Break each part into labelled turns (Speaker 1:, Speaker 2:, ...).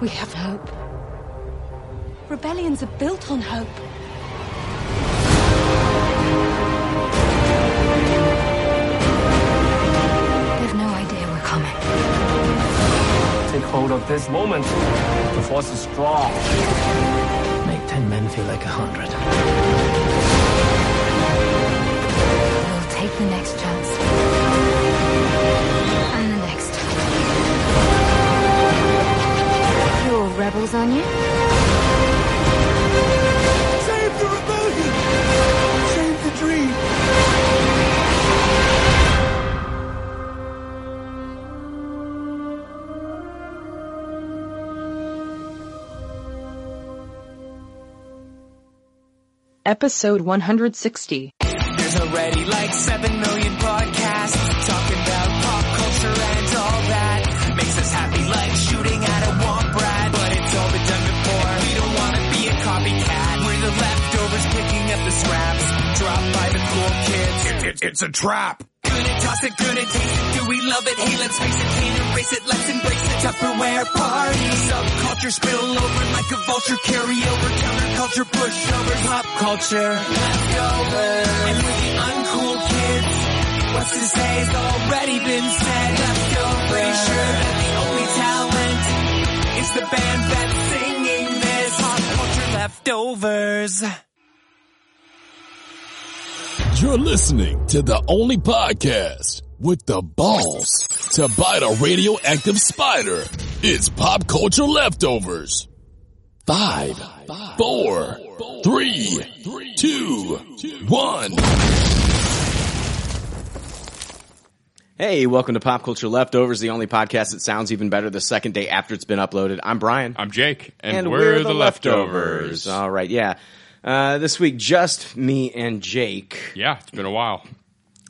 Speaker 1: We have hope. Rebellions are built on hope. They've no idea we're coming.
Speaker 2: Take hold of this moment. The force is strong.
Speaker 3: Make ten men feel like a hundred.
Speaker 1: We'll take the next chance. And the next.
Speaker 4: You're rebels, aren't you?
Speaker 5: Save the rebellion! Save the dream!
Speaker 6: Episode 160.
Speaker 7: There's already like 7 million podcasts talking about pop culture and all that. Makes us happy like shooting at a womp rat, but it's all been done before. We don't wanna be a copycat. We're the leftovers picking up the scraps dropped by the cool kids.
Speaker 5: it's a trap!
Speaker 7: Gonna toss it, gonna taste it. Do we love it? Hey, let's face it, can't erase it. Let's embrace it. Tupperware party. Subculture spill over like a vulture. Carry over counterculture, pushovers, pop culture. Leftovers. And with the uncool kids, what's to say has already been said. Leftovers. Pretty sure that the only talent is the band that's singing this. Pop culture leftovers.
Speaker 8: You're listening to the only podcast with the balls to bite a radioactive spider. It's pop culture leftovers. Five, four, three, two, one.
Speaker 9: Hey, welcome to Pop Culture Leftovers, the only podcast that sounds even better the second day after it's been uploaded. I'm Brian.
Speaker 10: I'm Jake, and, we're, the leftovers.
Speaker 9: All right, yeah. Uh, this week, just me and Jake.
Speaker 10: Yeah, it's been a while.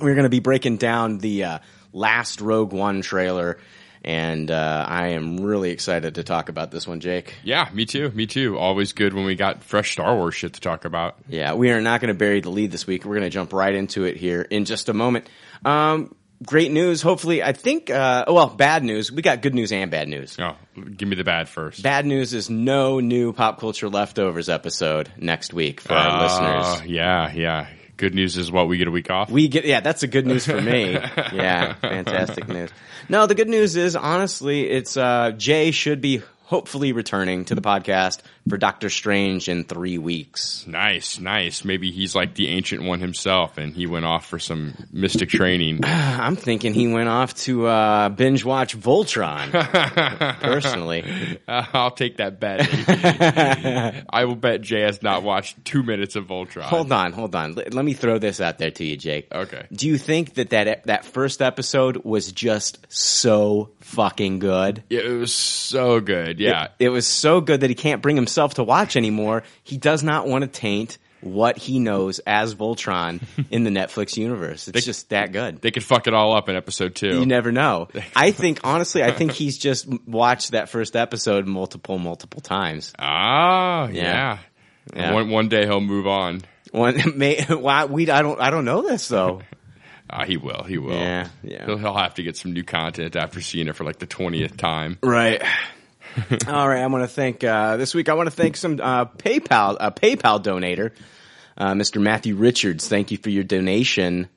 Speaker 9: We're going to be breaking down the uh, last Rogue One trailer, and uh, I am really excited to talk about this one, Jake.
Speaker 10: Yeah, me too. Me too. Always good when we got fresh Star Wars shit to talk about.
Speaker 9: Yeah, we are not going to bury the lead this week. We're going to jump right into it here in just a moment. Um, great news. Hopefully, I think, uh, well, bad news. We got good news and bad news.
Speaker 10: Oh, give me the bad first.
Speaker 9: Bad news is no new pop culture leftovers episode next week for our
Speaker 10: Uh,
Speaker 9: listeners.
Speaker 10: yeah, yeah. Good news is what we get a week off.
Speaker 9: We get yeah, that's the good news for me. yeah, fantastic news. No, the good news is honestly, it's uh, Jay should be hopefully returning to the podcast for Doctor Strange in three weeks.
Speaker 10: nice, nice. Maybe he's like the ancient one himself, and he went off for some mystic training.
Speaker 9: I'm thinking he went off to uh, binge watch Voltron. Personally,
Speaker 10: I'll take that bet. I will bet Jay has not watched two minutes of Voltron.
Speaker 9: hold on, hold on. Let- let me throw this out there to you, Jake.
Speaker 10: Okay.
Speaker 9: Do you think that that that first episode was just so fucking good?
Speaker 10: It was so good. Yeah.
Speaker 9: It, it was so good that he can't bring himself to watch anymore. He does not want to taint what he knows as Voltron in the Netflix universe. It's just that good.
Speaker 10: they could fuck it all up in episode two.
Speaker 9: you never know. I think honestly, I think he's just m- watched that first episode multiple, multiple times.
Speaker 10: Ah,
Speaker 9: Yeah.
Speaker 10: yeah.
Speaker 9: Yeah.
Speaker 10: One one day he'll move on.
Speaker 9: One, may, why we I don't I don't know this though.
Speaker 10: Ah, he will. He will.
Speaker 9: Yeah, yeah.
Speaker 10: He'll, he'll have to get some new content after seeing it for like the twentieth time.
Speaker 9: Right. All right. I want to thank uh, this week. I want to thank some uh, PayPal a PayPal donator, uh, Mr. Matthew Richards. Thank you for your donation.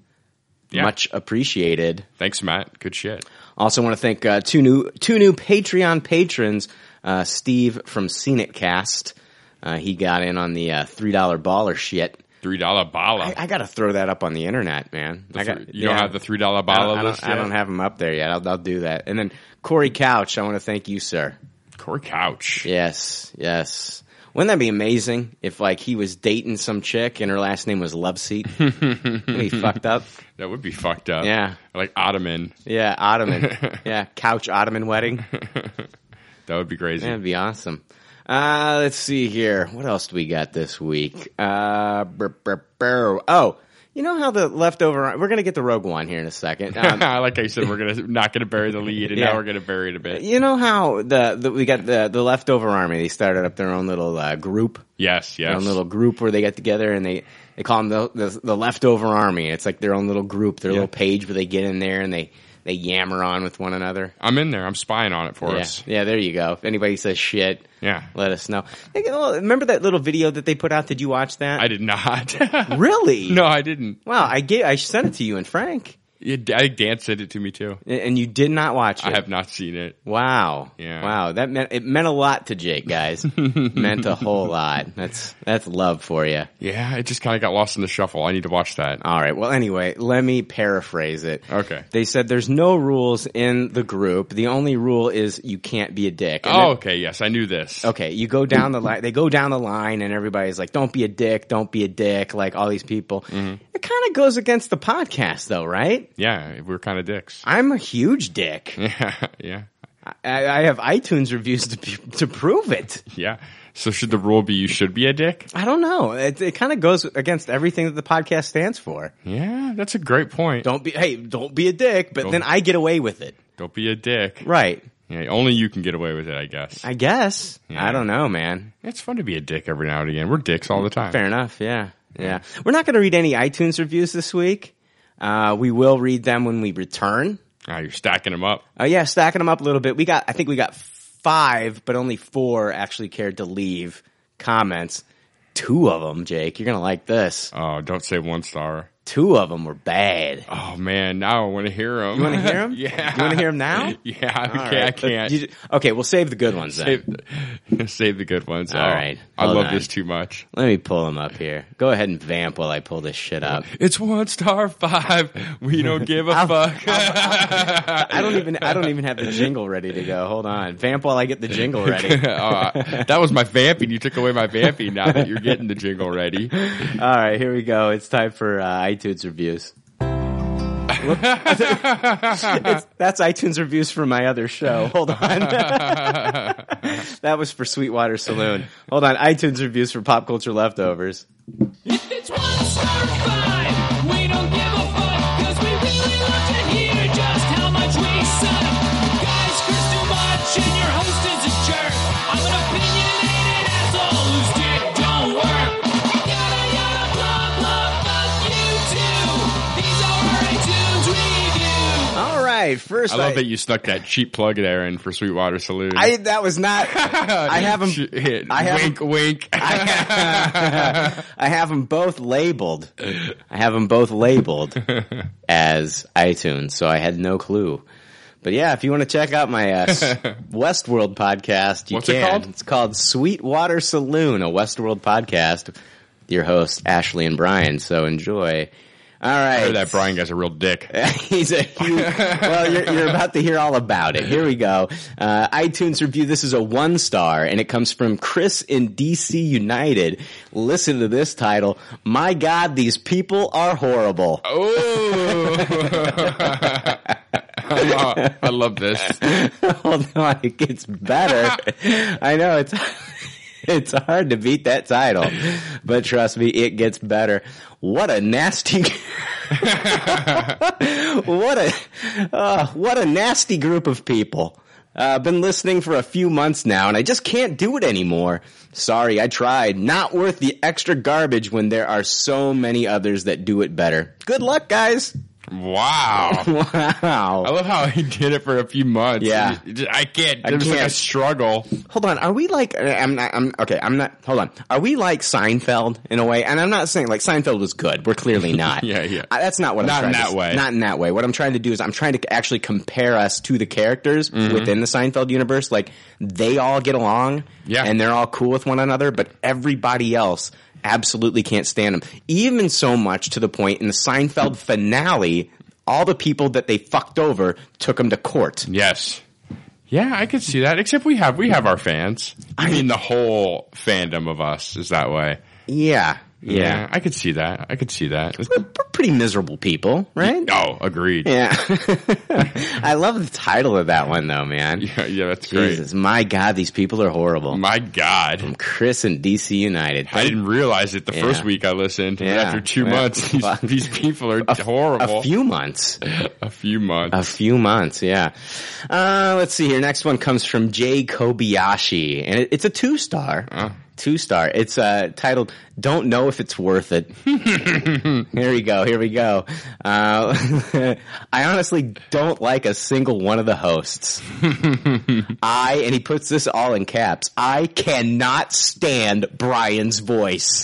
Speaker 10: Yeah.
Speaker 9: Much appreciated.
Speaker 10: Thanks, Matt. Good shit.
Speaker 9: Also, want to thank uh, two new two new Patreon patrons, uh, Steve from Scenic Cast. Uh, he got in on the uh, three dollar baller shit.
Speaker 10: Three dollar
Speaker 9: I,
Speaker 10: bala.
Speaker 9: I got to throw that up on the internet, man. I got,
Speaker 10: you don't
Speaker 9: yeah.
Speaker 10: have the three dollar
Speaker 9: I don't,
Speaker 10: bala
Speaker 9: I
Speaker 10: list
Speaker 9: don't,
Speaker 10: yet.
Speaker 9: I don't have him up there yet. I'll, I'll do that. And then Corey Couch, I want to thank you, sir.
Speaker 10: Corey Couch.
Speaker 9: Yes, yes. Wouldn't that be amazing if like he was dating some chick and her last name was Loveseat? Wouldn't he fucked up.
Speaker 10: That would be fucked up.
Speaker 9: Yeah.
Speaker 10: Like Ottoman.
Speaker 9: Yeah, ottoman. yeah, couch ottoman wedding.
Speaker 10: That would be crazy.
Speaker 9: That'd be awesome. Uh, let's see here. What else do we got this week? Uh, brr, brr, brr. oh, you know how the leftover. We're gonna get the Rogue One here in a second. Um,
Speaker 10: like I said, we're gonna not gonna bury the lead, and
Speaker 9: Yeah.
Speaker 10: now we're gonna bury it a bit.
Speaker 9: you know how the, the we got the the leftover army. They started up their own little uh, group.
Speaker 10: Yes, yes.
Speaker 9: their own little group where they get together and they they call them the the, the leftover army. It's like their own little group, their little page where they get in there and they they yammer on with one another.
Speaker 10: I'm in there. I'm spying on it for
Speaker 9: Yeah.
Speaker 10: us.
Speaker 9: yeah, there you go. If anybody says shit,
Speaker 10: Yeah.
Speaker 9: let us know. They get a little- Remember that little video that they put out? Did you watch that?
Speaker 10: I did not.
Speaker 9: really?
Speaker 10: no, I didn't.
Speaker 9: Wow, I gave, I sent it to you and Frank,
Speaker 10: Yeah, I Dan sent it to me too.
Speaker 9: a- and you did not watch it.
Speaker 10: I have not seen it.
Speaker 9: Wow.
Speaker 10: Yeah.
Speaker 9: Wow. That meant it meant a lot to Jake, guys. meant a whole lot. That's that's love for you.
Speaker 10: Yeah, it just kind of got lost in the shuffle. I need to watch that.
Speaker 9: All right. Well, anyway, let me paraphrase it.
Speaker 10: Okay.
Speaker 9: They said there's no rules in the group. The only rule is you can't be a dick. And
Speaker 10: Oh,
Speaker 9: then-
Speaker 10: okay. Yes, I knew this.
Speaker 9: okay. You go down the line. They go down the line, and everybody's like, "Don't be a dick. Don't be a dick." Like all these people.
Speaker 10: Mm-hmm.
Speaker 9: It kind of goes against the podcast, though, right?
Speaker 10: Yeah, we're kind of dicks.
Speaker 9: I'm a huge dick.
Speaker 10: Yeah, yeah,
Speaker 9: I, I have iTunes reviews to be- to prove it.
Speaker 10: yeah. So should the rule be you should be a dick?
Speaker 9: I don't know. It, it kind of goes against everything that the podcast stands for.
Speaker 10: Yeah, that's a great point.
Speaker 9: Don't be, hey, don't be a dick, but
Speaker 10: Don't-
Speaker 9: then I get away with it.
Speaker 10: Don't be a dick.
Speaker 9: Right.
Speaker 10: Yeah, only you can get away with it, I guess.
Speaker 9: I guess.
Speaker 10: Yeah.
Speaker 9: I don't know, man.
Speaker 10: It's fun to be a dick every now and again. We're dicks all the time.
Speaker 9: Fair enough. Yeah. Yeah. We're not going to read any iTunes reviews this week. Uh, we will read them when we return.
Speaker 10: Ah, you're stacking them up.
Speaker 9: Uh, yeah, stacking them up a little bit. We got, I think we got five, but only four actually cared to leave comments. Two of them, Jake, you're going to like this.
Speaker 10: Oh, don't say one star.
Speaker 9: Two of them were bad.
Speaker 10: Oh man, now I want to hear them.
Speaker 9: You want to hear them?
Speaker 10: yeah.
Speaker 9: You want to hear them now?
Speaker 10: Yeah, I
Speaker 9: All
Speaker 10: can't.
Speaker 9: right.
Speaker 10: I can't.
Speaker 9: You- okay, we'll save the good ones then.
Speaker 10: save, the- save the good ones.
Speaker 9: All
Speaker 10: Oh,
Speaker 9: right.
Speaker 10: I
Speaker 9: Hold
Speaker 10: love
Speaker 9: on.
Speaker 10: this too much.
Speaker 9: Let me pull them up here. Go ahead and vamp while I pull this shit up.
Speaker 10: It's one star five. We don't give a fuck.
Speaker 9: I don't even I don't even have the jingle ready to go. Hold on. Vamp while I get the jingle ready.
Speaker 10: Oh, that was my vamping. You took away my vamping. Now that you're getting the jingle ready.
Speaker 9: All right, here we go. It's time for uh, iTunes reviews. It's- that's iTunes reviews for my other show. Hold on. that was for Sweetwater Saloon. Hold on. iTunes reviews for Pop Culture Leftovers.
Speaker 7: It's one star five. We don't give a fuck because we really love to hear just how much we suck. Guys, Chris Dumont and your host is a jerk. I'm an opinionated asshole whose dick don't work. Yada yada blah blah. Fuck you too. These are our iTunes reviews.
Speaker 9: All right. First
Speaker 10: I love that you snuck that cheap plug there in for Sweetwater Saloon.
Speaker 9: I that was not I have 'em- I have 'em-
Speaker 10: wink, wink.
Speaker 9: I have them both labeled. I have them both labeled as iTunes, so I had no clue. But yeah, if you want to check out my uh, s- Westworld podcast, you
Speaker 10: What's it
Speaker 9: can.
Speaker 10: called?
Speaker 9: It's called Sweetwater Saloon, a Westworld podcast. with Your hosts Ashley and Brian. So enjoy. All
Speaker 10: I
Speaker 9: right,
Speaker 10: heard that Brian guy's a real dick.
Speaker 9: He's a huge, well, you're, you're about to hear all about it. Here we go. Uh, iTunes review. This is a one star and it comes from Chris in DC United. Listen to this title. My God, these people are horrible.
Speaker 10: Oh. I love this.
Speaker 9: Hold on. It gets better. I know it's, it's hard to beat that title, but trust me, it gets better. What a nasty. what a uh, what a nasty group of people. Uh, I've been listening for a few months now, and I just can't do it anymore. Sorry, I tried. Not worth the extra garbage when there are so many others that do it better. Good luck, guys.
Speaker 10: Wow. I
Speaker 9: Wow.
Speaker 10: love how he did it for a few months.
Speaker 9: Yeah.
Speaker 10: He- he- I can't.
Speaker 9: I
Speaker 10: There was like a
Speaker 9: can't.
Speaker 10: struggle.
Speaker 9: Hold on. Are we like? uh, I'm not. I'm okay. I'm not. Hold on. Are we like Seinfeld in a way? And I'm not saying like Seinfeld was good. We're clearly not.
Speaker 10: Yeah, yeah.
Speaker 9: I- that's not what
Speaker 10: Not
Speaker 9: I'm
Speaker 10: in
Speaker 9: trying
Speaker 10: that
Speaker 9: to s-
Speaker 10: way.
Speaker 9: Not in that way. What I'm trying to do is I'm trying to actually compare us to the characters
Speaker 10: Mm-hmm.
Speaker 9: within the Seinfeld universe. Like they all get along,
Speaker 10: Yeah.
Speaker 9: and they're all cool with one another, but everybody else absolutely can't stand them. Even so much to the point in the Seinfeld finale, all the people that they fucked over took them to court.
Speaker 10: Yes. Yeah, I could see that. Except we have we have our fans. I mean, the whole fandom of us is that way.
Speaker 9: Yeah, yeah.
Speaker 10: I could see that. I could see that.
Speaker 9: We're pretty miserable people, right?
Speaker 10: No, agreed.
Speaker 9: Yeah. I love the title of that one though, man.
Speaker 10: Yeah, yeah, that's great.
Speaker 9: Jesus, my God, these people are horrible.
Speaker 10: My God.
Speaker 9: Chris and DC United.
Speaker 10: I didn't realize it the
Speaker 9: Yeah.
Speaker 10: first week I listened. But
Speaker 9: Yeah.
Speaker 10: after two
Speaker 9: Yeah.
Speaker 10: months, these,
Speaker 9: Fuck.
Speaker 10: these people are horrible.
Speaker 9: A few months.
Speaker 10: A few months.
Speaker 9: A few months, yeah. Uh, let's see here. Next one comes from Jay Kobayashi, and it, it's a two star. Two star. It's uh, titled Don't know if it's worth it. here we go. Here we go. Uh, I honestly don't like a single one of the hosts. I, and he puts this all in caps, I cannot stand Brian's voice.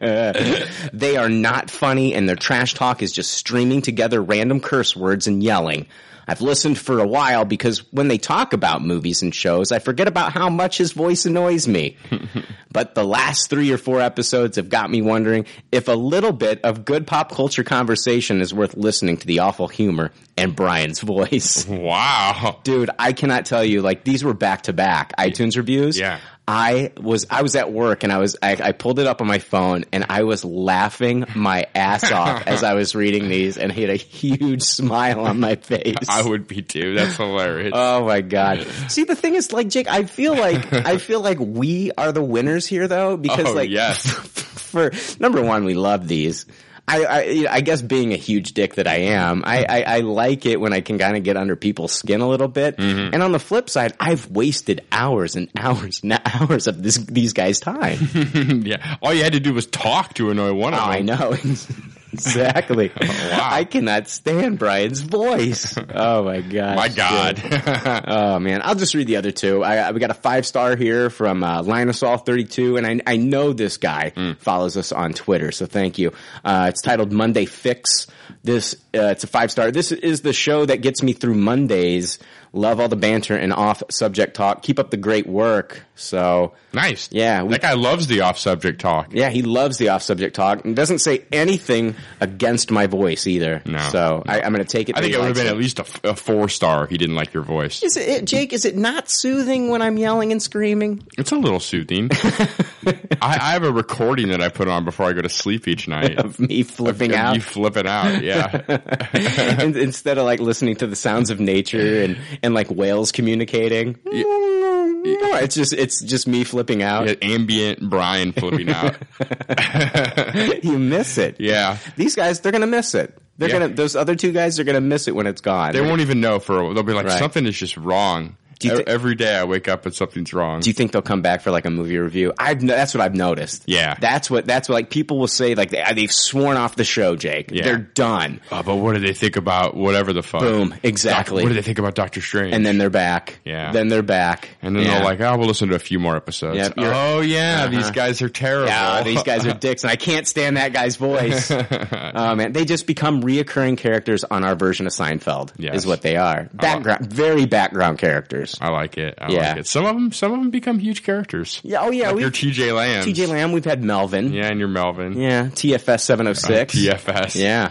Speaker 9: they are not funny and their trash talk is just streaming together random curse words and yelling. I've listened for a while because when they talk about movies and shows, I forget about how much his voice annoys me. but the last three or four episodes have got me wondering if a little bit of good pop culture conversation is worth listening to the awful humor and Brian's voice.
Speaker 10: Wow.
Speaker 9: Dude, I cannot tell you, like, these were back to back iTunes reviews.
Speaker 10: Yeah.
Speaker 9: I was I was at work and I was I, I pulled it up on my phone and I was laughing my ass off as I was reading these and he had a huge smile on my face.
Speaker 10: I would be too. That's hilarious.
Speaker 9: Oh my god! See, the thing is, like Jake, I feel like I feel like we are the winners here, though, because
Speaker 10: Oh,
Speaker 9: like
Speaker 10: yes.
Speaker 9: for number one, we love these. I, I, you know, I guess being a huge dick that I am, I, I, I like it when I can kind of get under people's skin a little bit.
Speaker 10: Mm-hmm.
Speaker 9: And on the flip side, I've wasted hours and hours and hours of this these guys' time.
Speaker 10: yeah. All you had to do was talk to annoy one of them.
Speaker 9: Oh, I know. exactly.
Speaker 10: Wow.
Speaker 9: I cannot stand Brian's voice. Oh my god.
Speaker 10: My God.
Speaker 9: Oh man, I'll just read the other two. I, I- we got a five star here from uh, Linusol32, and I, I know this guy
Speaker 10: Hmm.
Speaker 9: follows us on Twitter, so thank you. Uh, it's titled Monday Fix. This uh, it's a five star. This is the show that gets me through Mondays. Love all the banter and off subject talk. Keep up the great work. So
Speaker 10: nice.
Speaker 9: Yeah, we-
Speaker 10: that guy loves the off subject talk.
Speaker 9: yeah, he loves the off subject talk and doesn't say anything against my voice either.
Speaker 10: No.
Speaker 9: So I, I'm going to take it.
Speaker 10: I
Speaker 9: that
Speaker 10: think
Speaker 9: he
Speaker 10: it would have
Speaker 9: likes
Speaker 10: been at least a, f- a four star. if He didn't like your voice.
Speaker 9: Is it, Jake? Is it not soothing when I'm yelling and screaming?
Speaker 10: It's a little soothing. I, I have a recording that I put on before I go to sleep each night.
Speaker 9: Of me flipping out.
Speaker 10: You flip it out, yeah.
Speaker 9: In- instead of like listening to the sounds of nature and and like whales communicating. No, it's just it's just me flipping out.
Speaker 10: Yeah, ambient Brian flipping out.
Speaker 9: You miss it.
Speaker 10: Yeah.
Speaker 9: These guys, they're gonna miss it. They're
Speaker 10: Yeah.
Speaker 9: gonna those other two guys are gonna miss it when it's gone.
Speaker 10: They won't even know for, they'll be like,
Speaker 9: Right.
Speaker 10: something is just wrong.
Speaker 9: Do you
Speaker 10: E-
Speaker 9: thi-
Speaker 10: Every day I wake up and something's wrong.
Speaker 9: do you think they'll come back for like a movie review? I've no, that's what I've noticed.
Speaker 10: Yeah.
Speaker 9: that's what that's what like people will say like they, they've sworn off the show, Jake.
Speaker 10: Yeah.
Speaker 9: They're done.
Speaker 10: Uh, but what do they think about whatever the fuck?
Speaker 9: Boom,
Speaker 10: Doc-
Speaker 9: exactly.
Speaker 10: what do they think about Doctor Strange?
Speaker 9: and then they're back.
Speaker 10: Yeah.
Speaker 9: then they're back.
Speaker 10: and then
Speaker 9: Yeah.
Speaker 10: they're like, oh, we'll listen to a few more episodes.
Speaker 9: Yep, you're- uh-huh.
Speaker 10: oh, yeah, these guys are terrible.
Speaker 9: Yeah, these guys are dicks, and I can't stand that guy's voice. oh man, they just become reoccurring characters on our version of Seinfeld.
Speaker 10: Yes. Oh.
Speaker 9: Is what they are. Background, very background characters.
Speaker 10: I like it. I
Speaker 9: Yeah.
Speaker 10: like it. Some of them, some of them become huge characters.
Speaker 9: Yeah, oh yeah,
Speaker 10: Like
Speaker 9: we've-
Speaker 10: your TJ Lamb.
Speaker 9: TJ Lamb. We've had Melvin.
Speaker 10: Yeah, Oh, and your Melvin.
Speaker 9: Yeah, TFS seven hundred six.
Speaker 10: TFS.
Speaker 9: Yeah.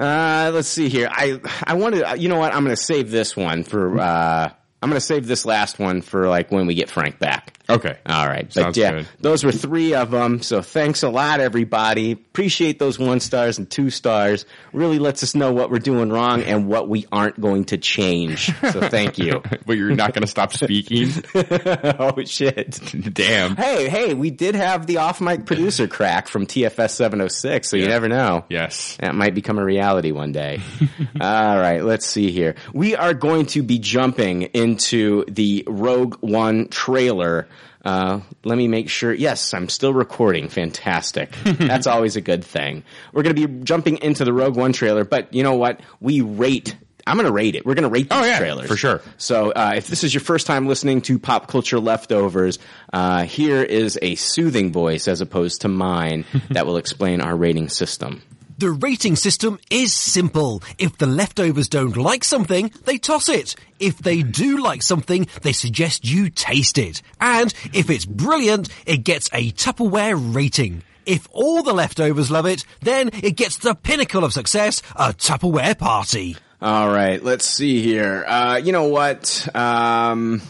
Speaker 9: uh, let's see here. I I wanted. uh, You know what? I'm going to save this one for. Uh, I'm going to save this last one for like when we get Frank back.
Speaker 10: Okay. uh,
Speaker 9: All right.
Speaker 10: Sounds
Speaker 9: but yeah,
Speaker 10: good.
Speaker 9: those were three of them. So thanks a lot, everybody. Appreciate those one stars and two stars. Really lets us know what we're doing wrong and what we aren't going to change. So thank you.
Speaker 10: But you're not going to stop speaking?
Speaker 9: oh shit.
Speaker 10: Damn.
Speaker 9: Hey, hey, we did have the off mic producer crack from TFS 706, so you never know.
Speaker 10: Yes.
Speaker 9: That might become a reality one day. All right, let's see here. We are going to be jumping into the Rogue One trailer. Uh, let me make sure. Yes, I'm still recording. Fantastic. That's always a good thing. We're going to be jumping into the Rogue One trailer, but you know what? We rate. I'm going to rate it. We're going to rate these
Speaker 10: Oh, yeah,
Speaker 9: trailers
Speaker 10: for sure.
Speaker 9: so, uh, if this is your first time listening to Pop Culture Leftovers, uh, here is a soothing voice as opposed to mine that will explain our rating system.
Speaker 11: The rating system is simple. If the leftovers don't like something, they toss it. If they do like something, they suggest you taste it. And if it's brilliant, it gets a Tupperware rating. If all the leftovers love it, then it gets the pinnacle of success, a Tupperware party.
Speaker 9: All right, let's see here. Uh, you know what? Um,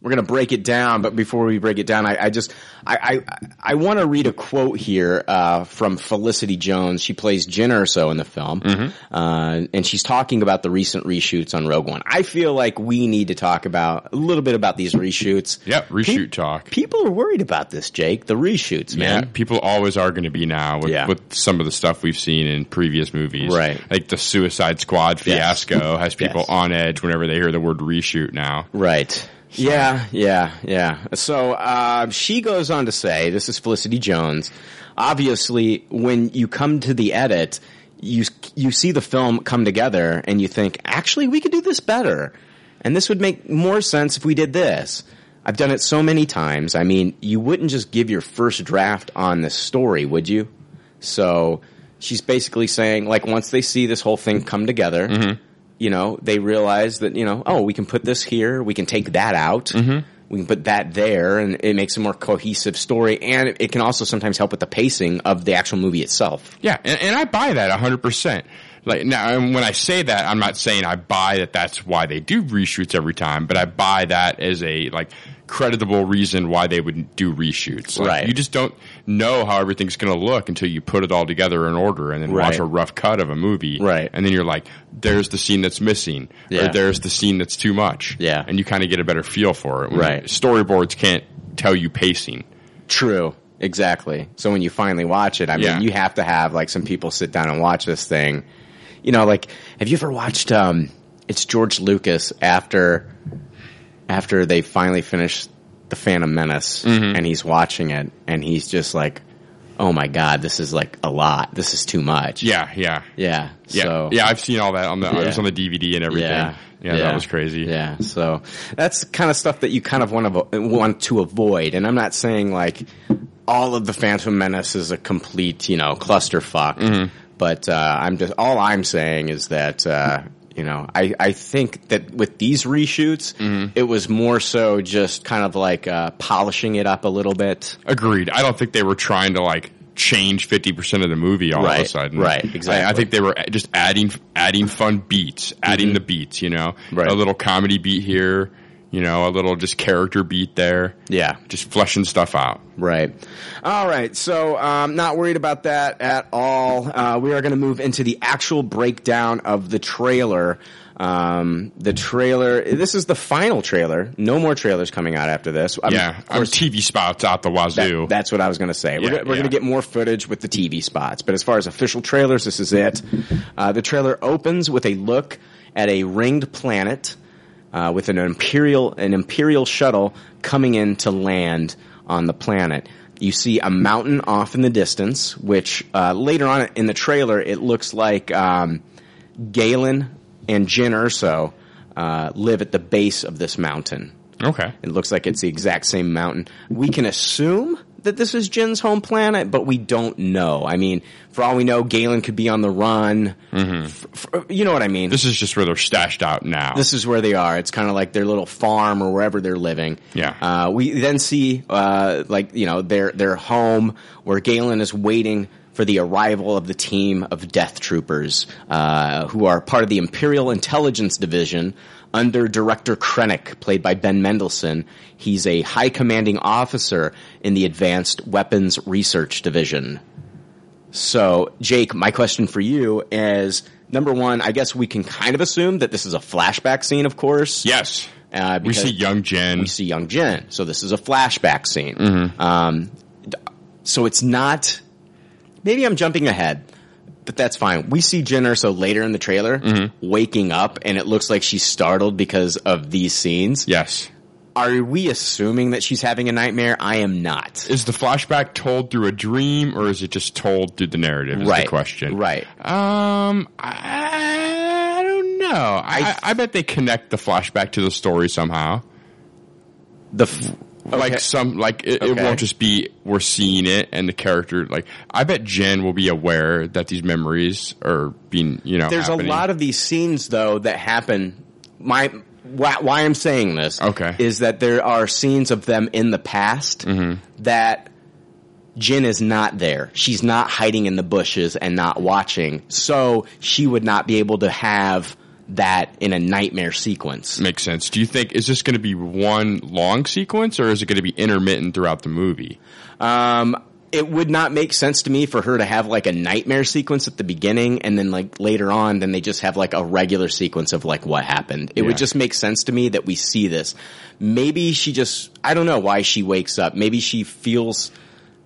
Speaker 9: we're gonna break it down, but before we break it down, I, I just I I, I want to read a quote here uh, from Felicity Jones. She plays Jen Erso in the film,
Speaker 10: Mm-hmm.
Speaker 9: uh, and she's talking about the recent reshoots on Rogue One. I feel like we need to talk about a little bit about these reshoots.
Speaker 10: Yep. Reshoot
Speaker 9: Pe-
Speaker 10: talk.
Speaker 9: People are worried about this, Jake. The reshoots,
Speaker 10: Yeah,
Speaker 9: man.
Speaker 10: people always are going to be now with,
Speaker 9: Yeah.
Speaker 10: with some of the stuff we've seen in previous movies.
Speaker 9: Right.
Speaker 10: Like the Suicide Squad fiasco has people
Speaker 9: Yes.
Speaker 10: on edge whenever they hear the word reshoot now.
Speaker 9: Right. Yeah, yeah, yeah. So uh, she goes on to say, "This is Felicity Jones. Obviously, when you come to the edit, you you see the film come together, and you think, actually, we could do this better, and this would make more sense if we did this." I've done it so many times. I mean, you wouldn't just give your first draft on this story, would you? So she's basically saying, like, once they see this whole thing come together, you know, they realize that, you know, oh, we can put this here, we can take that out, we can put that there, and it makes a more cohesive story, and it can also sometimes help with the pacing of the actual movie itself.
Speaker 10: Yeah, and, and I buy that 100%. Like now, and when I say that, I'm not saying I buy that that's why they do reshoots every time, but I buy that as a like creditable reason why they would do reshoots. Like,
Speaker 9: Right.
Speaker 10: You just don't know how everything's going to look until you put it all together in order and then watch
Speaker 9: Right.
Speaker 10: a rough cut of a movie.
Speaker 9: Right.
Speaker 10: And then you're like, there's the scene that's missing
Speaker 9: Yeah.
Speaker 10: or there's the scene that's too much.
Speaker 9: Yeah.
Speaker 10: And you kind of get a better feel for it. When
Speaker 9: Right.
Speaker 10: Storyboards can't tell you pacing.
Speaker 9: True. Exactly. So when you finally watch it, I mean,
Speaker 10: Yeah.
Speaker 9: you have to have like some people sit down and watch this thing. You know, like have you ever watched? um It's George Lucas after after they finally finish the Phantom Menace,
Speaker 10: Mm-hmm.
Speaker 9: and he's watching it, and he's just like, "Oh my god, this is like a lot. This is too much."
Speaker 10: Yeah. Yeah.
Speaker 9: yeah,
Speaker 10: Yeah.
Speaker 9: So,
Speaker 10: yeah. I've seen all that on the,
Speaker 9: Yeah.
Speaker 10: it was on the DVD and everything.
Speaker 9: Yeah.
Speaker 10: yeah.
Speaker 9: Yeah.
Speaker 10: That was crazy.
Speaker 9: Yeah, so that's kind of stuff that you kind of want to want to avoid. And I'm not saying like all of the Phantom Menace is a complete, you know, clusterfuck.
Speaker 10: Mm-hmm.
Speaker 9: But uh, I'm just all I'm saying is that uh, you know I I think that with these reshoots,
Speaker 10: Mm-hmm.
Speaker 9: it was more so just kind of like uh, polishing it up a little bit.
Speaker 10: Agreed. I don't think they were trying to like change 50% of the movie all of
Speaker 9: Right,
Speaker 10: a sudden.
Speaker 9: right,
Speaker 10: I, I
Speaker 9: exactly. Mm-hmm.
Speaker 10: think they were just adding, adding fun beats, adding the beats, you know,
Speaker 9: Right.
Speaker 10: a little comedy beat here, you know, a little just character beat there,
Speaker 9: Yeah,
Speaker 10: just fleshing stuff out.
Speaker 9: Right. All right. So, um, not worried about that at all. Uh, we are going to move into the actual breakdown of the trailer. Um, the trailer. This is the final trailer. No more trailers coming out after this. I mean,
Speaker 10: yeah.
Speaker 9: of
Speaker 10: Our
Speaker 9: course,
Speaker 10: TV spots out the
Speaker 9: that-
Speaker 10: wazoo.
Speaker 9: that's what I was going to say. we're
Speaker 10: Yeah,
Speaker 9: go- we're going
Speaker 10: yeah.
Speaker 9: to get more footage with the TV spots, but as far as official trailers, this is it. Uh, the trailer opens with a look at a ringed planet uh, with an imperial an imperial shuttle coming in to land on the planet. You see a mountain off in the distance, which uh, later on in the trailer it looks like um, Galen and Jin Erso uh, live at the base of this mountain.
Speaker 10: okay.
Speaker 9: It looks like it's the exact same mountain. We can assume that this is Jin's home planet, but we don't know. I mean, for all we know, Galen could be on the run. F- f- you know what I mean?
Speaker 10: This is just where they're stashed out now.
Speaker 9: This is where they are. It's kind of like their little farm or wherever they're living.
Speaker 10: Yeah.
Speaker 9: Uh, we then see, uh, like you know, their their home where Galen is waiting for the arrival of the team of Death Troopers, uh, who are part of the Imperial Intelligence Division under Director Krennic, played by Ben Mendelsohn. He's a high commanding officer in the Advanced Weapons Research Division. So, Jake, my question for you is number one, I guess we can kind of assume that this is a flashback scene, of course.
Speaker 10: yes.
Speaker 9: Uh,
Speaker 10: we
Speaker 9: because
Speaker 10: see young Jen.
Speaker 9: we see young Jin. So this is a flashback scene.
Speaker 10: Mm-hmm.
Speaker 9: Um, d- so it's not. Maybe I'm jumping ahead, but that's fine. We see Jin Erso later in the trailer
Speaker 10: Mm-hmm.
Speaker 9: waking up, and it looks like she's startled because of these scenes.
Speaker 10: yes.
Speaker 9: Are we assuming that she's having a nightmare? I am not.
Speaker 10: Is the flashback told through a dream or is it just told through the narrative? Is
Speaker 9: Right.
Speaker 10: the question.
Speaker 9: Right.
Speaker 10: Um, I, I don't know. I, I, bet they connect the flashback to the story somehow.
Speaker 9: The f- okay.
Speaker 10: Like some, like it, it
Speaker 9: Okay.
Speaker 10: won't just be we're seeing it and the character. Like I bet Jen will be aware that these memories are being, you know,
Speaker 9: there's
Speaker 10: happening.
Speaker 9: a lot of these scenes though that happen. My why, why I'm saying this
Speaker 10: Okay.
Speaker 9: is that there are scenes of them in the past
Speaker 10: Mm-hmm.
Speaker 9: that Jin is not there. She's not hiding in the bushes and not watching, so she would not be able to have that in a nightmare sequence.
Speaker 10: makes sense. Do you think is this going to be one long sequence or is it going to be intermittent throughout the movie?
Speaker 9: Um, it would not make sense to me for her to have like a nightmare sequence at the beginning and then like later on, then they just have like a regular sequence of like what happened. It
Speaker 10: Yeah.
Speaker 9: would just make sense to me that we see this. Maybe she just, I don't know why she wakes up. Maybe she feels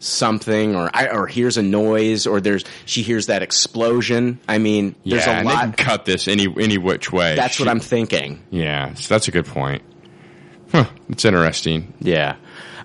Speaker 9: something or I, or hears a noise or there's, she hears that explosion. I mean, there's
Speaker 10: yeah,
Speaker 9: a
Speaker 10: and they can
Speaker 9: lot.
Speaker 10: cut this any any which way.
Speaker 9: That's what
Speaker 10: She-
Speaker 9: I'm thinking.
Speaker 10: Yeah, so that's a good point. Huh, it's interesting.
Speaker 9: Yeah.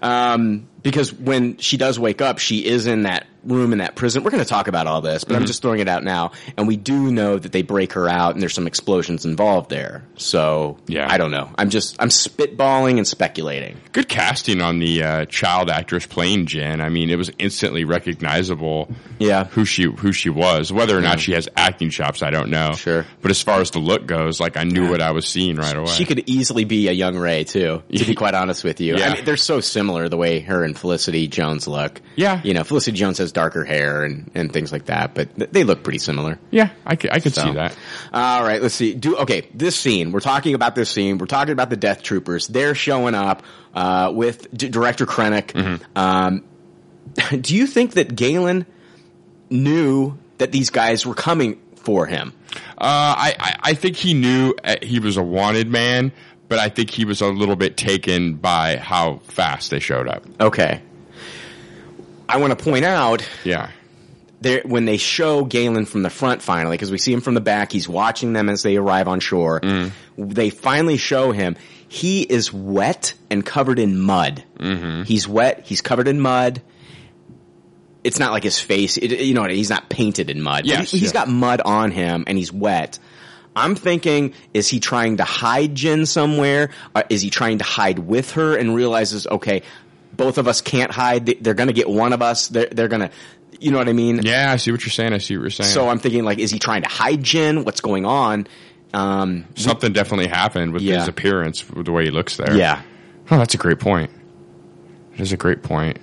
Speaker 9: Um, because when she does wake up, she is in that room in that prison. We're going to talk about all this,
Speaker 10: Mm-hmm.
Speaker 9: but I'm just throwing it out now. And we do know that they break her out and there's some explosions involved there. So
Speaker 10: Yeah.
Speaker 9: I don't know. I'm just, I'm spitballing and speculating.
Speaker 10: Good casting on the uh, child actress playing Jen. I mean, it was instantly recognizable. uh,
Speaker 9: Yeah.
Speaker 10: who she who she was. Whether or not she has acting chops, I don't know.
Speaker 9: Sure.
Speaker 10: but as far as the look goes, like I knew what I was seeing right away.
Speaker 9: She could easily be a young Ray too, to be quite honest with you.
Speaker 10: Yeah.
Speaker 9: I mean, they're so similar the way her and Felicity Jones look.
Speaker 10: Yeah.
Speaker 9: You know, Felicity Jones has darker hair and, and things like that, but th- they look pretty similar.
Speaker 10: yeah, I could, I could
Speaker 9: So-
Speaker 10: see that.
Speaker 9: All right, let's see. Do okay. This scene we're talking about. This scene we're talking about the Death Troopers. They're showing up uh, with D- director Krennic. Um, do you think that Galen knew that these guys were coming for him?
Speaker 10: Uh, I, I I think he knew uh, he was a wanted man, but I think he was a little bit taken by how fast they showed up.
Speaker 9: Okay. I want to point out
Speaker 10: Yeah,
Speaker 9: there when they show Galen from the front finally because we see him from the back he's watching them as they arrive on shore
Speaker 10: Mm.
Speaker 9: they finally show him he is wet and covered in mud mm-hmm. he's wet he's covered in mud it's not like his face it, you know he's not painted in mud
Speaker 10: Yes,
Speaker 9: he, has
Speaker 10: yeah.
Speaker 9: got mud on him and he's wet I'm thinking, is he trying to hide Jen somewhere? Uh, is he trying to hide with her and realizes, okay, both of us can't hide. They- They're going to get one of us. They're, they're going to, you know what I mean?
Speaker 10: yeah, I see what you're saying. I see what you're saying.
Speaker 9: So I'm thinking, like, is he trying to hide Jin? What's going on? Um,
Speaker 10: something definitely happened with
Speaker 9: Yeah.
Speaker 10: his appearance, with the way he looks there.
Speaker 9: yeah,
Speaker 10: Oh, that's a great point. That is a great point.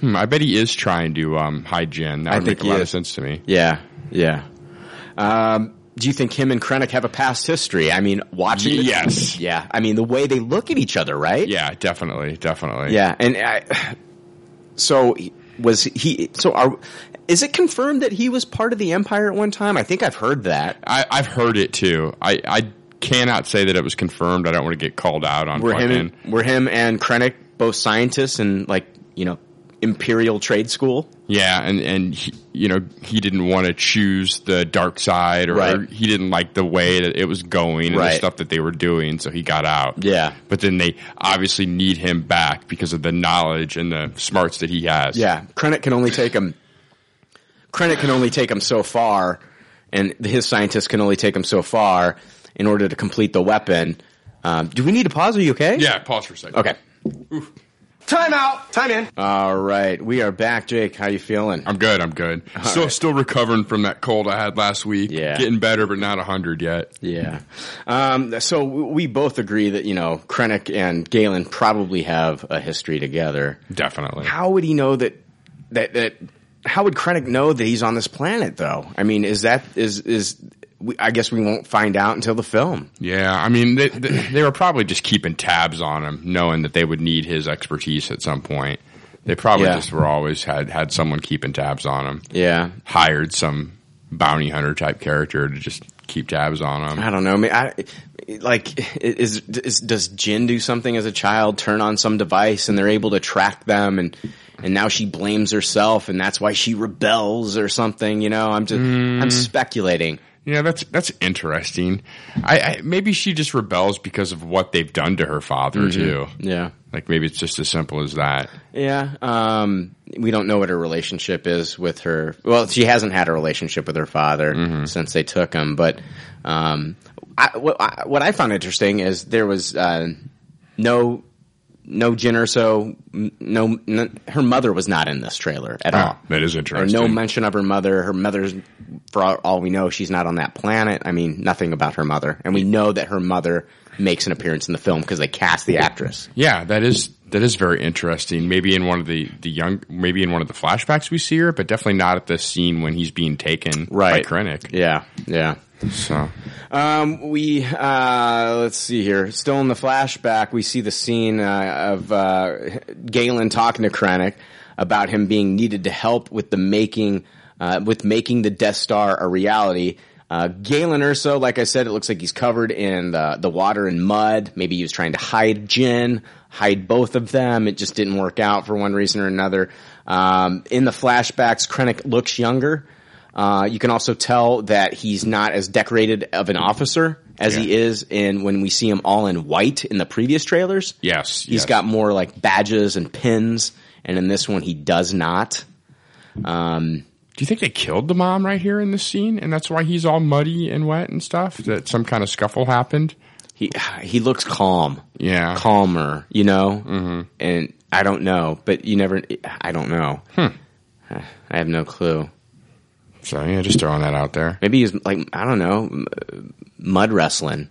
Speaker 10: Hmm, I bet he is trying to um, hide Jen. That
Speaker 9: I
Speaker 10: would
Speaker 9: think
Speaker 10: make a
Speaker 9: he
Speaker 10: lot of
Speaker 9: is.
Speaker 10: sense to me.
Speaker 9: yeah, yeah. Um, do you think him and Krennic have a past history? I mean, watching.
Speaker 10: Y- yes.
Speaker 9: Yeah. I mean, the way they look at each other, right?
Speaker 10: Yeah, definitely, definitely.
Speaker 9: Yeah. And I, so was he? So are is it confirmed that he was part of the Empire at one time? I think I've heard that.
Speaker 10: I, I've heard it too. I, I cannot say that it was confirmed. I don't want to get called out on
Speaker 9: Were him,
Speaker 10: fucking.
Speaker 9: and, were him and Krennic both scientists and like you know Imperial Trade School?
Speaker 10: Yeah, and and he, you know he didn't want to choose the dark side, or,
Speaker 9: Right.
Speaker 10: he didn't like the way that it was going and
Speaker 9: Right.
Speaker 10: the stuff that they were doing, so he got out.
Speaker 9: Yeah.
Speaker 10: but then they obviously need him back because of the knowledge and the smarts that he has.
Speaker 9: Yeah, Krennic can only take him. Krennic can only take him so far, and his scientists can only take him so far in order to complete the weapon. Um, do we need to pause? Are you okay?
Speaker 10: yeah. Pause for a second.
Speaker 9: Okay.
Speaker 5: Time out. Time in.
Speaker 9: All right, we are back, Jake. How you feeling?
Speaker 10: I'm good. I'm good. still, still recovering from that cold I had last week.
Speaker 9: Yeah.
Speaker 10: getting better, but not hundred yet.
Speaker 9: Yeah. Um, so w- we both agree that you know Krennic and Galen probably have a history together.
Speaker 10: Definitely.
Speaker 9: How would he know that? That that. How would Krennic know that he's on this planet, though? I mean, is that is is? We, I guess we won't find out until the film.
Speaker 10: Yeah, I mean, they, they, they were probably just keeping tabs on him, knowing that they would need his expertise at some point. They probably
Speaker 9: Yeah.
Speaker 10: just were always had had someone keeping tabs on him.
Speaker 9: Yeah,
Speaker 10: Hired some bounty hunter type character to just keep tabs on him.
Speaker 9: I don't know. I mean, I, like, is, is does Jin do something as a child? Turn on some device, and they're able to track them, and and now she blames herself, and that's why she rebels or something. You know, I'm just I'm speculating.
Speaker 10: Yeah, that's that's interesting. I, I maybe she just rebels because of what they've done to her father
Speaker 9: Mm-hmm.
Speaker 10: too.
Speaker 9: Yeah,
Speaker 10: Like maybe it's just as simple as that.
Speaker 9: yeah. Um, we don't know what her relationship is with her. Well, she hasn't had a relationship with her father
Speaker 10: Mm-hmm.
Speaker 9: since they took him, but um, I, what I, what I found interesting is there was uh, no no Jin or so. n- No, n her mother was not in this trailer at
Speaker 10: Ah,
Speaker 9: all.
Speaker 10: that is
Speaker 9: Uh, Or
Speaker 10: interesting.
Speaker 9: no mention of her mother. Her mother's, for all- all we know, she's not on that planet. I mean, nothing about her mother, and we know that her mother makes an appearance in the film because they cast the actress.
Speaker 10: Yeah, that is that is very interesting. Maybe in one of the the young, maybe in one of the flashbacks we see her, but definitely not at the scene when he's being taken
Speaker 9: Right.
Speaker 10: by Krennic.
Speaker 9: Yeah, yeah.
Speaker 10: So
Speaker 9: Um, we uh, let's see here. Still in the flashback, we see the scene uh, of uh, Galen talking to Krennic about him being needed to help with the making uh, with making the Death Star a reality. Uh, Galen Urso, like I said, it looks like he's covered in the, the water and mud. Maybe he was trying to hide Jin, hide both of them. It just didn't work out for one reason or another. Um, in the flashbacks, Krennic looks younger. Uh, you can also tell that he's not as decorated of an officer as he is in when we see him all in white in the previous trailers.
Speaker 10: Yes,
Speaker 9: he's
Speaker 10: yes.
Speaker 9: got more like badges and pins, and in this one he does not. Um,
Speaker 10: Do you think they killed the mom right here in this scene, and that's why he's all muddy and wet and stuff? That some kind of scuffle happened.
Speaker 9: he he looks calm,
Speaker 10: Yeah. Mm-hmm.
Speaker 9: calmer, you know. And I don't know, but you never. I don't know.
Speaker 10: Hmm.
Speaker 9: I have no clue.
Speaker 10: So yeah, just throwing that out there.
Speaker 9: Maybe he's like I don't know, m- uh, mud wrestling.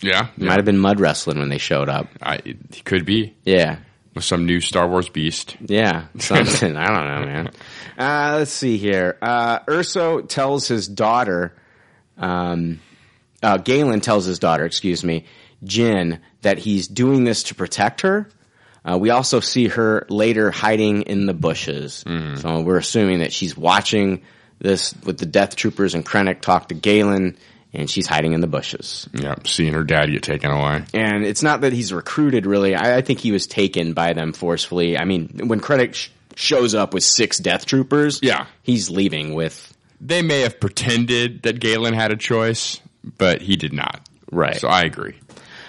Speaker 10: Yeah, yeah.
Speaker 9: Might have been mud wrestling when they showed up.
Speaker 10: I, it could be
Speaker 9: Yeah.
Speaker 10: with some new Star Wars beast.
Speaker 9: Yeah, something. I don't know, man. Uh, let's see here. Uh, Urso tells his daughter, um, uh, Galen tells his daughter, excuse me, Jin, that he's doing this to protect her. Uh, we also see her later hiding in the bushes. So we're assuming that she's watching this with the Death Troopers and Krennic talk to Galen, and she's hiding in the bushes
Speaker 10: Yeah, seeing her dad get taken away.
Speaker 9: and it's not that he's recruited really. I, I think he was taken by them forcefully. I mean, when Krennic sh- shows up with six death troopers,
Speaker 10: Yeah.
Speaker 9: he's leaving with
Speaker 10: They may have pretended that Galen had a choice, but he did not.
Speaker 9: Right.
Speaker 10: So I agree.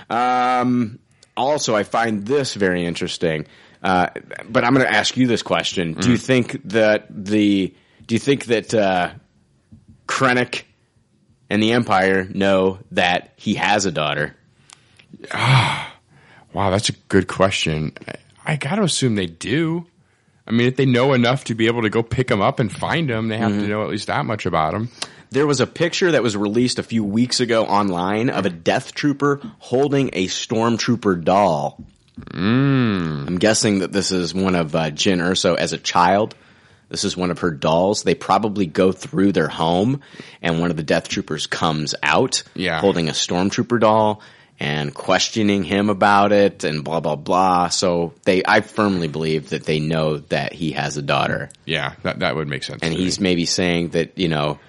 Speaker 9: Um, also, I find this very interesting. Uh, but I'm going to ask you this question: Do you think that the do you think that uh, Krennic and the Empire know that he has a daughter?
Speaker 10: Wow, that's a good question. I, I got to assume they do. I mean, if they know enough to be able to go pick him up and find him, they have
Speaker 9: Mm-hmm.
Speaker 10: to know at least that much about him.
Speaker 9: There was a picture that was released a few weeks ago online of a death trooper holding a stormtrooper doll. Mm. I'm guessing that this is one of uh, Jin Urso as a child. This is one of her dolls. They probably go through their home, and one of the death troopers comes out,
Speaker 10: Yeah.
Speaker 9: holding a stormtrooper doll and questioning him about it, and blah blah blah. So they, I firmly believe that they know that he has a daughter
Speaker 10: Yeah, that that would make sense.
Speaker 9: and
Speaker 10: to
Speaker 9: he's
Speaker 10: me.
Speaker 9: maybe saying that you know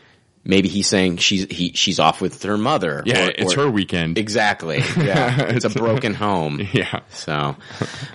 Speaker 9: maybe he's saying she's he she's off with her mother
Speaker 10: yeah,
Speaker 9: or-
Speaker 10: it's
Speaker 9: or-
Speaker 10: her weekend.
Speaker 9: exactly yeah it's a broken home
Speaker 10: yeah,
Speaker 9: so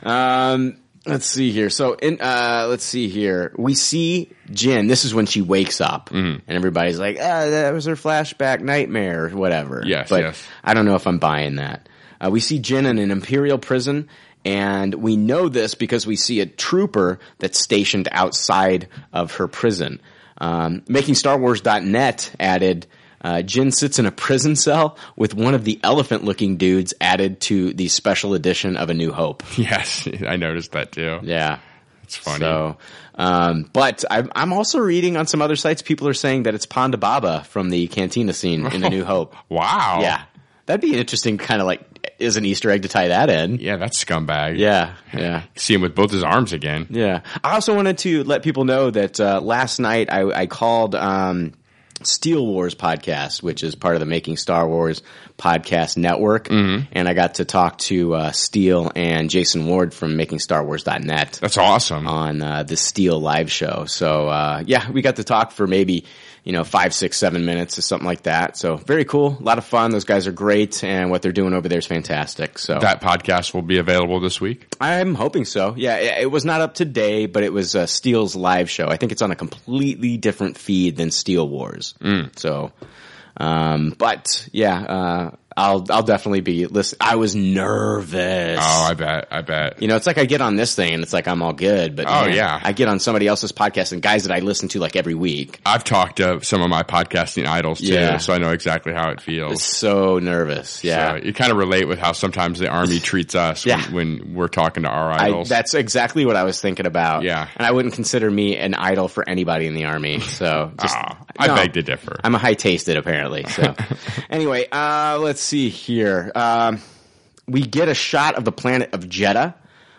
Speaker 9: um let's see here so in uh let's see here we see Jin this is when she wakes up
Speaker 10: Mm-hmm.
Speaker 9: and everybody's like ah that was her flashback nightmare or whatever
Speaker 10: Yes,
Speaker 9: but
Speaker 10: yes.
Speaker 9: I don't know if I'm buying that uh, we see Jin in an imperial prison and we know this because we see a trooper that's stationed outside of her prison. Um, making StarWars.net added, uh, Jin sits in a prison cell with one of the elephant-looking dudes added to the special edition of A New Hope.
Speaker 10: yes, I noticed that too.
Speaker 9: Yeah.
Speaker 10: it's funny.
Speaker 9: So, um, but I'm, I'm also reading on some other sites, people are saying that it's Ponda Baba from the Cantina scene in A New Hope.
Speaker 10: wow.
Speaker 9: Yeah. That'd be an interesting kind of like, is an Easter egg to tie that in.
Speaker 10: yeah, that's scumbag.
Speaker 9: Yeah. Yeah.
Speaker 10: see him with both his arms again.
Speaker 9: Yeah. I also wanted to let people know that uh, last night I, I called um, Steel Wars podcast, which is part of the Making Star Wars podcast network, and I got to talk to uh, Steel and Jason Ward from MakingStarWars.net
Speaker 10: That's awesome.
Speaker 9: on uh, the Steel live show. So uh, yeah, we got to talk for maybe you know five, six, seven minutes or something like that. So very cool, a lot of fun. Those guys are great, and what they're doing over there is fantastic. So
Speaker 10: that podcast will be available this week.
Speaker 9: I'm hoping so. Yeah, it, it was not up today, but it was uh, Steel's live show. I think it's on a completely different feed than Steel Wars.
Speaker 10: Mm.
Speaker 9: So, um, but yeah, uh, I'll I'll definitely be listen. I was nervous.
Speaker 10: Oh, I bet. I bet.
Speaker 9: you know, it's like I get on this thing and it's like I'm all good, but
Speaker 10: Oh,
Speaker 9: man,
Speaker 10: yeah.
Speaker 9: I get on somebody else's podcast and guys that I listen to like every week.
Speaker 10: I've talked to some of my podcasting idols too,
Speaker 9: Yeah.
Speaker 10: so I know exactly how it feels.
Speaker 9: So nervous. Yeah.
Speaker 10: So you kind of relate with how sometimes the army treats us
Speaker 9: Yeah.
Speaker 10: when, when we're talking to our
Speaker 9: I,
Speaker 10: idols.
Speaker 9: that's exactly what I was thinking about.
Speaker 10: Yeah.
Speaker 9: and I wouldn't consider me an idol for anybody in the army. So just,
Speaker 10: Ah, I
Speaker 9: no.
Speaker 10: beg to differ.
Speaker 9: I'm a high tasted apparently. So anyway, uh, let's see here. Um, we get a shot of the planet of Jeddah,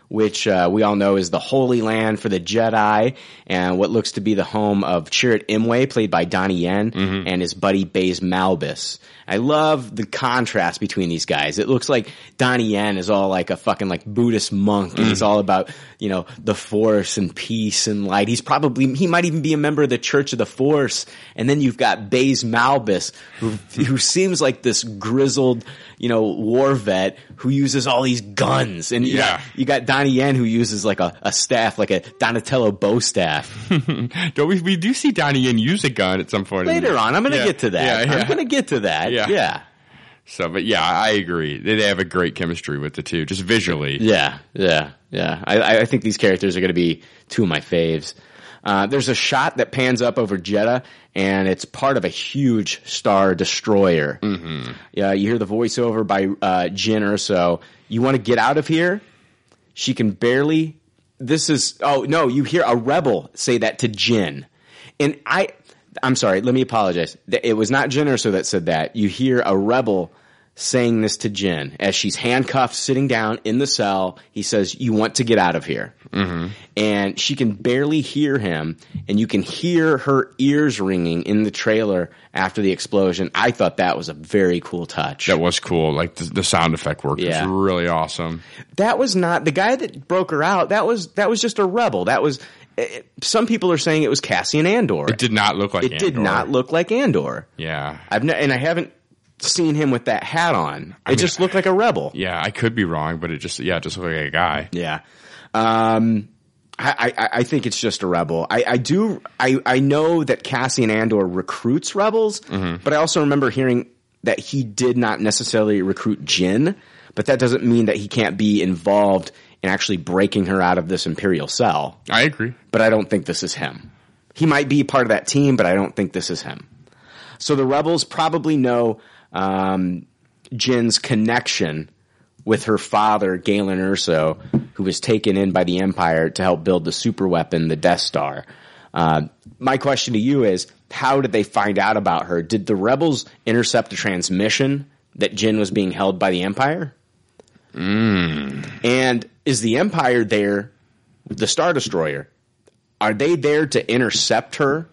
Speaker 9: which uh, we all know is the holy land for the Jedi, and what looks to be the home of Chirrut Imwe, played by Donnie Yen, and his buddy Baze Malbus. I love the contrast between these guys. It looks like Donnie Yen is all like a fucking like Buddhist monk, and
Speaker 10: Mm.
Speaker 9: he's all about you know the Force and peace and light. He's probably he might even be a member of the Church of the Force. And then you've got Baze Malbus, who who seems like this grizzled you know war vet who uses all these guns. And you
Speaker 10: Yeah.
Speaker 9: got- you got Donnie Yen who uses like a, a staff, like a Donatello bow staff.
Speaker 10: Don't we, we do see Donnie Yen use a gun at some point. in the-
Speaker 9: Later on, I'm going to
Speaker 10: Mm. Yeah.
Speaker 9: get to that.
Speaker 10: Yeah, yeah.
Speaker 9: I'm going to get to that.
Speaker 10: Yeah.
Speaker 9: yeah.
Speaker 10: So, but yeah, I agree. They, they have a great chemistry with the two, just visually.
Speaker 9: Yeah, yeah, yeah. I- I, I think these characters are going to be two of my faves. Uh, there's a shot that pans up over Jeddah, and it's part of a huge star destroyer. Mm-hmm. Yeah, you hear the voiceover by uh, Jin Erso. You want to get out of here? She can barely. This is. Oh no! You hear a rebel say that to Jin, and I. I'm sorry. Let me apologize. Th- It was not Jin Erso that said that. You hear a rebel saying this to Jin as she's handcuffed, sitting down in the cell. He says, "You want to get out of here," mm-hmm. and she can barely hear him, and you can hear her ears ringing in the trailer after the explosion. I thought that was a very cool touch.
Speaker 10: That was cool. Like the, the sound effect work
Speaker 9: Yeah.
Speaker 10: was really awesome.
Speaker 9: that was not the guy that broke her out. That was that was just a rebel. That was eh, some people are saying it was Cassian Andor.
Speaker 10: It did not look like
Speaker 9: It did
Speaker 10: Andor.
Speaker 9: not look like Andor.
Speaker 10: Yeah,
Speaker 9: I've ne- and I haven't seen him with that hat on. It just looked like a rebel.
Speaker 10: yeah. I could be wrong, but it just yeah, it just looked like a guy.
Speaker 9: Yeah. Um, I, I, I think it's just a rebel. I, I do, I, I know that Cassian Andor recruits rebels, but I also remember hearing that he did not necessarily recruit Jin, but that doesn't mean that he can't be involved in actually breaking her out of this Imperial cell.
Speaker 10: I agree.
Speaker 9: But I don't think this is him. He might be part of that team, but I don't think this is him. So the rebels probably know um, Jin's connection with her father, Galen Erso, who was taken in by the Empire to help build the super weapon, the Death Star. Uh, my question to you is: How did they find out about her? Did the rebels intercept a transmission that Jin was being held by the Empire? And is the Empire there? The Star Destroyer are they there to intercept her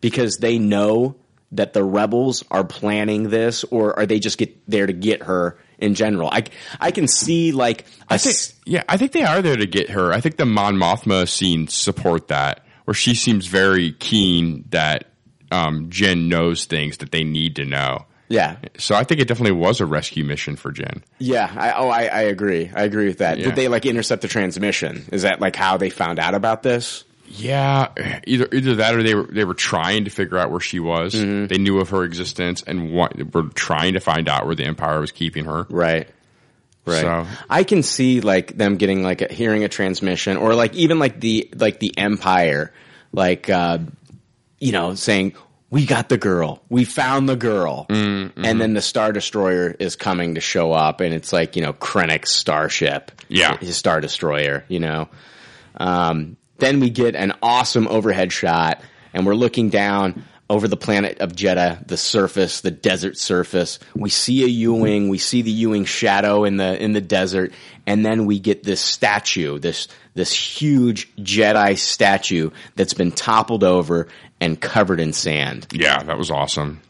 Speaker 9: because they know that the rebels are planning this, or are they just get there to get her in general? I I can see like a
Speaker 10: I think
Speaker 9: s-
Speaker 10: yeah, I think they are there to get her. I think the Mon Mothma scenes support that, where she seems very keen that um, Jen knows things that they need to know.
Speaker 9: yeah
Speaker 10: So I think it definitely was a rescue mission for Jen.
Speaker 9: yeah I, oh I, I agree I agree with that.
Speaker 10: Yeah.
Speaker 9: Did they like intercept the transmission? Is that like how they found out about this?
Speaker 10: Yeah, either either that or they were they were trying to figure out where she was.
Speaker 9: Mm-hmm.
Speaker 10: They knew of her existence and wa- were trying to find out where the Empire was keeping her.
Speaker 9: Right. Right.
Speaker 10: So-
Speaker 9: I can see like them getting like a, hearing a transmission or like even like the like the empire like uh you know saying we got the girl. We found the girl.
Speaker 10: Mm, mm-hmm.
Speaker 9: And then the star destroyer is coming to show up and it's like, you know, Krennic's starship.
Speaker 10: Yeah.
Speaker 9: His star destroyer, you know. Um then we get an awesome overhead shot and we're looking down over the planet of Jeddah, the surface, the desert surface. We see a Ewing, we see the Ewing shadow in the in the desert, and then we get this statue, this this huge Jedi statue that's been toppled over and covered in sand.
Speaker 10: Yeah, that was awesome.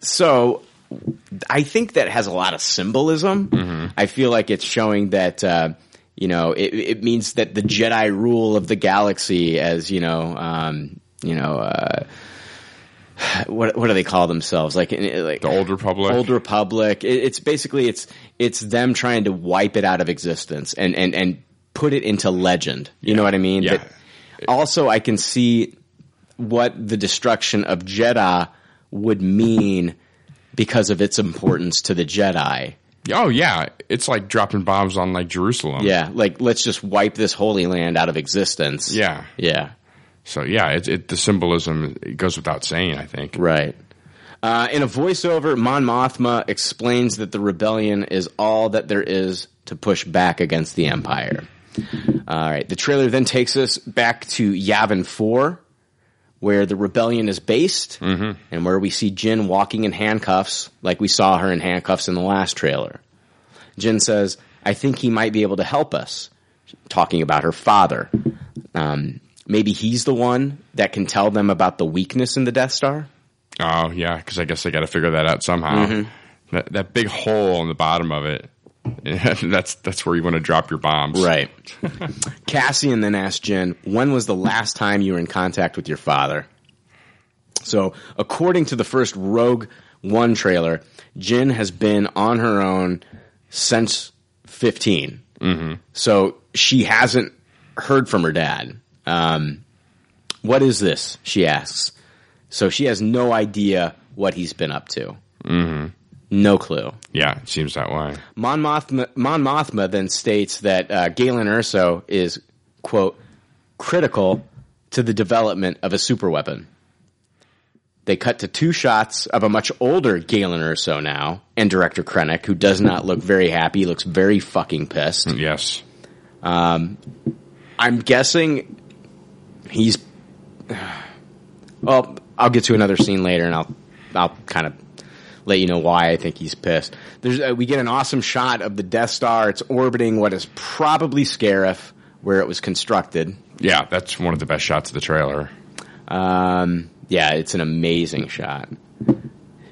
Speaker 9: So I think that has a lot of symbolism.
Speaker 10: Mm-hmm.
Speaker 9: I feel like it's showing that uh, you know it, it means that the Jedi rule of the galaxy, as you know, um, you know. Uh, what what do they call themselves? Like, in- like
Speaker 10: the Old Republic.
Speaker 9: Old Republic. It, it's basically it's it's them trying to wipe it out of existence and and and put it into legend. You know what I mean?
Speaker 10: Yeah.
Speaker 9: But also, I can see what the destruction of Jeddah would mean because of its importance to the Jedi.
Speaker 10: oh yeah, it's like dropping bombs on like Jerusalem.
Speaker 9: Yeah, like let's just wipe this holy land out of existence.
Speaker 10: Yeah.
Speaker 9: yeah.
Speaker 10: So yeah, it, it the symbolism it goes without saying. I think.
Speaker 9: Right. Uh, in a voiceover, Mon Mothma explains that the rebellion is all that there is to push back against the Empire. All right. The trailer then takes us back to Yavin 4, where the rebellion is based, and where we see Jin walking in handcuffs, like we saw her in handcuffs in the last trailer. Jin says, I think he might be able to help us, talking about her father. Um, maybe he's the one that can tell them about the weakness in the Death Star.
Speaker 10: Oh yeah, because I guess they got to figure that out somehow.
Speaker 9: Mm-hmm.
Speaker 10: That that big hole on the bottom of it. that's that's where you want to drop your bombs.
Speaker 9: Right. Cassian then asked Jen, when was the last time you were in contact with your father? So, according to the first Rogue One trailer, Jen has been on her own since 15.
Speaker 10: Mm-hmm.
Speaker 9: So she hasn't heard from her dad. Um, what is this? She asks. So she has no idea what he's been up to.
Speaker 10: Mm-hmm.
Speaker 9: No clue.
Speaker 10: Yeah, it seems that way.
Speaker 9: Mon Mothma, Mon Mothma then states that uh, Galen Erso is, quote, critical to the development of a superweapon. They cut to two shots of a much older Galen Erso now and director Krennic, who does not look very happy. He looks very fucking pissed.
Speaker 10: Yes.
Speaker 9: Um, I'm guessing he's. Well, I'll get to another scene later, and I'll I'll kind of let you know why I think he's pissed. There's uh, we get an awesome shot of the Death Star. It's orbiting what is probably Scarif, where it was constructed.
Speaker 10: Yeah, that's one of the best shots of the trailer.
Speaker 9: Um, yeah, it's an amazing shot.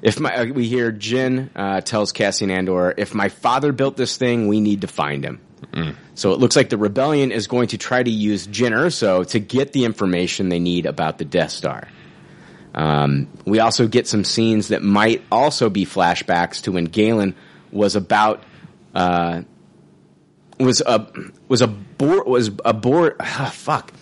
Speaker 9: If my uh, we hear Jin uh, tells Cassian Andor, if my father built this thing, we need to find him.
Speaker 10: Mm.
Speaker 9: So it looks like the rebellion is going to try to use Jin Urso to get the information they need about the Death Star. Um, we also get some scenes that might also be flashbacks to when Galen was about uh, was a was a board was a board ah, fuck.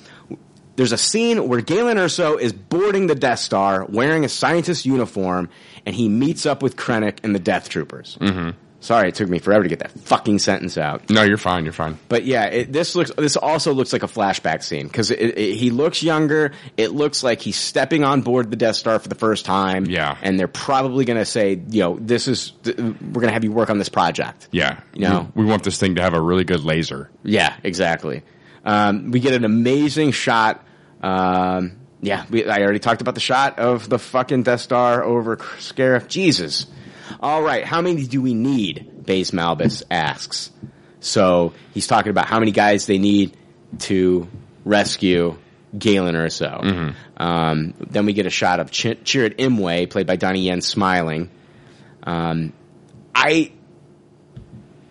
Speaker 9: There's a scene where Galen Erso is boarding the Death Star wearing a scientist uniform, and he meets up with Krennic and the Death Troopers.
Speaker 10: Mm-hmm.
Speaker 9: Sorry, it took me forever to get that fucking sentence out.
Speaker 10: No, you're fine. You're fine.
Speaker 9: But yeah, it, this looks. This also looks like a flashback scene because he looks younger. It looks like he's stepping on board the Death Star for the first time.
Speaker 10: Yeah.
Speaker 9: and they're probably going to say, you know, this is th- we're going to have you work on this project.
Speaker 10: Yeah,
Speaker 9: You know?
Speaker 10: we, we want this thing to have a really good laser.
Speaker 9: Yeah, exactly. Um, we get an amazing shot. Um, yeah, we, I already talked about the shot of the fucking Death Star over Scarif. Jesus. All right, how many do we need? Baze Malbus asks. So he's talking about how many guys they need to rescue Galen or so. Um, then we get a shot of Ch- Chirrut Imwe, played by Donnie Yen, smiling. Um, I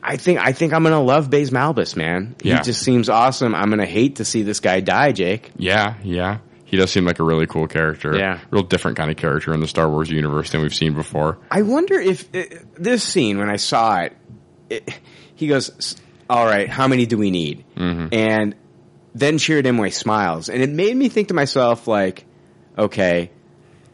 Speaker 9: I think I think I'm gonna love Baze Malbus, man.
Speaker 10: Yeah.
Speaker 9: He just seems awesome. I'm gonna hate to see this guy die, Jake.
Speaker 10: Yeah, yeah. He does seem like a really cool character.
Speaker 9: Yeah.
Speaker 10: real different kind of character in the Star Wars universe than we've seen before.
Speaker 9: I wonder if uh, this scene when I saw it, it he goes, "S- "All right, how many do we need?" And then Shira Imwe smiles, and it made me think to myself, like, okay,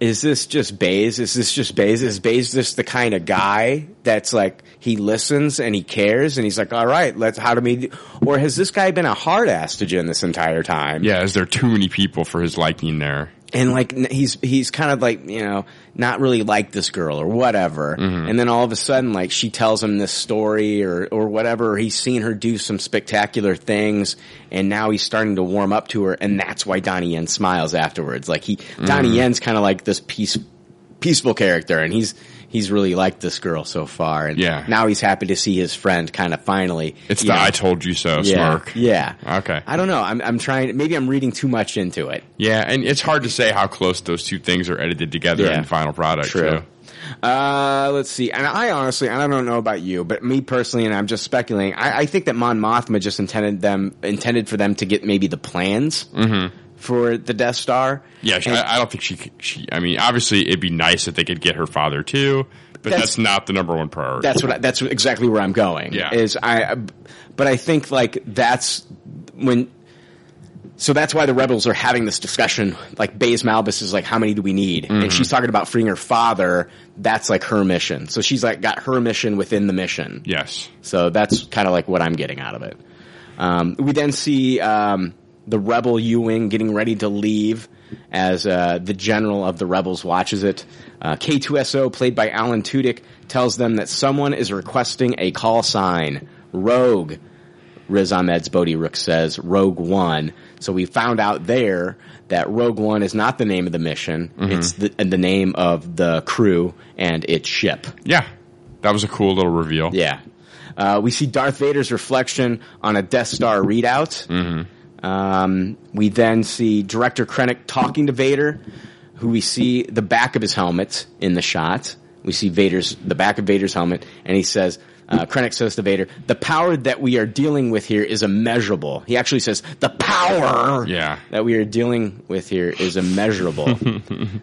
Speaker 9: is this just Baze? Is this just Baze? Is Baze just the kind of guy that's like he listens and he cares and he's like, all right, let's how do we? Do? Or has this guy been a hard ass to Jin this entire time?
Speaker 10: Yeah, is there too many people for his liking there?
Speaker 9: and like n- he's he's kind of like you know not really like this girl or whatever
Speaker 10: Mm-hmm.
Speaker 9: and then all of a sudden like she tells him this story or or whatever or he's seen her do some spectacular things and now he's starting to warm up to her and that's why Donnie Yen smiles afterwards like he
Speaker 10: Mm-hmm.
Speaker 9: Donnie Yen's kind of like this peace peaceful character and he's he's really liked this girl so far and
Speaker 10: Yeah.
Speaker 9: now he's happy to see his friend kind of finally
Speaker 10: It's
Speaker 9: you
Speaker 10: the
Speaker 9: know.
Speaker 10: "I told you so"
Speaker 9: yeah,
Speaker 10: smirk.
Speaker 9: yeah
Speaker 10: Okay.
Speaker 9: I don't know I'm I'm trying maybe I'm reading too much into it
Speaker 10: Yeah, and it's hard to say how close those two things are edited together
Speaker 9: Yeah.
Speaker 10: in the final product.
Speaker 9: True.
Speaker 10: so-
Speaker 9: Uh, let's see. And I honestly, and I don't know about you, but me personally, and I'm just speculating. I, I think that Mon Mothma just intended them intended for them to get maybe the plans for the Death Star.
Speaker 10: Mm-hmm. Yeah, she,
Speaker 9: And-
Speaker 10: I, I don't think she, she. I mean, obviously, it'd be nice if they could get her father too, but
Speaker 9: That's-
Speaker 10: that's, not the number one priority.
Speaker 9: that's what I, that's exactly where I'm going.
Speaker 10: Yeah.
Speaker 9: is I, but I think like that's when. So that's why the rebels are having this discussion. Like Baze Malbus is like, how many do we need?
Speaker 10: Mm-hmm.
Speaker 9: And she's talking about freeing her father. That's like her mission. So she's like got her mission within the mission.
Speaker 10: yes.
Speaker 9: So that's kind of like what I'm getting out of it. Um, we then see um, the rebel Ewing getting ready to leave as uh, the general of the rebels watches it. Uh, K2SO, played by Alan Tudyk, tells them that someone is requesting a call sign. Rogue, Riz Ahmed's Bodhi Rook says, Rogue One. So we found out there that Rogue One is not the name of the mission. It's the, the name of the crew and its ship.
Speaker 10: Yeah, that was a cool little reveal.
Speaker 9: Yeah. Uh, we see Darth Vader's reflection on a Death Star readout.
Speaker 10: Mm-hmm.
Speaker 9: Um, we then see Director Krennic talking to Vader, who we see the back of his helmet in the shot. We see Vader's the back of Vader's helmet, and he says, uh, Krennic says to Vader, "The power that we are dealing with here is immeasurable." He actually says, "The power
Speaker 10: Yeah.
Speaker 9: that we are dealing with here is immeasurable."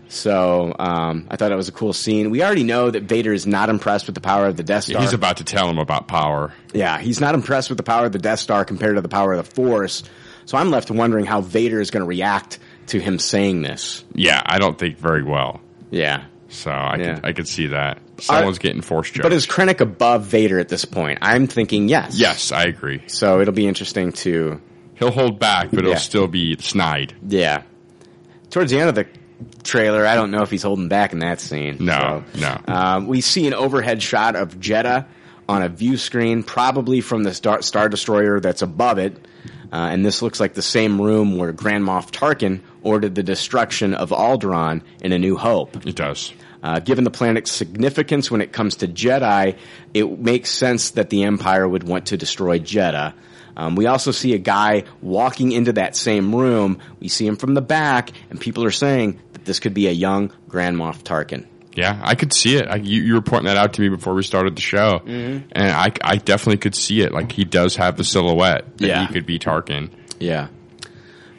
Speaker 9: so um, I thought it was a cool scene. We already know that Vader is not impressed with the power of the Death Star.
Speaker 10: He's about to tell him about power.
Speaker 9: Yeah, he's not impressed with the power of the Death Star compared to the power of the Force. So I'm left wondering how Vader is going to react to him saying this.
Speaker 10: Yeah, I don't think very well.
Speaker 9: Yeah.
Speaker 10: So I
Speaker 9: Yeah.
Speaker 10: could I could see that someone's getting forced jokes.
Speaker 9: But is Krennic above Vader at this point? I'm thinking yes.
Speaker 10: yes, I agree.
Speaker 9: So it'll be interesting to
Speaker 10: He'll hold back, but
Speaker 9: Yeah.
Speaker 10: it'll still be snide.
Speaker 9: yeah. Towards the end of the trailer, I don't know if he's holding back in that scene.
Speaker 10: No,
Speaker 9: So,
Speaker 10: no.
Speaker 9: Um, we see an overhead shot of Jeddah on a view screen, probably from the Star, Star Destroyer that's above it. Uh, and this looks like the same room where Grand Moff Tarkin ordered the destruction of Alderaan in A New Hope.
Speaker 10: It does.
Speaker 9: Uh, given the planet's significance when it comes to Jedi, it makes sense that the Empire would want to destroy Jeddah. Um, we also see a guy walking into that same room. We see him from the back, and people are saying that this could be a young Grand Moff Tarkin.
Speaker 10: Yeah, I could see it. I, you, you were pointing that out to me before we started the show,
Speaker 9: Mm-hmm.
Speaker 10: and I, I definitely could see it. Like he does have the silhouette that
Speaker 9: Yeah.
Speaker 10: he could be Tarkin.
Speaker 9: Yeah.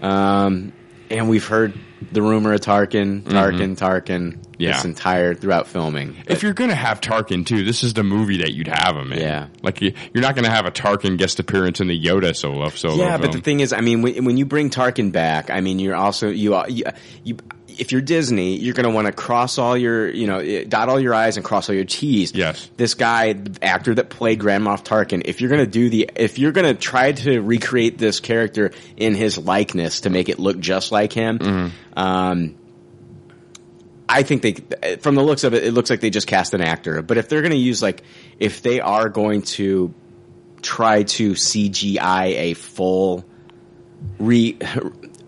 Speaker 9: Um, and we've heard the rumor of Tarkin, Tarkin, Tarkin,
Speaker 10: Yeah.
Speaker 9: this entire throughout filming.
Speaker 10: If you're gonna have Tarkin too, this is the movie that you'd have him in.
Speaker 9: Yeah.
Speaker 10: like you, you're not gonna have a Tarkin guest appearance in the Yoda solo. solo
Speaker 9: Yeah, but
Speaker 10: film.
Speaker 9: the thing is, I mean, when, when you bring Tarkin back, I mean, you're also you are- you, you if you're Disney, you're going to want to cross all your you know eh, dot all your i's and cross all your t's.
Speaker 10: Yes.
Speaker 9: this guy, the actor that played Grand Moff Tarkin, if you're going to do the if you're going to try to recreate this character in his likeness to make it look just like him,
Speaker 10: Mm-hmm.
Speaker 9: um. I think they, from the looks of it, it looks like they just cast an actor. But if they're going to use like, if they are going to try to CGI a full re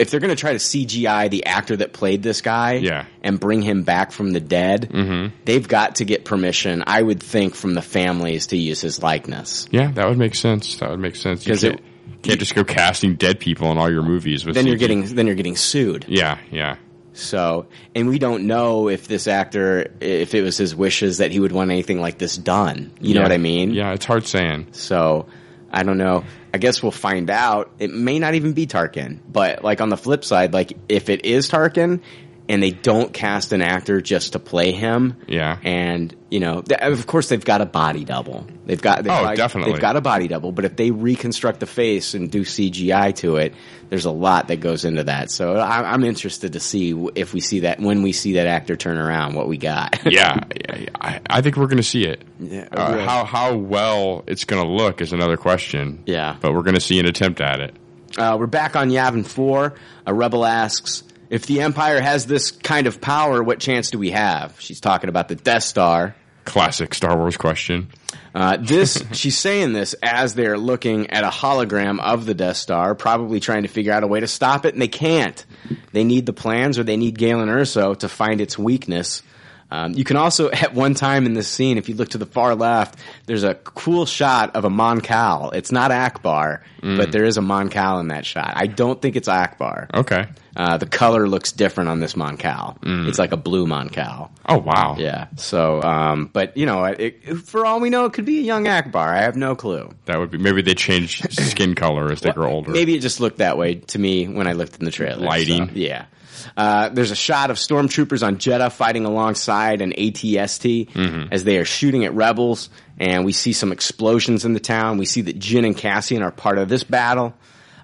Speaker 9: if they're going to try to CGI the actor that played this guy
Speaker 10: Yeah. Mm-hmm.
Speaker 9: and bring him back from the dead, they've got to get permission, I would think, from the families to use his likeness.
Speaker 10: yeah, that would make sense. That would make sense. You
Speaker 9: 'Cause it-
Speaker 10: can't, can't just go casting dead people in all your movies. With
Speaker 9: Then you're
Speaker 10: CG.
Speaker 9: getting then you're getting sued.
Speaker 10: yeah, yeah.
Speaker 9: So, and we don't know if this actor, if it was his wishes that he would want anything like this done. You know
Speaker 10: Yeah.
Speaker 9: what I mean?
Speaker 10: Yeah, it's hard saying.
Speaker 9: So I don't know. I guess we'll find out. It may not even be Tarkin, but like on the flip side, like if it is Tarkin and they don't cast an actor just to play him,
Speaker 10: Yeah.
Speaker 9: and you know, th- of course they've got a body double. They've got they've
Speaker 10: Oh,
Speaker 9: got-
Speaker 10: definitely.
Speaker 9: they've got a body double. But if they reconstruct the face and do CGI to it, there's a lot that goes into that. So I, I'm interested to see w- if we see that when we see that actor turn around, what we got.
Speaker 10: yeah, yeah, yeah. I, I think we're going to see it.
Speaker 9: Yeah, I
Speaker 10: Uh,
Speaker 9: will.
Speaker 10: how how well it's going to look is another question.
Speaker 9: Yeah.
Speaker 10: but we're going to see an attempt at it.
Speaker 9: Uh, we're back on Yavin 4. A rebel asks, if the Empire has this kind of power, what chance do we have? She's talking about the Death Star.
Speaker 10: Classic Star Wars question.
Speaker 9: Uh, this, she's saying this as they're looking at a hologram of the Death Star, probably trying to figure out a way to stop it, and they can't. They need the plans or they need Galen Urso to find its weakness. Um, you can also, at one time in this scene, if you look to the far left, there's a cool shot of a Mon Cal. It's not Akbar, but there is a Mon Cal in that shot. I don't think it's Akbar.
Speaker 10: Okay.
Speaker 9: Uh, the color looks different on this Moncal. It's like a blue Moncal.
Speaker 10: Oh wow.
Speaker 9: Yeah. So, um, but you know, it, it, for all we know, it could be a young Akbar. I have no clue.
Speaker 10: That would be maybe they change skin color as they grow older.
Speaker 9: Maybe it just looked that way to me when I looked in the trailer.
Speaker 10: Lighting.
Speaker 9: So, yeah. Uh, there's a shot of stormtroopers on Jeddah fighting alongside an ATST
Speaker 10: Mm-hmm.
Speaker 9: as they are shooting at rebels, and we see some explosions in the town. We see that Jin and Cassian are part of this battle.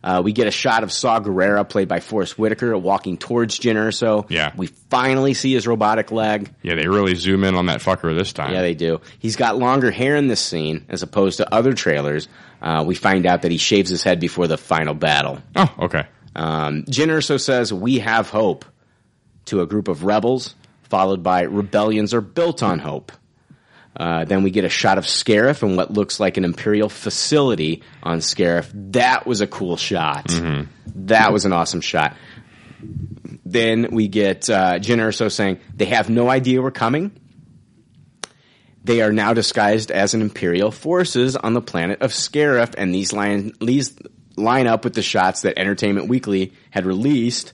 Speaker 9: Uh, we get a shot of Saw Gerrera, played by Forrest Whitaker, walking towards Jin Erso.
Speaker 10: Yeah.
Speaker 9: We finally see his robotic leg.
Speaker 10: Yeah, they really zoom in on that fucker this time.
Speaker 9: Yeah, they do. He's got longer hair in this scene as opposed to other trailers. Uh, we find out that he shaves his head before the final battle.
Speaker 10: oh, okay.
Speaker 9: Um, Jyn Erso says, "We have hope." To a group of rebels, followed by rebellions are built on hope. Uh, then we get a shot of Scarif and what looks like an imperial facility on Scarif. That was a cool shot. That was an awesome shot. Then we get uh, Jyn Erso saying, "They have no idea we're coming." They are now disguised as an imperial forces on the planet of Scarif, and these line these line up with the shots that Entertainment Weekly had released.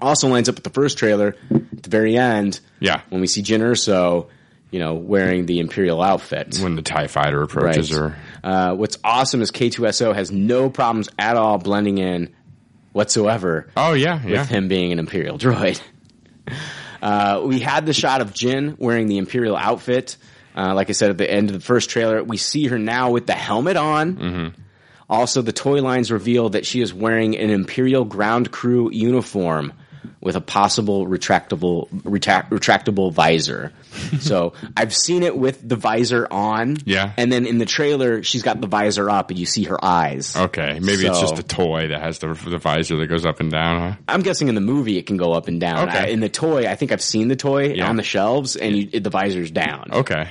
Speaker 9: Also lines up with the first trailer at the very end.
Speaker 10: Yeah.
Speaker 9: when we see Jyn Erso, you know, wearing the Imperial outfit.
Speaker 10: When the TIE fighter approaches
Speaker 9: Right.
Speaker 10: her.
Speaker 9: Uh, what's awesome is K2SO has no problems at all blending in whatsoever
Speaker 10: Oh, yeah. Yeah.
Speaker 9: with him being an Imperial droid. Uh, we had the shot of Jin wearing the Imperial outfit. Uh, like I said at the end of the first trailer, we see her now with the helmet on.
Speaker 10: Mm-hmm.
Speaker 9: Also, the toy lines reveal that she is wearing an Imperial ground crew uniform with a possible retractable retract, retractable visor. so I've seen it with the visor on.
Speaker 10: Yeah.
Speaker 9: and then in the trailer, she's got the visor up, and you see her eyes.
Speaker 10: Okay. Maybe it's
Speaker 9: So-
Speaker 10: just a toy that has the, the visor that goes up and down, huh?
Speaker 9: I'm guessing in the movie it can go up and down.
Speaker 10: Okay.
Speaker 9: I- in the toy, I think I've seen the toy
Speaker 10: Yeah.
Speaker 9: on the shelves, and you, the visor's down.
Speaker 10: Okay.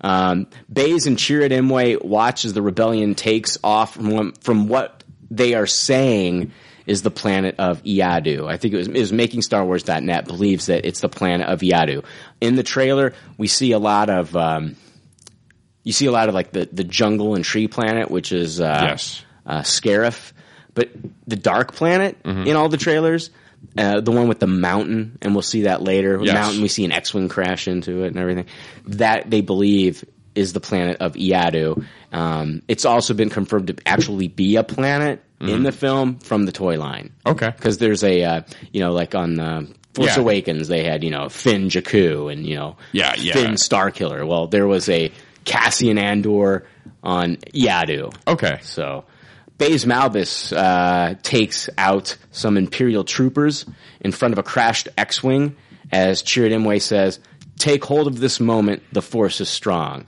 Speaker 9: Um, Baze and Chirrut Imwe watch as the rebellion takes off from, what- from what they are saying is the planet of Iadu. I think it was, it was making Star Wars.net believes that it's the planet of Iadu. In the trailer, we see a lot of, um, you see a lot of like the, the jungle and tree planet, which is, uh,
Speaker 10: Yes.
Speaker 9: uh, Scarif. But the dark planet
Speaker 10: Mm-hmm.
Speaker 9: in all the trailers, uh, the one with the mountain, and we'll see that later.
Speaker 10: Yes.
Speaker 9: Mountain, we see an X-wing crash into it and everything. That they believe is the planet of Iadu. Um, it's also been confirmed to actually be a planet in the film from the toy line.
Speaker 10: Mm-hmm. Okay.
Speaker 9: Because there's a, uh, you know, like on uh, Force
Speaker 10: Yeah.
Speaker 9: Awakens, they had you know Finn Jakku and you know
Speaker 10: Yeah, yeah.
Speaker 9: Finn Starkiller. Well, there was a Cassian Andor on Iadu.
Speaker 10: Okay.
Speaker 9: So Baze Malbus uh, takes out some Imperial troopers in front of a crashed X-Wing as Chirrut Imwe says, take hold of this moment, the Force is strong.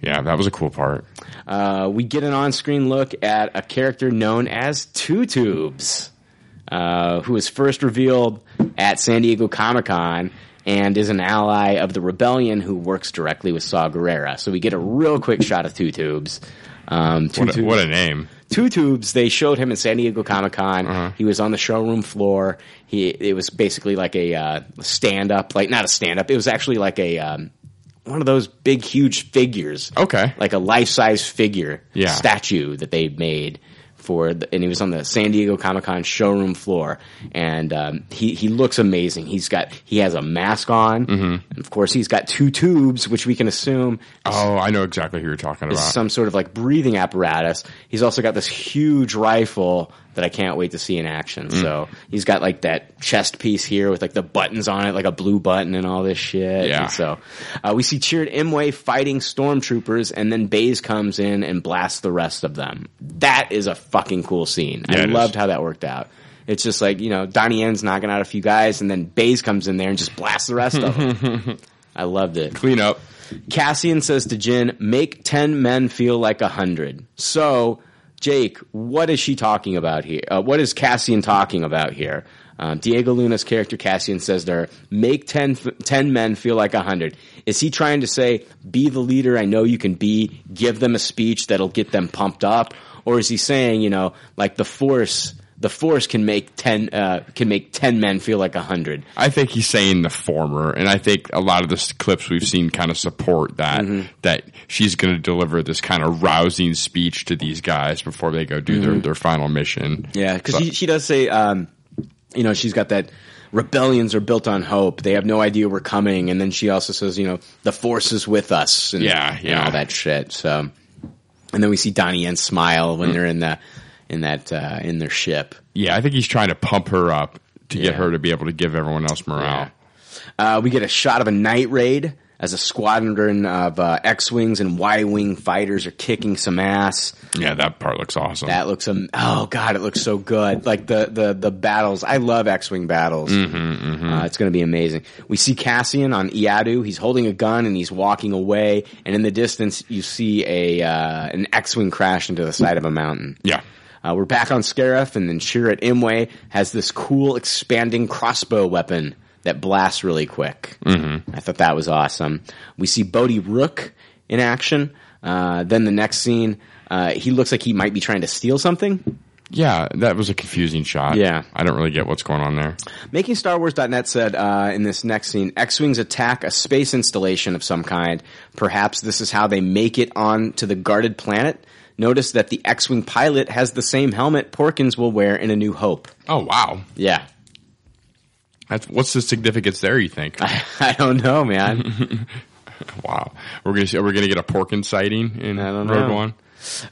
Speaker 10: Yeah. That was a cool part.
Speaker 9: Uh, we get an on-screen look at a character known as Two Tubes, uh, who was first revealed at San Diego Comic-Con and is an ally of the Rebellion who works directly with Saw Gerrera. So we get a real quick shot of Two Tubes. Um, Two
Speaker 10: What a,
Speaker 9: Tubes-
Speaker 10: what a name.
Speaker 9: two tubes. They showed him in San Diego Comic Con.
Speaker 10: Uh-huh.
Speaker 9: He was on the showroom floor. He it was basically like a uh, stand up, like not a stand up. It was actually like a um, one of those big, huge figures.
Speaker 10: Okay.
Speaker 9: like a life size figure,
Speaker 10: Yeah.
Speaker 9: statue that they made for. The, and he was on the San Diego Comic Con showroom floor, and um, he he looks amazing. He's got he has a mask on,
Speaker 10: Mm-hmm.
Speaker 9: and of course he's got two tubes, which we can assume
Speaker 10: Oh, I know exactly who you're talking about.
Speaker 9: is some sort of like breathing apparatus. He's also got this huge rifle that I can't wait to see in action.
Speaker 10: Mm.
Speaker 9: So he's got like that chest piece here with like the buttons on it, like a blue button and all this shit.
Speaker 10: Yeah.
Speaker 9: And so uh, we see cheered Imwe fighting stormtroopers, and then Baze comes in and blasts the rest of them. That is a fucking cool scene.
Speaker 10: Yeah,
Speaker 9: I
Speaker 10: it is.
Speaker 9: loved how that worked out. It's just like you know Donnie Yen's knocking out a few guys, and then Baze comes in there and just blasts the rest of them. I loved it.
Speaker 10: Clean up.
Speaker 9: Cassian says to Jin, make 10 men feel like a 100. So, Jake, what is she talking about here? Uh, what is Cassian talking about here? Uh, Diego Luna's character Cassian says to her, make 10, f- 10 men feel like a 100. Is he trying to say, be the leader I know you can be, give them a speech that'll get them pumped up? Or is he saying, you know, like the force, the force can make 10, uh, can make 10 men feel like a 100?
Speaker 10: I think he's saying the former, and I think a lot of the s- clips we've seen kind of support that
Speaker 9: Mm-hmm.
Speaker 10: that she's going to deliver this kind of rousing speech to these guys before they go do their, their final mission.
Speaker 9: Mm-hmm. Yeah, because
Speaker 10: But-
Speaker 9: she, she does say, um, you know, she's got that rebellions are built on hope. They have no idea we're coming. And then she also says, you know, the force is with us. And,
Speaker 10: Yeah,
Speaker 9: And
Speaker 10: yeah.
Speaker 9: all that shit. So, and then we see Donnie Yen smile
Speaker 10: Mm.
Speaker 9: when they're in the in that uh, in their ship.
Speaker 10: yeah, I think he's trying to pump her up to get
Speaker 9: Yeah.
Speaker 10: her to be able to give everyone else morale.
Speaker 9: Uh, we get a shot of a night raid as a squadron of uh, X wings and Y wing fighters are kicking some ass.
Speaker 10: Yeah, that part looks awesome.
Speaker 9: That looks um oh god, it looks so good. Like the the the battles. I love X Wing battles. Uh, it's going to be amazing. We see Cassian on Iadu. He's holding a gun and he's walking away. And in the distance, you see a uh, an X Wing crash into the side of a mountain.
Speaker 10: yeah,
Speaker 9: Uh, we're back on Scarif, and then Shirat Imwe has this cool expanding crossbow weapon that blasts really quick. Mm-hmm. I thought that was awesome. We see Bodhi Rook in action. Uh, then the next scene, uh, he looks like he might be trying to steal something.
Speaker 10: yeah, that was a confusing shot.
Speaker 9: Yeah.
Speaker 10: I don't really get what's going on there.
Speaker 9: Making Star Wars.net said uh, in this next scene, X-wings attack a space installation of some kind. Perhaps this is how they make it on to the guarded planet. Notice that the X-wing pilot Oh, has the same helmet Porkins will wear in A New Hope.
Speaker 10: Oh wow,
Speaker 9: Yeah.
Speaker 10: That's, what's the significance there? You think?
Speaker 9: I, I don't know, man.
Speaker 10: wow, we're gonna see, we're gonna get a Porkin sighting in
Speaker 9: I don't
Speaker 10: Rogue
Speaker 9: know.
Speaker 10: One.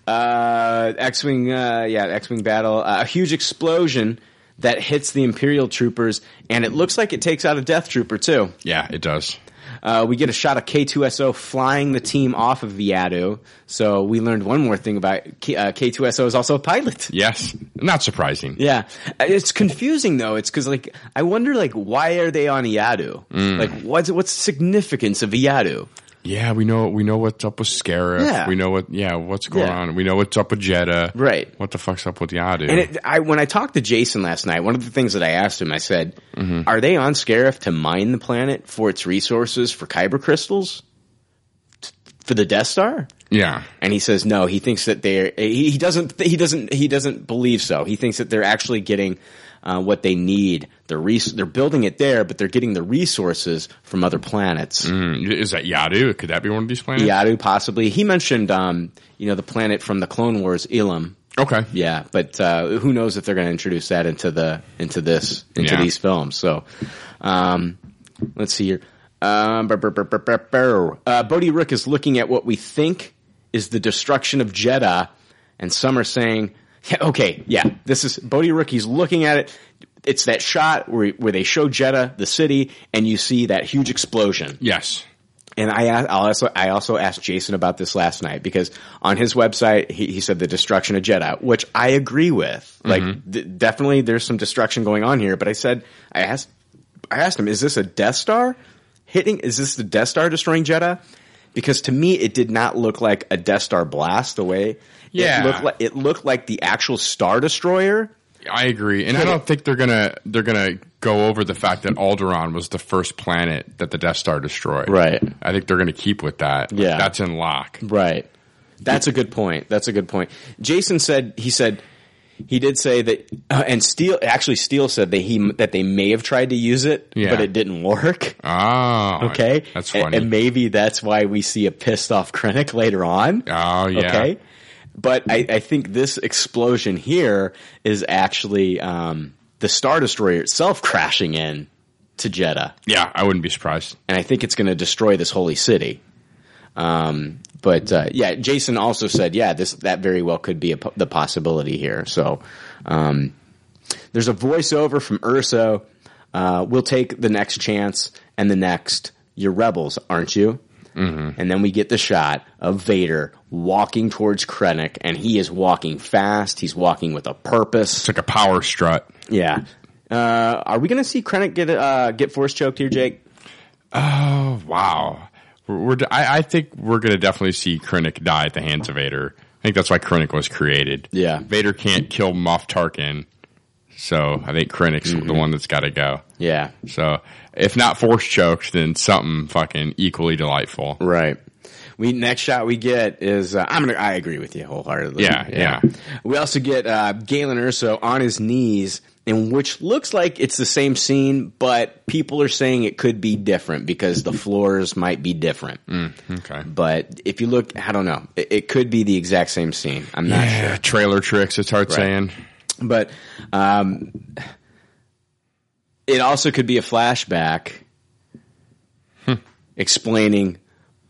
Speaker 9: Uh, X-wing, uh, yeah, X-wing battle. Uh, a huge explosion that hits the Imperial troopers, and it looks like it takes out a Death Trooper too.
Speaker 10: Yeah, it does.
Speaker 9: Uh, we get a shot of K2SO flying the team off of Viadu. So we learned one more thing about K- uh, K2SO is also a pilot.
Speaker 10: Yes, not surprising.
Speaker 9: Yeah, Uh, it's confusing though. It's because like I wonder like why are they on Iadu? Like what's what's the significance of Iadu?
Speaker 10: Yeah, we know we know what's up with Scarif.
Speaker 9: Yeah.
Speaker 10: We know what yeah what's going
Speaker 9: Yeah.
Speaker 10: on. We know what's up with Jeddah.
Speaker 9: Right.
Speaker 10: What the fuck's up with Yadu?
Speaker 9: And it, I when I talked to Jason last night, one of the things that I asked him, I said, "Are they on Scarif to mine the planet for its resources for kyber crystals T- for the Death Star?"
Speaker 10: yeah.
Speaker 9: And he says no. He thinks that they're he, he doesn't he doesn't he doesn't believe so. He thinks that they're actually getting uh, what they need. They're res- they're building it there, but they're getting the resources from other planets.
Speaker 10: Mm, Is that Yadu? Could that be one of these planets?
Speaker 9: Yadu possibly. He mentioned um, you know the planet from the Clone Wars, Elam.
Speaker 10: Okay.
Speaker 9: Yeah, but uh, who knows if they're going to introduce that into the into this into
Speaker 10: Yeah.
Speaker 9: these films? So, um, let's see here. Um, brr, brr, brr, brr, brr, brr. Uh, Bodhi Rook is looking at what we think is the destruction of Jeddah, and some are saying, yeah, "Okay, yeah, this is Bodhi Rook." He's looking at it. It's that shot where where they show Jeddah, the city, and you see that huge explosion
Speaker 10: Yes.
Speaker 9: and I, a- I'll also I also asked Jason about this last night because on his website he, he said the destruction of Jedi, which I agree with. Like, d- definitely there's some destruction going on here. But I said I asked I asked him, is this a Death Star hitting? Is this the Death Star destroying Jedi? Because to me, it did not look like a Death Star blast away.
Speaker 10: Yeah.
Speaker 9: it looked like, it looked like the actual Star Destroyer.
Speaker 10: I agree, and I don't think they're gonna they're gonna go over the fact that Alderaan was the first planet that the Death Star destroyed.
Speaker 9: Right.
Speaker 10: I think they're gonna keep with that. Like,
Speaker 9: Yeah.
Speaker 10: that's in lock.
Speaker 9: Right. That's a good point. That's a good point. Jason said he said he did say that, uh, and Steele actually Steele said that he that they may have tried to use it,
Speaker 10: Yeah.
Speaker 9: but it didn't work.
Speaker 10: Oh,
Speaker 9: Okay,
Speaker 10: That's
Speaker 9: A-
Speaker 10: funny.
Speaker 9: And, maybe that's why we see a pissed off Krennic later on.
Speaker 10: oh yeah.
Speaker 9: Okay, but I, I think this explosion here is actually um, the Star Destroyer itself crashing in to Jeddah
Speaker 10: Yeah, I wouldn't be surprised.
Speaker 9: and I think it's going to destroy this holy city. Um, but uh, yeah, Jason also said, yeah, this that very well could be a, po- the possibility here. So um, there's a voiceover from Urso. Uh, we'll take the next chance and the next. You're rebels, aren't you? Mm-hmm. And then we get the shot of Vader walking towards Krennic, and he is walking fast. He's walking with a purpose.
Speaker 10: It's like a power strut.
Speaker 9: Yeah. Uh, are we going to see Krennic get uh, get force choked here, Jake?
Speaker 10: Oh wow. We're, we're I, I think we're gonna definitely see Krennic die at the hands of Vader. I think that's why Krennic was created.
Speaker 9: Yeah.
Speaker 10: Vader can't kill Moff Tarkin, so I think Krennic's
Speaker 9: Mm-hmm.
Speaker 10: the one that's got to go.
Speaker 9: Yeah.
Speaker 10: So if not force choked, then something fucking equally delightful.
Speaker 9: Right. We next shot we get is uh, I'm gonna I agree with you wholeheartedly.
Speaker 10: Yeah, yeah.
Speaker 9: We also get uh, Galen Urso on his knees, and which looks like it's the same scene, but people are saying it could be different because the floors might be different.
Speaker 10: Mm. Okay.
Speaker 9: But if you look, I don't know, it, it could be the exact same scene. I'm not sure.
Speaker 10: Yeah, trailer tricks. It's hard saying.
Speaker 9: but um, it also could be a flashback explaining,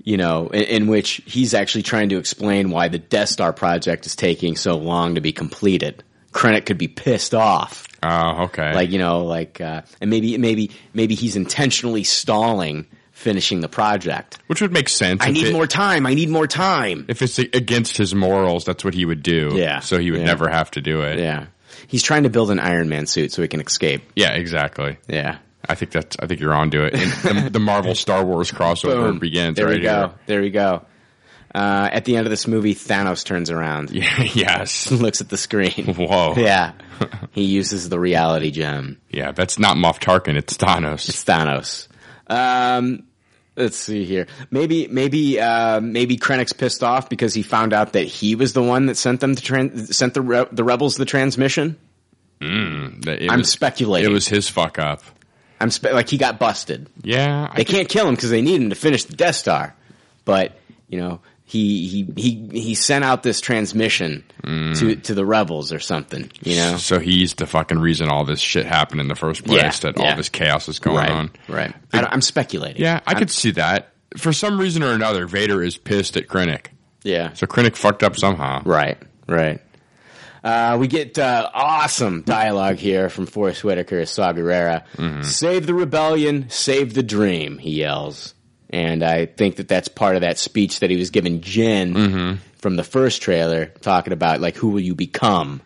Speaker 9: you know, in, in which he's actually trying to explain why the Death Star project is taking so long to be completed. Krennic could be pissed off,
Speaker 10: Oh, okay.
Speaker 9: like you know, like uh, and maybe maybe maybe he's intentionally stalling finishing the project.
Speaker 10: which would make sense.
Speaker 9: I
Speaker 10: if
Speaker 9: need
Speaker 10: it-
Speaker 9: more time. I need more time.
Speaker 10: If it's against his morals, that's what he would do.
Speaker 9: Yeah.
Speaker 10: So he would
Speaker 9: Yeah.
Speaker 10: never have to do it.
Speaker 9: Yeah, he's trying to build an Iron Man suit so he can escape.
Speaker 10: Yeah. Exactly.
Speaker 9: Yeah.
Speaker 10: I think that's. I think you're onto it. And the, the Marvel Star Wars crossover
Speaker 9: Boom.
Speaker 10: begins.
Speaker 9: There
Speaker 10: right
Speaker 9: we go.
Speaker 10: here.
Speaker 9: There we go. Uh, at the end of this movie, Thanos turns around,
Speaker 10: Yeah. Yes.
Speaker 9: looks at the screen.
Speaker 10: Whoa.
Speaker 9: yeah, he uses the reality gem.
Speaker 10: Yeah. That's not Moff Tarkin. It's Thanos.
Speaker 9: It's Thanos. Um, let's see here. Maybe, maybe, uh, maybe Krennic's pissed off because he found out that he was the one that sent them to tran- sent the re- the rebels the transmission.
Speaker 10: It
Speaker 9: I'm
Speaker 10: was-
Speaker 9: speculating.
Speaker 10: It was his fuck up.
Speaker 9: I'm spe- like he got busted.
Speaker 10: Yeah. I
Speaker 9: They can't kill him because they need him to finish the Death Star. But you know, he he he he sent out this transmission
Speaker 10: Mm.
Speaker 9: to to the rebels or something. You know,
Speaker 10: So he's the fucking reason all this shit happened in the first place.
Speaker 9: Yeah,
Speaker 10: that
Speaker 9: yeah.
Speaker 10: all this chaos is going
Speaker 9: right?
Speaker 10: on.
Speaker 9: Right. I don't- I'm speculating.
Speaker 10: Yeah, I
Speaker 9: I'm-
Speaker 10: could see that. For some reason or another, Vader is pissed at Krennic.
Speaker 9: Yeah.
Speaker 10: So Krennic fucked up somehow.
Speaker 9: Right, right. Uh, we get uh, awesome dialogue here from Forrest Whitaker as Saw Gerrera. Save the rebellion, save the dream, he yells. And I think that that's part of that speech that he was giving Jen from the first trailer, talking about, like, who will you become?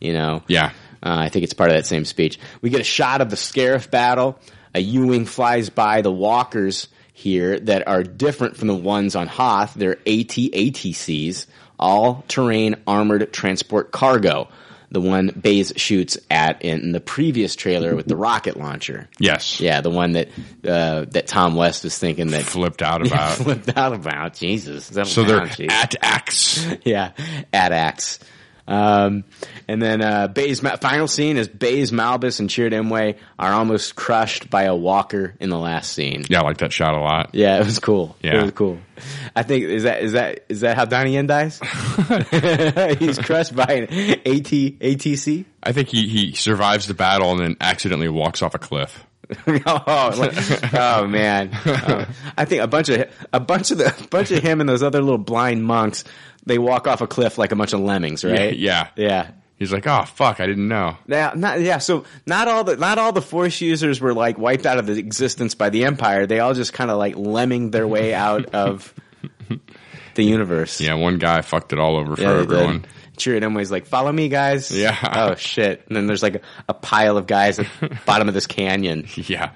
Speaker 9: You know?
Speaker 10: Yeah.
Speaker 9: Uh, I think it's part of that same speech. We get a shot of the Scarif battle. A U-wing flies by the walkers here that are different from the ones on Hoth. They're AT-ATCs, all-terrain armored transport cargo. The one Baze shoots at in the previous trailer with the rocket launcher.
Speaker 10: Yes.
Speaker 9: Yeah, the one that uh, that Tom West was thinking that
Speaker 10: Flipped out about.
Speaker 9: flipped out about. Jesus, settle
Speaker 10: so they're
Speaker 9: down, Jesus
Speaker 10: at X.
Speaker 9: yeah, at Axe. Um, and then uh, Bay's Ma- final scene is Bay's Malbus and Cheered Imwe are almost crushed by a walker in the last scene.
Speaker 10: Yeah, I like that shot a lot.
Speaker 9: Yeah, it was cool.
Speaker 10: Yeah.
Speaker 9: It was cool. I think is that is that is that how Donnie Yen dies? He's crushed by an AT ATC.
Speaker 10: I think he, he survives the battle and then accidentally walks off a cliff.
Speaker 9: oh, like- oh, man! Oh. I think a bunch of a bunch of the a bunch of him and those other little blind monks they walk off a cliff like a bunch of lemmings, right?
Speaker 10: Yeah. yeah.
Speaker 9: yeah.
Speaker 10: He's like, oh, fuck, I didn't know.
Speaker 9: Now, not yeah. So not all the not all the force users were like wiped out of the existence by the empire. They all just kind of like lemming their way out of the universe.
Speaker 10: Yeah, one guy fucked it all over for everyone.
Speaker 9: Cheering Emway's like, "Follow me, guys."
Speaker 10: Yeah.
Speaker 9: Oh shit! And then there's like a, a pile of guys at the bottom of this canyon.
Speaker 10: Yeah.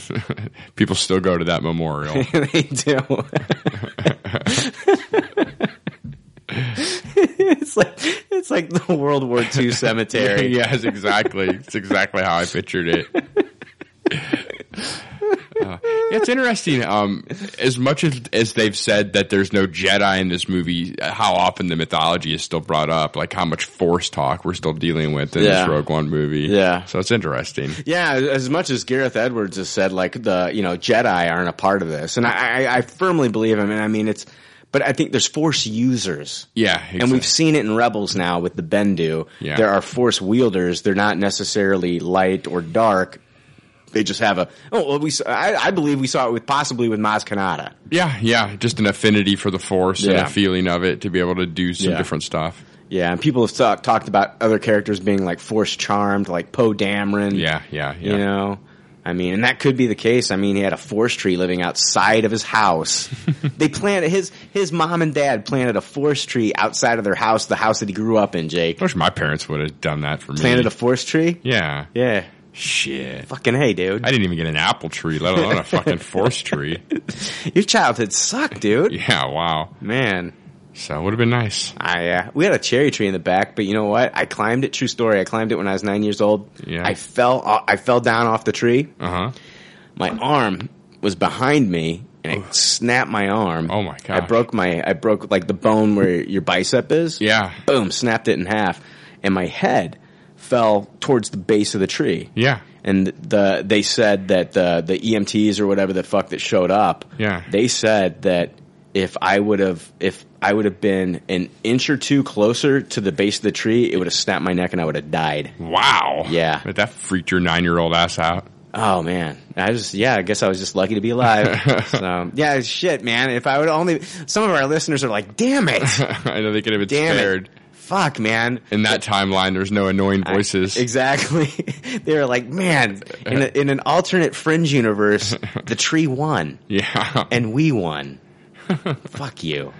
Speaker 10: People still go to that memorial.
Speaker 9: they do. it's like it's like the World War II cemetery.
Speaker 10: yes, exactly. It's exactly how I pictured it. Uh, yeah, it's interesting. Um, as much as as they've said that there's no Jedi in this movie, how often the mythology is still brought up, like how much Force talk we're still dealing with in
Speaker 9: Yeah.
Speaker 10: this Rogue One movie.
Speaker 9: Yeah.
Speaker 10: so it's interesting.
Speaker 9: Yeah, as- as much as Gareth Edwards has said, like the you know Jedi aren't a part of this, and I, I, I firmly believe him. And I mean, it's but I think there's Force users,
Speaker 10: Yeah,
Speaker 9: and we've
Speaker 10: exactly.
Speaker 9: seen it in Rebels now with the Bendu.
Speaker 10: Yeah.
Speaker 9: There are Force wielders; they're not necessarily light or dark. They just have a oh well, we s- I, I believe we saw it with possibly with Maz Kanata.
Speaker 10: yeah, yeah, just an affinity for the Force and
Speaker 9: Yeah.
Speaker 10: a feeling of it to be able to do some
Speaker 9: Yeah.
Speaker 10: different stuff.
Speaker 9: Yeah, and people have talk, talked about other characters being like Force charmed, like Poe Dameron.
Speaker 10: Yeah, yeah, yeah.
Speaker 9: You know, I mean, and that could be the case. I mean, he had a forest tree living outside of his house. they planted his his mom and dad planted a forest tree outside of their house, the house that he grew up in. Jake
Speaker 10: I wish my parents would have done that for me.
Speaker 9: planted a forest tree.
Speaker 10: yeah,
Speaker 9: Yeah,
Speaker 10: shit.
Speaker 9: fucking hey, dude,
Speaker 10: I didn't even get an apple tree, let alone a fucking force tree.
Speaker 9: your childhood sucked, dude.
Speaker 10: Yeah, wow.
Speaker 9: Man,
Speaker 10: So it would have been nice.
Speaker 9: I uh, we had a cherry tree in the back, but you know what? I climbed it. True story. I climbed it when I was nine years old.
Speaker 10: Yeah.
Speaker 9: I fell. o- I fell down off the tree.
Speaker 10: Uh huh.
Speaker 9: my arm was behind me and I snapped my arm.
Speaker 10: Oh my
Speaker 9: I
Speaker 10: gosh.
Speaker 9: broke my I broke like the bone where your bicep is.
Speaker 10: Yeah.
Speaker 9: Boom, snapped it in half and my head fell towards the base of the tree.
Speaker 10: Yeah.
Speaker 9: And the they said that the the EMTs or whatever the fuck that showed up,
Speaker 10: Yeah.
Speaker 9: they said that if I would have if I would have been an inch or two closer to the base of the tree, it would have snapped my neck and I would have died.
Speaker 10: Wow.
Speaker 9: Yeah.
Speaker 10: But that freaked your nine year old ass out.
Speaker 9: Oh man, I just yeah, I guess I was just lucky to be alive. so yeah, shit, man. If I would only, some of our listeners are like, damn it,
Speaker 10: I know they could have been
Speaker 9: damn
Speaker 10: spared.
Speaker 9: it, fuck, man.
Speaker 10: In that timeline, there's no annoying voices.
Speaker 9: Exactly. they were like, man, in, a, in an alternate fringe universe, the tree won
Speaker 10: yeah.
Speaker 9: and we won. fuck you.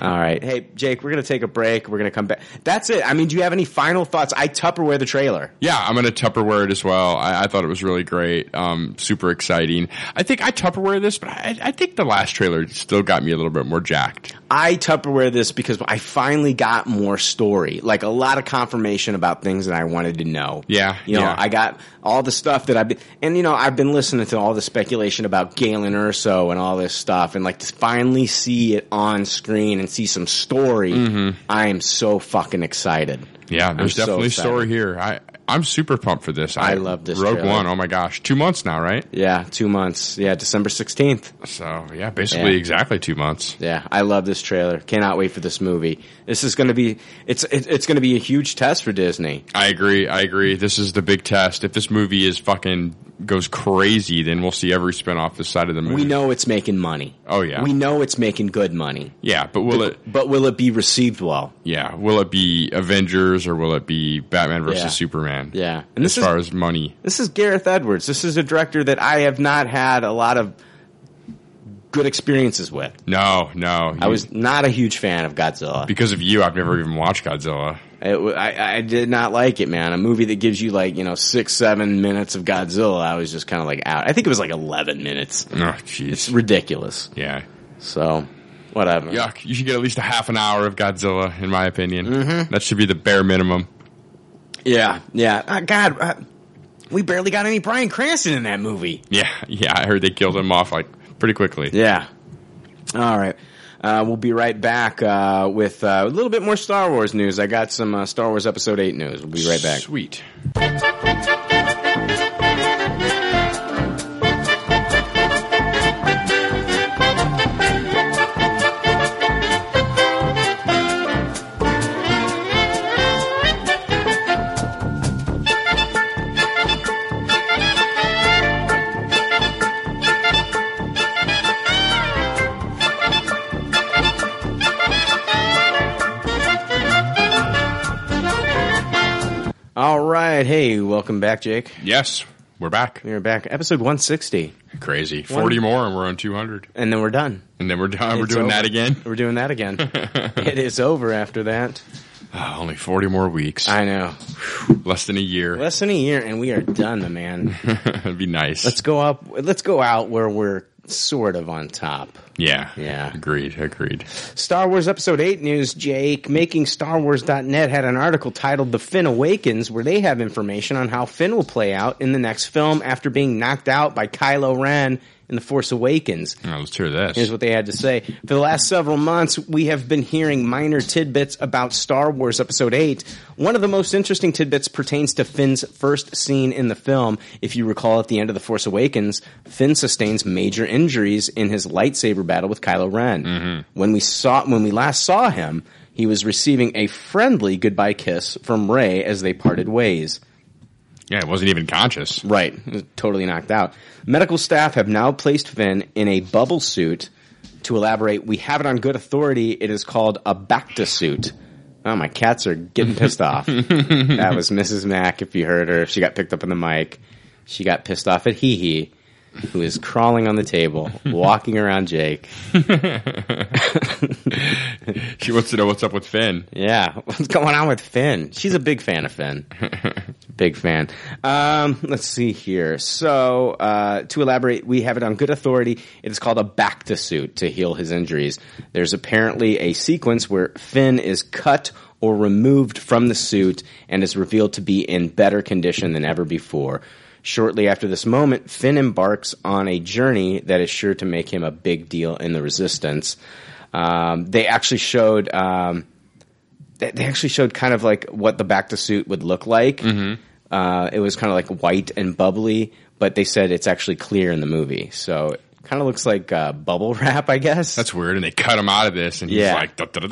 Speaker 9: All right, hey Jake, we're gonna take a break. We're gonna come back. That's it. I mean, do you have any final thoughts? I Tupperware the trailer.
Speaker 10: yeah, I'm gonna Tupperware it as well. I, I thought it was really great, um, super exciting. I think I Tupperware this, but I, I think the last trailer still got me a little bit more jacked.
Speaker 9: I Tupperware this because I finally got more story, like a lot of confirmation about things that I wanted to know.
Speaker 10: Yeah,
Speaker 9: you know,
Speaker 10: yeah.
Speaker 9: I got all the stuff that I've been, and you know, I've been listening to all the speculation about Galen Urso and all this stuff, and like to finally see it on screen and see some story, I am so fucking excited.
Speaker 10: Yeah,
Speaker 9: I'm
Speaker 10: Mm-hmm. there's
Speaker 9: so
Speaker 10: definitely
Speaker 9: excited.
Speaker 10: story here. I I'm super pumped for this.
Speaker 9: I love this
Speaker 10: Rogue
Speaker 9: trailer.
Speaker 10: One. Oh my gosh, two months now, right?
Speaker 9: Yeah, two months. Yeah, December 16th.
Speaker 10: So yeah, basically
Speaker 9: Yeah.
Speaker 10: exactly two months.
Speaker 9: Yeah, I love this trailer. Cannot wait for this movie. This is going to be it's it, it's going to be a huge test for Disney.
Speaker 10: I agree. I agree. This is the big test. If this movie is fucking goes crazy, then we'll see every spin off this side of the movie.
Speaker 9: We know it's making money.
Speaker 10: Oh, yeah.
Speaker 9: We know it's making good money.
Speaker 10: Yeah, but will it?
Speaker 9: But will it be received well?
Speaker 10: Yeah, will it be Avengers or will it be Batman versus
Speaker 9: Yeah.
Speaker 10: Superman?
Speaker 9: Yeah. And
Speaker 10: and
Speaker 9: this
Speaker 10: as far
Speaker 9: is-
Speaker 10: as money,
Speaker 9: This is Gareth Edwards. This is a director that I have not had a lot of good experiences with.
Speaker 10: no, no.
Speaker 9: I was not a huge fan of Godzilla.
Speaker 10: because of you. I've never even watched Godzilla.
Speaker 9: It w I I I, did not like it, man. A movie that gives you like you know six, seven minutes of Godzilla, I was just kind of like out. I think it was like eleven minutes.
Speaker 10: Oh,
Speaker 9: It's
Speaker 10: jeez.
Speaker 9: ridiculous.
Speaker 10: Yeah.
Speaker 9: So, whatever.
Speaker 10: Yuck. You should get at least a half an hour of Godzilla, in my opinion.
Speaker 9: Mm-hmm.
Speaker 10: That should be the bare minimum.
Speaker 9: Yeah, yeah. Ah, God, uh, we barely got any Brian Cranston in that movie.
Speaker 10: Yeah, yeah. I heard they killed him off like pretty quickly.
Speaker 9: Yeah. All right. Uh, we'll be right back uh, with uh, a little bit more Star Wars news. I got some uh, Star Wars Episode 8 news. We'll be right back.
Speaker 10: Sweet.
Speaker 9: All right. Hey, welcome back, Jake.
Speaker 10: Yes, we're back.
Speaker 9: We are back. Episode 160.
Speaker 10: Crazy. Forty more, and we're on two hundred,
Speaker 9: And then we're done.
Speaker 10: and then we're done. We're
Speaker 9: It's
Speaker 10: doing
Speaker 9: over.
Speaker 10: that again.
Speaker 9: We're doing that again. it is over after that.
Speaker 10: Ah, only forty more weeks.
Speaker 9: I know.
Speaker 10: Less than a year.
Speaker 9: Less than a year, and we are done, my man.
Speaker 10: That'd be nice.
Speaker 9: Let's go up. Let's go out where we're sort of on top.
Speaker 10: yeah.
Speaker 9: Yeah.
Speaker 10: Agreed. Agreed.
Speaker 9: Star Wars Episode 8 news, Jake. Making MakingStarWars.net had an article titled The Finn Awakens, where they have information on how Finn will play out in the next film after being knocked out by Kylo Ren in The Force Awakens.
Speaker 10: Now, let's hear this.
Speaker 9: Here's what they had to say. For the last several months, we have been hearing minor tidbits about Star Wars Episode 8. One of the most interesting tidbits pertains to Finn's first scene in the film. If you recall, at the end of The Force Awakens, Finn sustains major injuries in his lightsaber battle with Kylo Ren. When we saw, when we last saw him, he was receiving a friendly goodbye kiss from Rey as they parted ways.
Speaker 10: yeah, it wasn't even conscious.
Speaker 9: Right. Totally knocked out. Medical staff have now placed Finn in a bubble suit. To elaborate, we have it on good authority. It is called a Bacta suit. Oh, my cats are getting pissed off. that was Mrs. Mack, if you heard her. She got picked up on the mic. She got pissed off at Hee Hee, who is crawling on the table, walking around Jake.
Speaker 10: She wants to know what's up with Finn.
Speaker 9: Yeah, what's going on with Finn? She's a big fan of Finn. big fan. Um, let's see here. So, uh, to elaborate, we have it on good authority. It is called a back to suit to heal his injuries. There's apparently a sequence where Finn is cut or removed from the suit and is revealed to be in better condition than ever before. Shortly after this moment, Finn embarks on a journey that is sure to make him a big deal in the resistance. Um, they actually showed, um, they they actually showed kind of like what the back to suit would look like.
Speaker 10: Mm-hmm.
Speaker 9: Uh, it was kind of like white and bubbly, but they said it's actually clear in the movie, so it kind of looks like uh, bubble wrap, I guess.
Speaker 10: That's weird. And they cut him out of this, and
Speaker 9: Yeah.
Speaker 10: he's like, da da da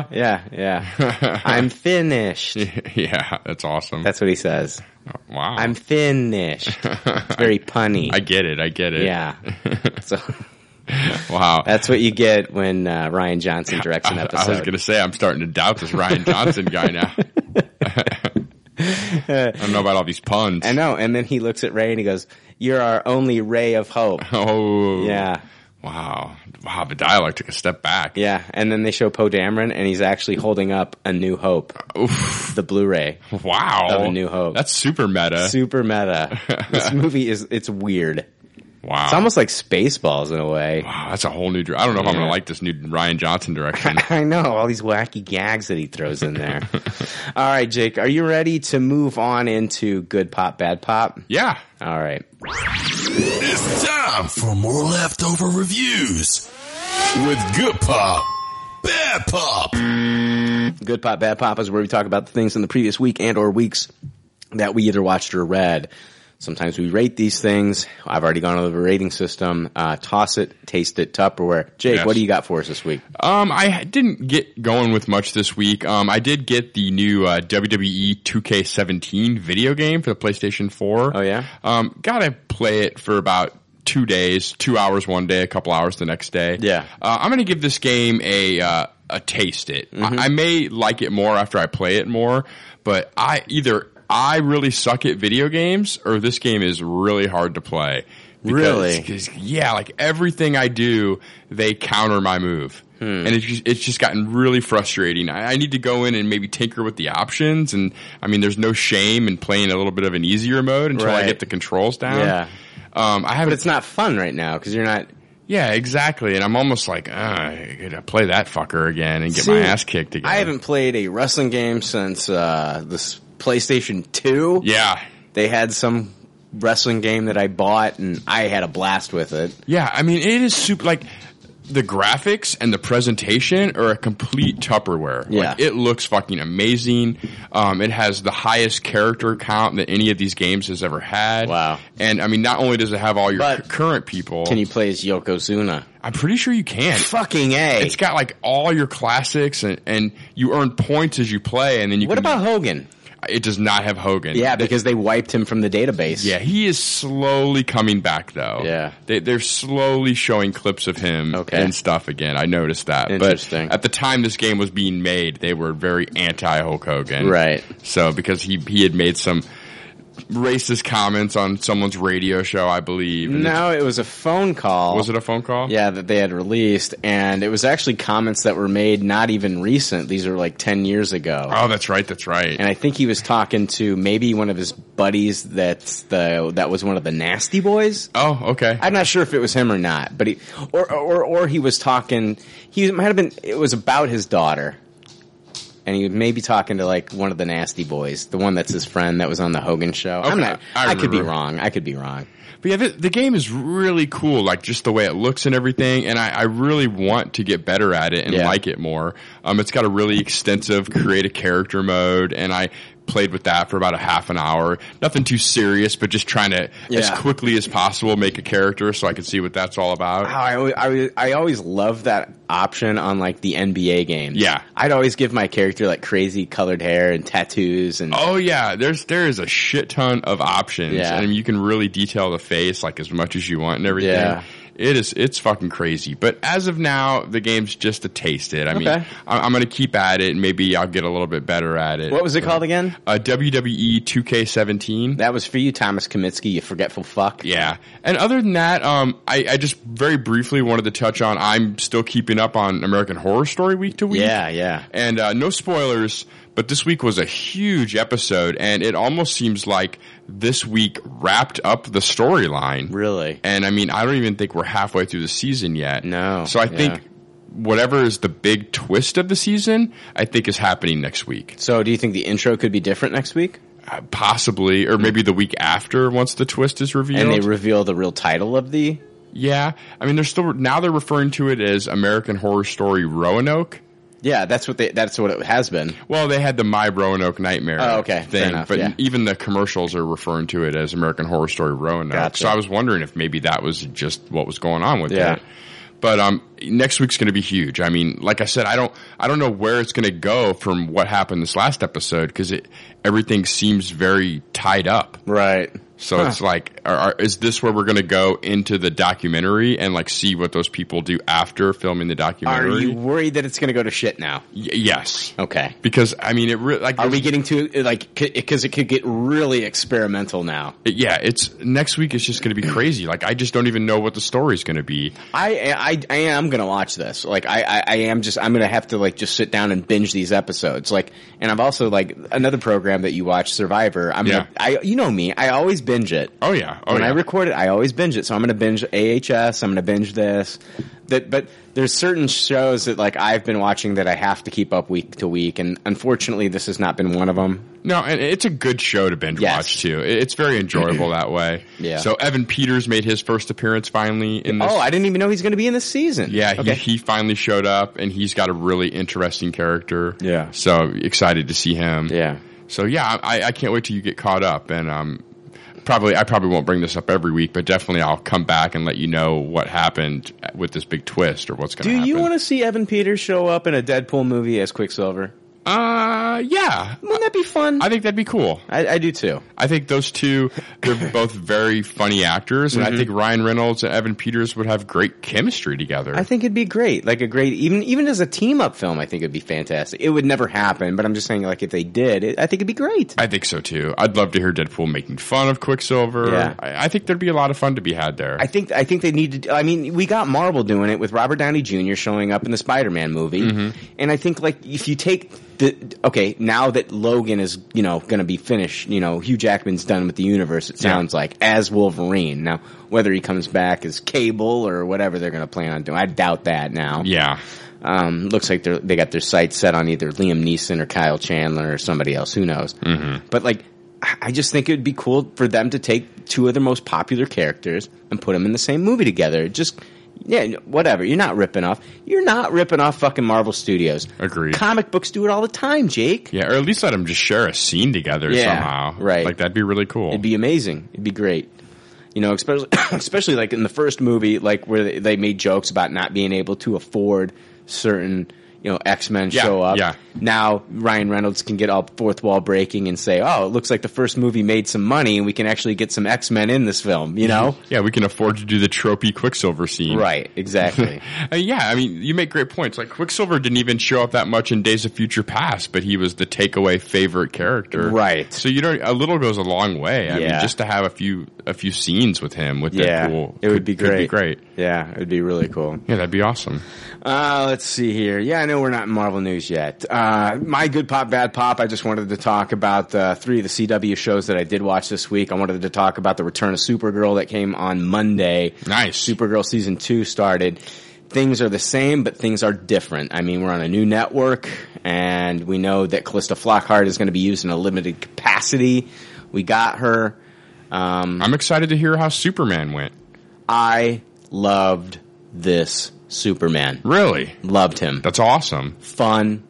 Speaker 10: da.
Speaker 9: yeah, yeah, yeah. I'm finished.
Speaker 10: yeah, that's awesome. Oh,
Speaker 9: That's what he says.
Speaker 10: wow.
Speaker 9: I'm finished. It's very punny.
Speaker 10: I get it. I get it.
Speaker 9: yeah. So
Speaker 10: Wow.
Speaker 9: that's what you get when uh, Ryan Johnson directs an
Speaker 10: I-
Speaker 9: episode.
Speaker 10: I was going to say, I'm starting to doubt this Ryan Johnson guy now. I don't know about all these puns.
Speaker 9: I know. And then he looks at Ray and he goes, "You're our only ray of hope."
Speaker 10: oh,
Speaker 9: yeah.
Speaker 10: Wow. Wow. The dialogue took a step back.
Speaker 9: Yeah, and then they show Poe Dameron, and he's actually holding up A New Hope, the Blu-ray.
Speaker 10: Wow.
Speaker 9: Of A New Hope.
Speaker 10: That's super meta.
Speaker 9: Super meta. this movie is it's weird.
Speaker 10: wow.
Speaker 9: It's almost like Spaceballs in a way.
Speaker 10: wow. That's a whole new. dir- I don't know if I'm going
Speaker 9: Yeah.
Speaker 10: to like this new Ryan Johnson direction.
Speaker 9: I know all these wacky gags that he throws in there. all right, Jake, are you ready to move on into good pop, bad pop?
Speaker 10: yeah.
Speaker 9: All right.
Speaker 8: It's time for more leftover reviews with Good Pop, Bad Pop.
Speaker 9: Good pop, bad pop is where we talk about the things in the previous week and or weeks that we either watched or read. Sometimes we rate these things. I've already gone over the rating system. Uh, toss it, taste it, Tupperware. Jake,
Speaker 10: Yes.
Speaker 9: what do you got for us this week?
Speaker 10: Um, I didn't get going with much this week. Um, I did get the new uh, WWE 2K17 video game for the PlayStation 4.
Speaker 9: Oh, yeah?
Speaker 10: Um, gotta play it for about two days, two hours one day, a couple hours the next day.
Speaker 9: Yeah.
Speaker 10: Uh, I'm gonna give this game a uh, a taste. It.
Speaker 9: Mm-hmm.
Speaker 10: I, I may like it more after I play it more, but I either I really suck at video games or this game is really hard to play. Because-
Speaker 9: Really?
Speaker 10: because, yeah, like everything I do, they counter my move.
Speaker 9: Hmm.
Speaker 10: And it's just, it's just gotten really frustrating. I, I need to go in and maybe tinker with the options. And I mean, there's no shame in playing a little bit of an easier mode until
Speaker 9: Right.
Speaker 10: I get the controls down.
Speaker 9: Yeah.
Speaker 10: Um, I
Speaker 9: But
Speaker 10: haven't.
Speaker 9: it's not fun right now because you're not.
Speaker 10: Yeah, exactly. And I'm almost like, uh, I gotta play that fucker again and get my
Speaker 9: See,
Speaker 10: ass kicked again.
Speaker 9: I haven't played a wrestling game since uh, this PlayStation 2.
Speaker 10: Yeah.
Speaker 9: They had some wrestling game that I bought and I had a blast with it.
Speaker 10: Yeah. I mean, it is super. Like the graphics and the presentation are a complete Tupperware.
Speaker 9: Yeah.
Speaker 10: Like, it looks fucking amazing. Um, it has the highest character count that any of these games has ever had.
Speaker 9: Wow.
Speaker 10: And I mean, not only does it have all your
Speaker 9: But-
Speaker 10: cu- current people,
Speaker 9: Can you play as Yokozuna?
Speaker 10: I'm pretty sure you can.
Speaker 9: Fucking A.
Speaker 10: It's got like all your classics and, and you earn points as you play and then you
Speaker 9: what
Speaker 10: can,
Speaker 9: about Hogan?
Speaker 10: it does not have Hogan.
Speaker 9: Yeah, because they wiped him from the database.
Speaker 10: Yeah, he is slowly coming back though.
Speaker 9: Yeah.
Speaker 10: they, they're slowly showing clips of him
Speaker 9: Okay.
Speaker 10: and stuff again. I noticed that.
Speaker 9: Interesting.
Speaker 10: But at the time this game was being made, they were very anti Hulk Hogan.
Speaker 9: Right.
Speaker 10: So because he he had made some racist comments on someone's radio show, I believe. and
Speaker 9: No, it was a phone call.
Speaker 10: Was it a phone call?
Speaker 9: Yeah, that they had released, and it was actually comments that were made not even recent. These are like ten years ago.
Speaker 10: Oh, that's right. That's right.
Speaker 9: And I think he was talking to maybe one of his buddies that's the that was one of the nasty boys.
Speaker 10: oh, okay.
Speaker 9: I'm not sure if it was him or not, but he or or or he was talking. He might have been. It was about his daughter, and he may be talking to like one of the nasty boys, the one that's his friend that was on the Hogan show. I'm
Speaker 10: Okay,
Speaker 9: not.
Speaker 10: I
Speaker 9: I, could be
Speaker 10: remember.
Speaker 9: wrong. I could be wrong.
Speaker 10: But yeah, the, the game is really cool, like just the way it looks and everything. And I, I really want to get better at it and
Speaker 9: Yeah.
Speaker 10: like it more. Um, it's got a really extensive create a character mode, and I played with that for about a half an hour. Nothing too serious, but just trying to as
Speaker 9: Yeah.
Speaker 10: quickly as possible make a character so I can see what that's all about.
Speaker 9: Wow, I, always- I, always- I always love that option on like the NBA games.
Speaker 10: Yeah.
Speaker 9: I'd always give my character like crazy colored hair and tattoos and
Speaker 10: Oh yeah, there's there is a shit ton of options,
Speaker 9: Yeah.
Speaker 10: and you can really detail the face like as much as you want and everything.
Speaker 9: Yeah.
Speaker 10: It is it's fucking crazy. But as of now, the game's just a taste. It. I mean,
Speaker 9: Okay.
Speaker 10: I, I'm gonna keep at it, and maybe I'll get a little bit better at it.
Speaker 9: what was it called again?
Speaker 10: Uh, WWE 2K17.
Speaker 9: That was for you, Thomas Kaminsky, you forgetful fuck.
Speaker 10: Yeah. And other than that, um, I, I just very briefly wanted to touch on I'm still keeping up on American Horror Story week to week.
Speaker 9: Yeah, yeah.
Speaker 10: And uh, no spoilers, but this week was a huge episode, and it almost seems like this week wrapped up the storyline.
Speaker 9: Really?
Speaker 10: And I mean, I don't even think we're halfway through the season yet.
Speaker 9: No,
Speaker 10: So I
Speaker 9: yeah.
Speaker 10: think whatever is the big twist of the season, I think is happening next week,
Speaker 9: So do you think the intro could be different next week?
Speaker 10: Uh, possibly, or maybe the week after once the twist is revealed.
Speaker 9: And they reveal the real title of the
Speaker 10: yeah. I mean, they're still now they're referring to it as American Horror Story Roanoke.
Speaker 9: Yeah, that's what they that's what it has been.
Speaker 10: Well, they had the My Roanoke Nightmare
Speaker 9: Oh, okay. Fair
Speaker 10: thing,
Speaker 9: enough,
Speaker 10: but
Speaker 9: yeah.
Speaker 10: even the commercials are referring to it as American Horror Story Roanoke.
Speaker 9: Gotcha.
Speaker 10: So I was wondering if maybe that was just what was going on with
Speaker 9: Yeah.
Speaker 10: it. But um, next week's going to be huge. I mean, like I said, I don't, I don't know where it's going to go from what happened this last episode because it everything seems very tied up.
Speaker 9: Right.
Speaker 10: So it's like, are, are, is this where we're going to go into the documentary and like see what those people do after filming the
Speaker 9: Are
Speaker 10: documentary?
Speaker 9: you worried that it's going to go to shit now?
Speaker 10: Y- yes,
Speaker 9: Okay.
Speaker 10: because I mean, it really like
Speaker 9: Are we
Speaker 10: there's-
Speaker 9: getting to like because it could get really experimental now?
Speaker 10: yeah, it's next week. It's just going to be crazy. Like I just don't even know what the story's going to be.
Speaker 9: I, I, I am gonna watch this. Like, I, I, I am just, I'm gonna have to like just sit down and binge these episodes. Like, and I've also like another program that you watch, Survivor. I'm gonna,
Speaker 10: Yeah.
Speaker 9: I, you know me, I always binge it.
Speaker 10: Oh yeah, oh
Speaker 9: when
Speaker 10: yeah.
Speaker 9: I record it, I always binge it. So I'm gonna binge AHS. I'm gonna binge this. That, but there's certain shows that like I've been watching that I have to keep up week to week, and unfortunately, this has not been one of them.
Speaker 10: no, and it's a good show to binge
Speaker 9: Yes.
Speaker 10: watch too. It- It's very enjoyable that way.
Speaker 9: Yeah.
Speaker 10: So Evan Peters made his first appearance finally in this.
Speaker 9: Oh, I didn't even know he's gonna be in this season.
Speaker 10: yeah,
Speaker 9: Okay.
Speaker 10: he, he finally showed up, and he's got a really interesting character.
Speaker 9: Yeah.
Speaker 10: So excited to see him.
Speaker 9: yeah.
Speaker 10: So yeah, I, I can't wait till you get caught up, and um, probably I probably won't bring this up every week, but definitely I'll come back and let you know what happened with this big twist or what's going to
Speaker 9: Do
Speaker 10: happen.
Speaker 9: you want to see Evan Peters show up in a Deadpool movie as Quicksilver?
Speaker 10: Uh, yeah.
Speaker 9: Wouldn't that be fun?
Speaker 10: I think that'd be cool.
Speaker 9: I, I do too.
Speaker 10: I think those two, they're both very funny actors, and I
Speaker 9: Mm-hmm.
Speaker 10: think Ryan Reynolds and Evan Peters would have great chemistry together.
Speaker 9: I think it'd be great, like a great even even as a team up film. I think it'd be fantastic. It would never happen, but I'm just saying, like if they did, it, I think it'd be great.
Speaker 10: I think so too. I'd love to hear Deadpool making fun of Quicksilver.
Speaker 9: Yeah.
Speaker 10: I, I think there'd be a lot of fun to be had there.
Speaker 9: I think I think they need to. do- I mean, we got Marvel doing it with Robert Downey Jr. showing up in the Spider-Man movie, and I think like if you take the okay now that Logan is you know going to be finished, you know Hugh Jackman's done with the universe. It sounds like as Wolverine now. Whether he comes back as Cable or whatever they're going to plan on doing, I doubt that now.
Speaker 10: yeah.
Speaker 9: Um, looks like they're, they got their sights set on either Liam Neeson or Kyle Chandler or somebody else. Who knows? Mm-hmm. But like, I I just think it would be cool for them to take two of their most popular characters and put them in the same movie together. Just yeah, whatever. You're not ripping off. You're not ripping off fucking Marvel Studios.
Speaker 10: Agreed.
Speaker 9: Comic books do it all the time, Jake.
Speaker 10: Yeah, or at least let them just share a scene together
Speaker 9: Yeah,
Speaker 10: somehow.
Speaker 9: right.
Speaker 10: Like that'd be really cool.
Speaker 9: It'd be amazing. It'd be great. You know, especially especially like in the first movie, like where they- they made jokes about not being able to afford certain you know X Men
Speaker 10: Yeah,
Speaker 9: show up.
Speaker 10: yeah.
Speaker 9: Now Ryan Reynolds can get all fourth wall breaking and say, "Oh, it looks like the first movie made some money, and we can actually get some X Men in this film." You know.
Speaker 10: yeah, we can afford to do the tropey Quicksilver scene.
Speaker 9: Right, exactly.
Speaker 10: Uh, yeah, I mean, you make great points. Like Quicksilver didn't even show up that much in Days of Future Past, but he was the takeaway favorite character.
Speaker 9: Right.
Speaker 10: So you don't. A little goes a long way. I mean,
Speaker 9: Yeah.
Speaker 10: just to have a few a few scenes with him with
Speaker 9: yeah,
Speaker 10: Deadpool,
Speaker 9: it would be
Speaker 10: could- could great.
Speaker 9: great. Yeah, it would be really cool.
Speaker 10: Yeah, that'd be awesome.
Speaker 9: Uh, let's see here. Yeah, I know we're not in Marvel news yet. Uh, my good pop, bad pop. I just wanted to talk about uh, three of the CW shows that I did watch this week. I wanted to talk about the return of Supergirl that came on Monday.
Speaker 10: Nice.
Speaker 9: Supergirl season two started. Things are the same, but things are different. I mean, we're on a new network, and we know that Callista Flockhart is going to be used in a limited capacity. We got her. Um,
Speaker 10: I'm excited to hear how Superman went.
Speaker 9: I loved this Superman.
Speaker 10: Really,
Speaker 9: Loved him
Speaker 10: that's awesome.
Speaker 9: fun,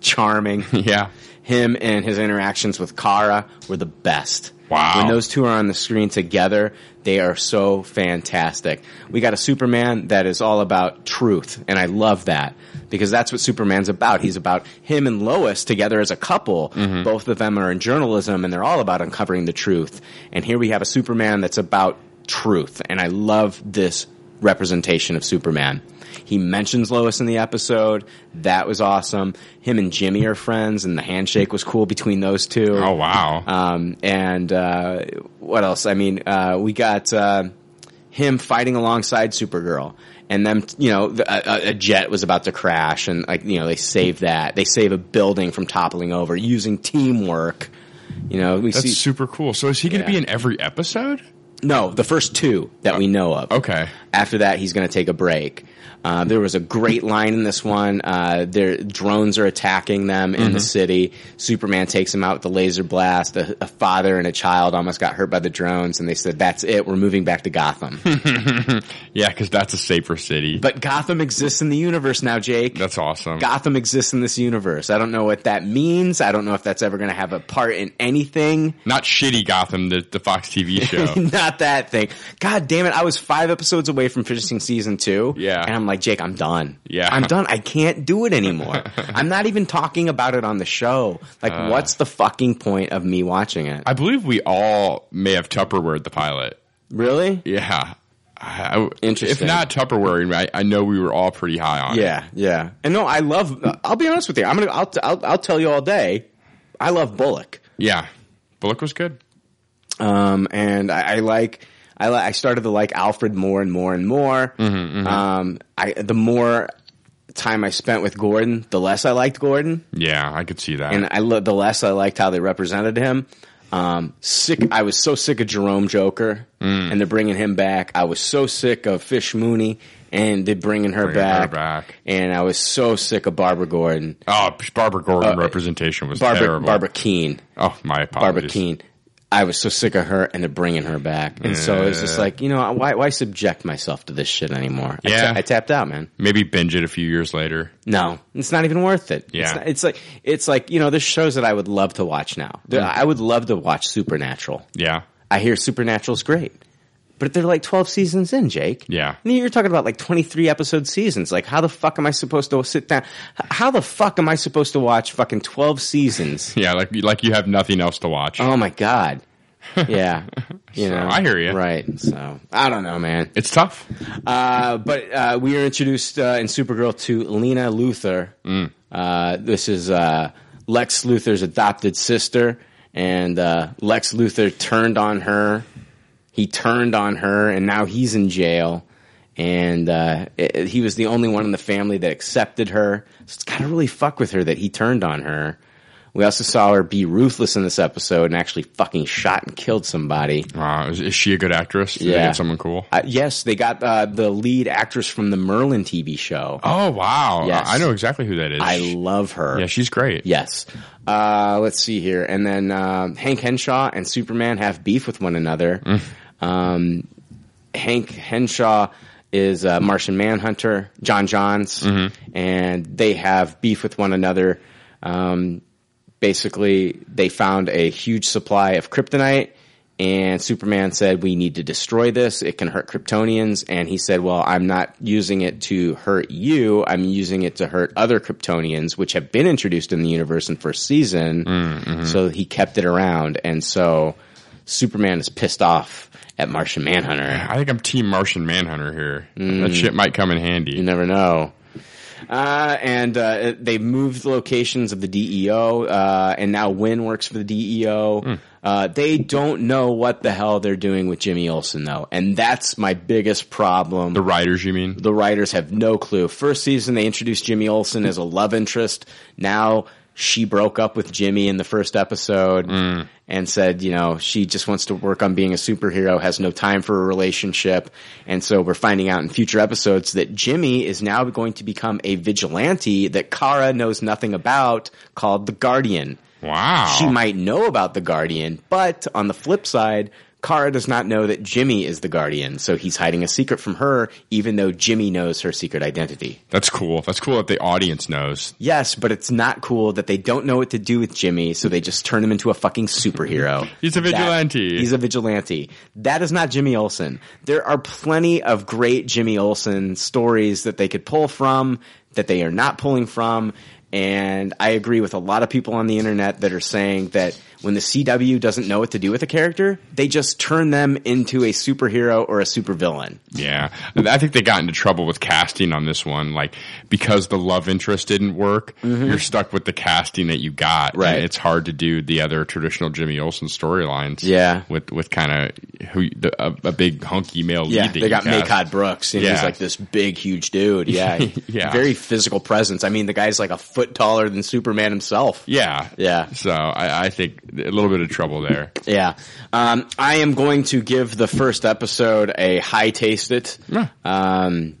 Speaker 9: charming.
Speaker 10: Yeah.
Speaker 9: Him and his interactions with Kara were the best.
Speaker 10: Wow.
Speaker 9: When those two are on the screen together, they are so fantastic. We got a Superman that is all about truth, and I love that because that's what Superman's about. He's about him and Lois together as a couple. Both of them are in journalism, and they're all about uncovering the truth. And here we have a Superman that's about truth, and I love this representation of Superman. He mentions Lois in the episode. That was awesome. Him and Jimmy are friends, and the handshake was cool between those two.
Speaker 10: Oh wow.
Speaker 9: Um, and uh, what else? I mean, uh, we got uh, him fighting alongside Supergirl, and them. You know, the, a, a- a jet was about to crash, and like you know, they save that. They save a building from toppling over using teamwork. You know, we
Speaker 10: that's
Speaker 9: see
Speaker 10: super cool. So is he going to be
Speaker 9: Yeah.
Speaker 10: in every episode?
Speaker 9: no the first two that we know of.
Speaker 10: Okay.
Speaker 9: After that, he's going to take a break. Uh, there was a great line in this one. Uh, their drones are attacking them in the city. Superman takes them out with the laser blast. A, a father and a child almost got hurt by the drones, and they said, "That's it. We're moving back to Gotham."
Speaker 10: Yeah, because that's a safer city.
Speaker 9: but Gotham exists in the universe now, Jake.
Speaker 10: that's awesome.
Speaker 9: Gotham exists in this universe. I don't know what that means. I don't know if that's ever going to have a part in anything.
Speaker 10: Not shitty Gotham, the, the Fox TV show.
Speaker 9: Not that thing. God damn it. I was five episodes away from finishing season two.
Speaker 10: Yeah.
Speaker 9: And I'm like, Jake, I'm done.
Speaker 10: Yeah.
Speaker 9: I'm done. I can't do it anymore. I'm not even talking about it on the show. Like,
Speaker 10: Uh.
Speaker 9: what's the fucking point of me watching it?
Speaker 10: I believe we all may have Tupperware the pilot.
Speaker 9: really?
Speaker 10: Yeah. I- I- If
Speaker 9: Interesting.
Speaker 10: not Tupperware, I, I know we were all pretty high on it.
Speaker 9: Yeah. Yeah. And no, I love, I'll be honest with you. I'm going to, I'll, I'll, I'll tell you all day. I love Bullock.
Speaker 10: Yeah. Bullock was good.
Speaker 9: Um, and I, I like, I, li- I started to like Alfred more and more and more.
Speaker 10: Mm-hmm,
Speaker 9: Um, I, the more time I spent with Gordon, the less I liked Gordon.
Speaker 10: Yeah, I could see that.
Speaker 9: and I lo- the less I liked how they represented him. Um, sick. I was so sick of Jerome Joker,
Speaker 10: Mm.
Speaker 9: and they're bringing him back. I was so sick of Fish Mooney, and they're bringing her,
Speaker 10: Bringing her
Speaker 9: back.
Speaker 10: back.
Speaker 9: And I was so sick of Barbara Gordon,
Speaker 10: oh, Barbara Gordon
Speaker 9: uh,
Speaker 10: representation was
Speaker 9: Barbara
Speaker 10: terrible.
Speaker 9: Barbara Keene,
Speaker 10: oh, my
Speaker 9: Barbara
Speaker 10: apologies.
Speaker 9: Keene. I was so sick of her, and they're bringing her back, and so it was just
Speaker 10: Yeah.
Speaker 9: like, you know, why why subject myself to this shit anymore? I ta-
Speaker 10: Yeah.
Speaker 9: I tapped out, man.
Speaker 10: Maybe binge it a few years later.
Speaker 9: No, it's not even worth it.
Speaker 10: Yeah.
Speaker 9: it's, not- it's like it's like you know, there's shows that I would love to watch now. There-
Speaker 10: Mm.
Speaker 9: I would love to watch Supernatural.
Speaker 10: Yeah.
Speaker 9: I hear Supernatural's great, but they're like 12 seasons in, Jake.
Speaker 10: Yeah.
Speaker 9: And you're talking about like 23 episode seasons. Like, how the fuck am I supposed to sit down? h- How the fuck am I supposed to watch fucking 12 seasons?
Speaker 10: Yeah, like like you have nothing else to watch.
Speaker 9: Oh my god. Yeah. You
Speaker 10: So,
Speaker 9: know.
Speaker 10: I hear you.
Speaker 9: Right. So, I don't know, man.
Speaker 10: It's tough.
Speaker 9: Uh, but uh, we are introduced uh, in Supergirl to Lena Luthor. Uh, this is uh, Lex Luthor's adopted sister, and uh, Lex Luthor turned on her. He turned on her, and now he's in jail. And uh, it- it- he was the only one in the family that accepted her. So it's gotta really fuck with her that he turned on her. We also saw her be ruthless in this episode and actually fucking shot and killed somebody.
Speaker 10: Uh, is, is she a good actress? Did they
Speaker 9: Yeah.
Speaker 10: get someone cool.
Speaker 9: Uh, yes, they got uh, the lead actress from the Merlin TV show.
Speaker 10: oh wow!
Speaker 9: Yes.
Speaker 10: I know exactly who that is.
Speaker 9: I love her.
Speaker 10: yeah, she's great.
Speaker 9: yes. Uh, let's see here, and then uh, Hank Henshaw and Superman have beef with one another. Um, Hank Henshaw is uh, Martian Manhunter, John Johns, and they have beef with one another. Um, basically, they found a huge supply of kryptonite, and Superman said, We need to destroy this. It can hurt Kryptonians. And he said, Well, I'm not using it to hurt you. I'm using it to hurt other Kryptonians, which have been introduced in the universe in first season. So he kept it around. And so Superman is pissed off at Martian Manhunter.
Speaker 10: I think I'm Team Martian Manhunter here. That shit might come in handy.
Speaker 9: Mm. You never know. Uh, and uh, it- they moved locations of the DEO, uh, and now Wynn works for the DEO. Uh, they don't know what the hell they're doing with Jimmy Olsen, though, and that's my biggest problem.
Speaker 10: The writers, you mean?
Speaker 9: The writers have no clue. First season, they introduced Jimmy Olsen as a love interest. Now she broke up with Jimmy in the first episode and said, you know, she just wants to work on being a superhero, has no time for a relationship. And so we're finding out in future episodes that Jimmy is now going to become a vigilante that Kara knows nothing about called the Guardian.
Speaker 10: Wow.
Speaker 9: She might know about the Guardian, but on the flip side, Kara does not know that Jimmy is the Guardian, so he's hiding a secret from her, even though Jimmy knows her secret identity.
Speaker 10: That's cool. That's cool that the audience knows.
Speaker 9: Yes, but it's not cool that they don't know what to do with Jimmy, so they just turn him into a fucking superhero.
Speaker 10: He's a
Speaker 9: That-
Speaker 10: vigilante.
Speaker 9: he's a vigilante. That is not Jimmy Olsen. There are plenty of great Jimmy Olsen stories that they could pull from that they are not pulling from. And I agree with a lot of people on the internet that are saying that when the CW doesn't know what to do with a character, they just turn them into a superhero or a supervillain.
Speaker 10: Yeah. I think they got into trouble with casting on this one. Like, because the love interest didn't work, you're stuck with the casting that you got.
Speaker 9: Mm-hmm. Right.
Speaker 10: And it's hard to do the other traditional Jimmy Olsen storylines.
Speaker 9: Yeah.
Speaker 10: With, with kind of who, the, a, a big hunky male
Speaker 9: Yeah,
Speaker 10: lead. that
Speaker 9: they
Speaker 10: you
Speaker 9: got
Speaker 10: cast.
Speaker 9: Maycod Brooks, and he's
Speaker 10: Yeah.
Speaker 9: like this big, huge dude. Yeah,
Speaker 10: Yeah.
Speaker 9: very physical presence. I mean, the guy's like a foot taller than Superman himself.
Speaker 10: Yeah.
Speaker 9: Yeah.
Speaker 10: So I, I think a little bit of trouble there.
Speaker 9: Yeah. Um, I am going to give the first episode a high taste it.
Speaker 10: Yeah.
Speaker 9: Um,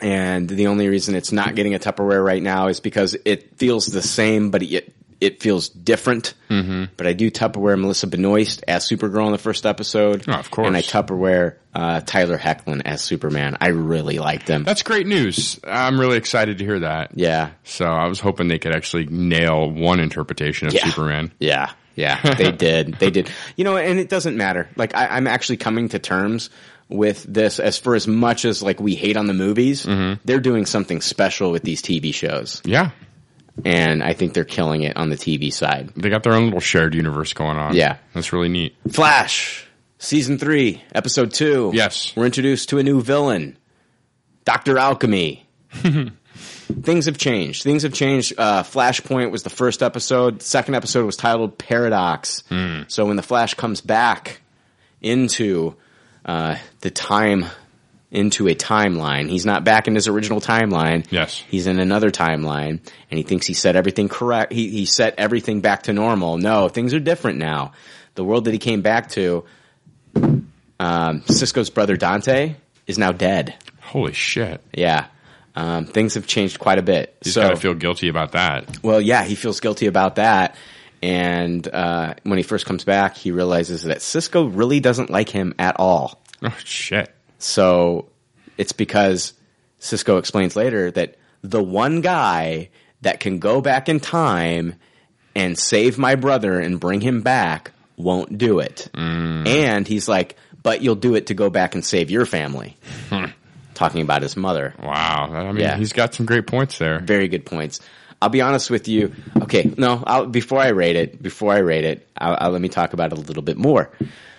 Speaker 9: and the only reason it's not getting a Tupperware right now is because it feels the same, but it it feels different. Mm-hmm. But I do Tupperware Melissa Benoist as Supergirl in the first episode.
Speaker 10: Oh, of course.
Speaker 9: And I Tupperware uh, Tyler Hecklin as Superman. I really liked them.
Speaker 10: That's great news. I'm really excited to hear that.
Speaker 9: yeah.
Speaker 10: So I was hoping they could actually nail one interpretation of
Speaker 9: Yeah.
Speaker 10: Superman.
Speaker 9: Yeah, yeah, they did. They did. You know, and it doesn't matter. Like I, I'm actually coming to terms with this. As for as much as like we hate on the movies, they're doing something special with these TV shows,
Speaker 10: Yeah.
Speaker 9: and I think they're killing it on the TV side.
Speaker 10: They got their own little shared universe going on.
Speaker 9: Yeah.
Speaker 10: That's really neat.
Speaker 9: Flash, season three, episode two.
Speaker 10: Yes.
Speaker 9: we're introduced to a new villain, Doctor Alchemy. Things have changed. Things have changed. Uh, Flashpoint was the first episode. The second episode was titled Paradox. So when the Flash comes back into uh, the time, into a timeline, he's not back in his original timeline.
Speaker 10: Yes.
Speaker 9: he's in another timeline, and he thinks he set everything correct. He he set everything back to normal. No, things are different now. The world that he came back to, um, Cisco's brother Dante is now dead.
Speaker 10: Holy shit.
Speaker 9: Yeah. Um, things have changed quite a bit.
Speaker 10: He's
Speaker 9: so,
Speaker 10: got to feel guilty about that.
Speaker 9: well, yeah, he feels guilty about that. And uh, when he first comes back, he realizes that Cisco really doesn't like him at all.
Speaker 10: Oh shit!
Speaker 9: So it's because Cisco explains later that the one guy that can go back in time and save my brother and bring him back won't do it. And he's like, but you'll do it to go back and save your family. Talking about his mother.
Speaker 10: Wow. I mean, he's got some great points there.
Speaker 9: Very good points. I'll be honest with you. Okay, no, I'll, before I rate it, before I rate it, I'll, I'll- let me talk about it a little bit more.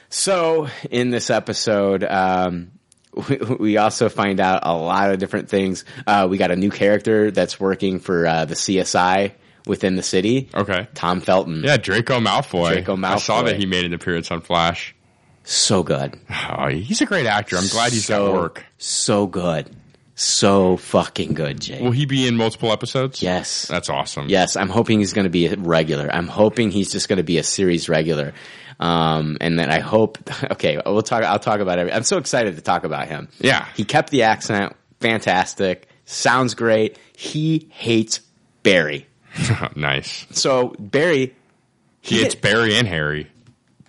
Speaker 9: So, in this episode, um, we, we also find out a lot of different things. Uh, we got a new character that's working for uh, the CSI within the city.
Speaker 10: Okay.
Speaker 9: Tom Felton.
Speaker 10: Yeah, Draco Malfoy.
Speaker 9: Draco
Speaker 10: I saw
Speaker 9: Malfoy.
Speaker 10: that he made an appearance on Flash.
Speaker 9: So good.
Speaker 10: Oh, he's a great actor. I'm glad he's
Speaker 9: so,
Speaker 10: got work.
Speaker 9: So good. So fucking good, Jake.
Speaker 10: Will he be in multiple episodes?
Speaker 9: Yes.
Speaker 10: That's awesome.
Speaker 9: Yes, I'm hoping he's going to be a regular. I'm hoping he's just going to be a series regular. Um, and then I hope, okay, we'll talk, I'll talk about every, I'm so excited to talk about him.
Speaker 10: Yeah.
Speaker 9: He kept the accent. Fantastic. Sounds great. He hates Barry.
Speaker 10: nice.
Speaker 9: So Barry,
Speaker 10: He hits Barry and Harry.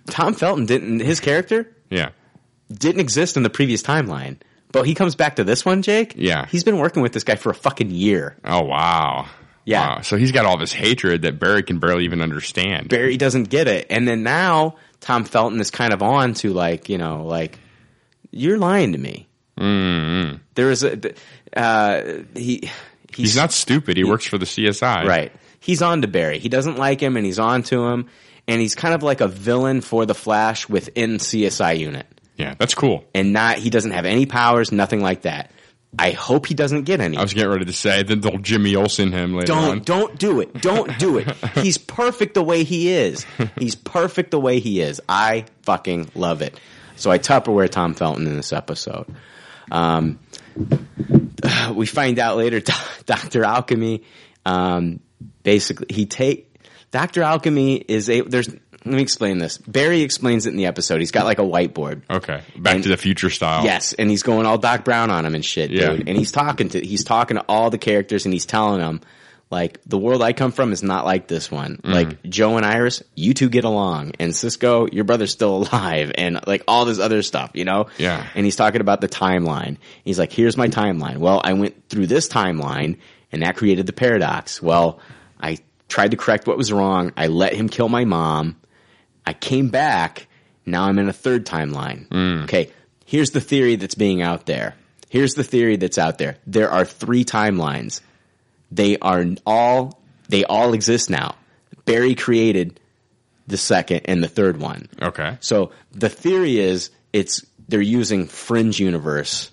Speaker 9: Tom Felton didn't, his character
Speaker 10: Yeah.
Speaker 9: didn't exist in the previous timeline, but he comes back to this one, Jake.
Speaker 10: Yeah.
Speaker 9: He's been working with this guy for a fucking year.
Speaker 10: Oh wow.
Speaker 9: Yeah.
Speaker 10: Wow. Uh, So he's got all this hatred that Barry can barely even understand.
Speaker 9: Barry doesn't get it. And then now Tom Felton is kind of on to like, you know, like, you're lying to me. Mm-hmm. There is a, uh, he, he's,
Speaker 10: he's not stupid. He works for the CSI.
Speaker 9: right. He's on to Barry. He doesn't like him and he's on to him. And he's kind of like a villain for the Flash within CSI unit.
Speaker 10: Yeah. That's cool.
Speaker 9: And not, he doesn't have any powers, nothing like that. I hope he doesn't get any.
Speaker 10: I was getting ready to say then they'll Jimmy Olsen him later
Speaker 9: don't
Speaker 10: on.
Speaker 9: don't do it don't do it he's perfect the way he is he's perfect the way he is i fucking love it so i tupperware tom felton in this episode um, we find out later dr alchemy um, basically he take dr alchemy is a there's let me explain this barry explains it in the episode he's got like a whiteboard
Speaker 10: Okay. Back to the future style.
Speaker 9: Yes, and he's going all Doc Brown on him and shit,
Speaker 10: Yeah.
Speaker 9: dude. And he's talking to he's talking to all the characters, and he's telling them like the world I come from is not like this one. Like Joe and Iris, you two get along, and Cisco, your brother's still alive, and like all this other stuff, you know.
Speaker 10: Yeah.
Speaker 9: And he's talking about the timeline. He's like, "Here's my timeline. Well, I went through this timeline, and that created the paradox. Well, I tried to correct what was wrong. I let him kill my mom." I came back. Now I'm in a third timeline. Okay. Here's the theory that's being out there. Here's the theory that's out there. There are three timelines. They are all, they all exist now. Barry created the second and the third one.
Speaker 10: Okay.
Speaker 9: So the theory is it's, they're using Fringe Universe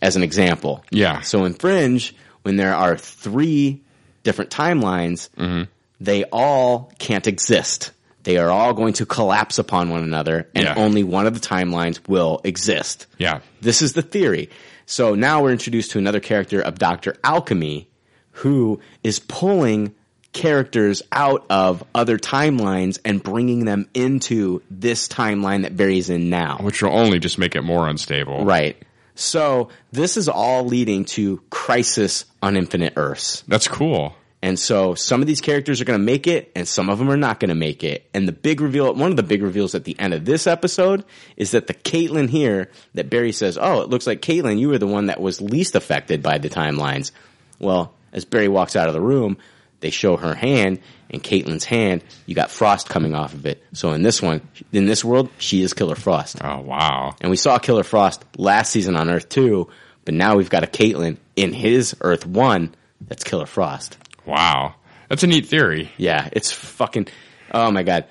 Speaker 9: as an example.
Speaker 10: Yeah.
Speaker 9: So in Fringe, when there are three different timelines,
Speaker 10: Mm-hmm.
Speaker 9: they all can't exist. They are all going to collapse upon one another, and
Speaker 10: Yeah.
Speaker 9: only one of the timelines will exist.
Speaker 10: Yeah.
Speaker 9: This is the theory. So now we're introduced to another character of Dr. Alchemy, who is pulling characters out of other timelines and bringing them into this timeline that Barry's in now.
Speaker 10: Which will only just make it more unstable.
Speaker 9: Right. So this is all leading to crisis on infinite Earths.
Speaker 10: That's cool.
Speaker 9: And so some of these characters are going to make it and some of them are not going to make it. And the big reveal, one of the big reveals at the end of this episode is that the Caitlyn here that Barry says, Oh, it looks like Caitlyn, you were the one that was least affected by the timelines. Well, as Barry walks out of the room, they show her hand and Caitlyn's hand, you got frost coming off of it. So in this one, in this world, she is Killer Frost.
Speaker 10: Oh wow.
Speaker 9: And we saw Killer Frost last season on Earth 2, but now we've got a Caitlyn in his Earth 1 that's Killer Frost.
Speaker 10: Wow. That's a neat theory.
Speaker 9: Yeah, it's fucking. Oh my god,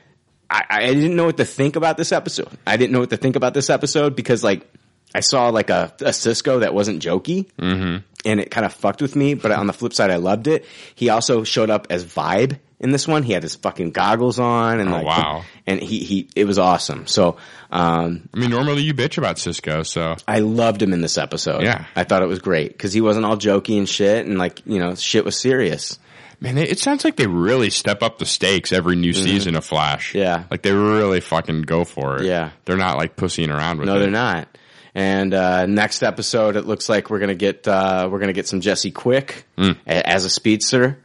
Speaker 9: I, I didn't know what to think about this episode. I didn't know what to think about this episode because like I saw like a, a Cisco that wasn't jokey,
Speaker 10: Mm-hmm.
Speaker 9: and it kind of fucked with me. But on the flip side, I loved it. He also showed up as Vibe in this one. He had his fucking goggles on, and
Speaker 10: Oh,
Speaker 9: like,
Speaker 10: wow.
Speaker 9: and he he it was awesome. So um,
Speaker 10: I mean, normally you bitch about Cisco, so
Speaker 9: I loved him in this episode.
Speaker 10: Yeah.
Speaker 9: I thought it was great because he wasn't all jokey and shit, and like you know, shit was serious.
Speaker 10: man, it it sounds like they really step up the stakes every new season of Flash.
Speaker 9: Mm-hmm. Yeah.
Speaker 10: like they really fucking go for it.
Speaker 9: Yeah.
Speaker 10: they're not like pussying around with it.
Speaker 9: No, they're not. And uh, next episode, it looks like we're gonna get uh, we're gonna get some Jesse Quick a- as a speedster,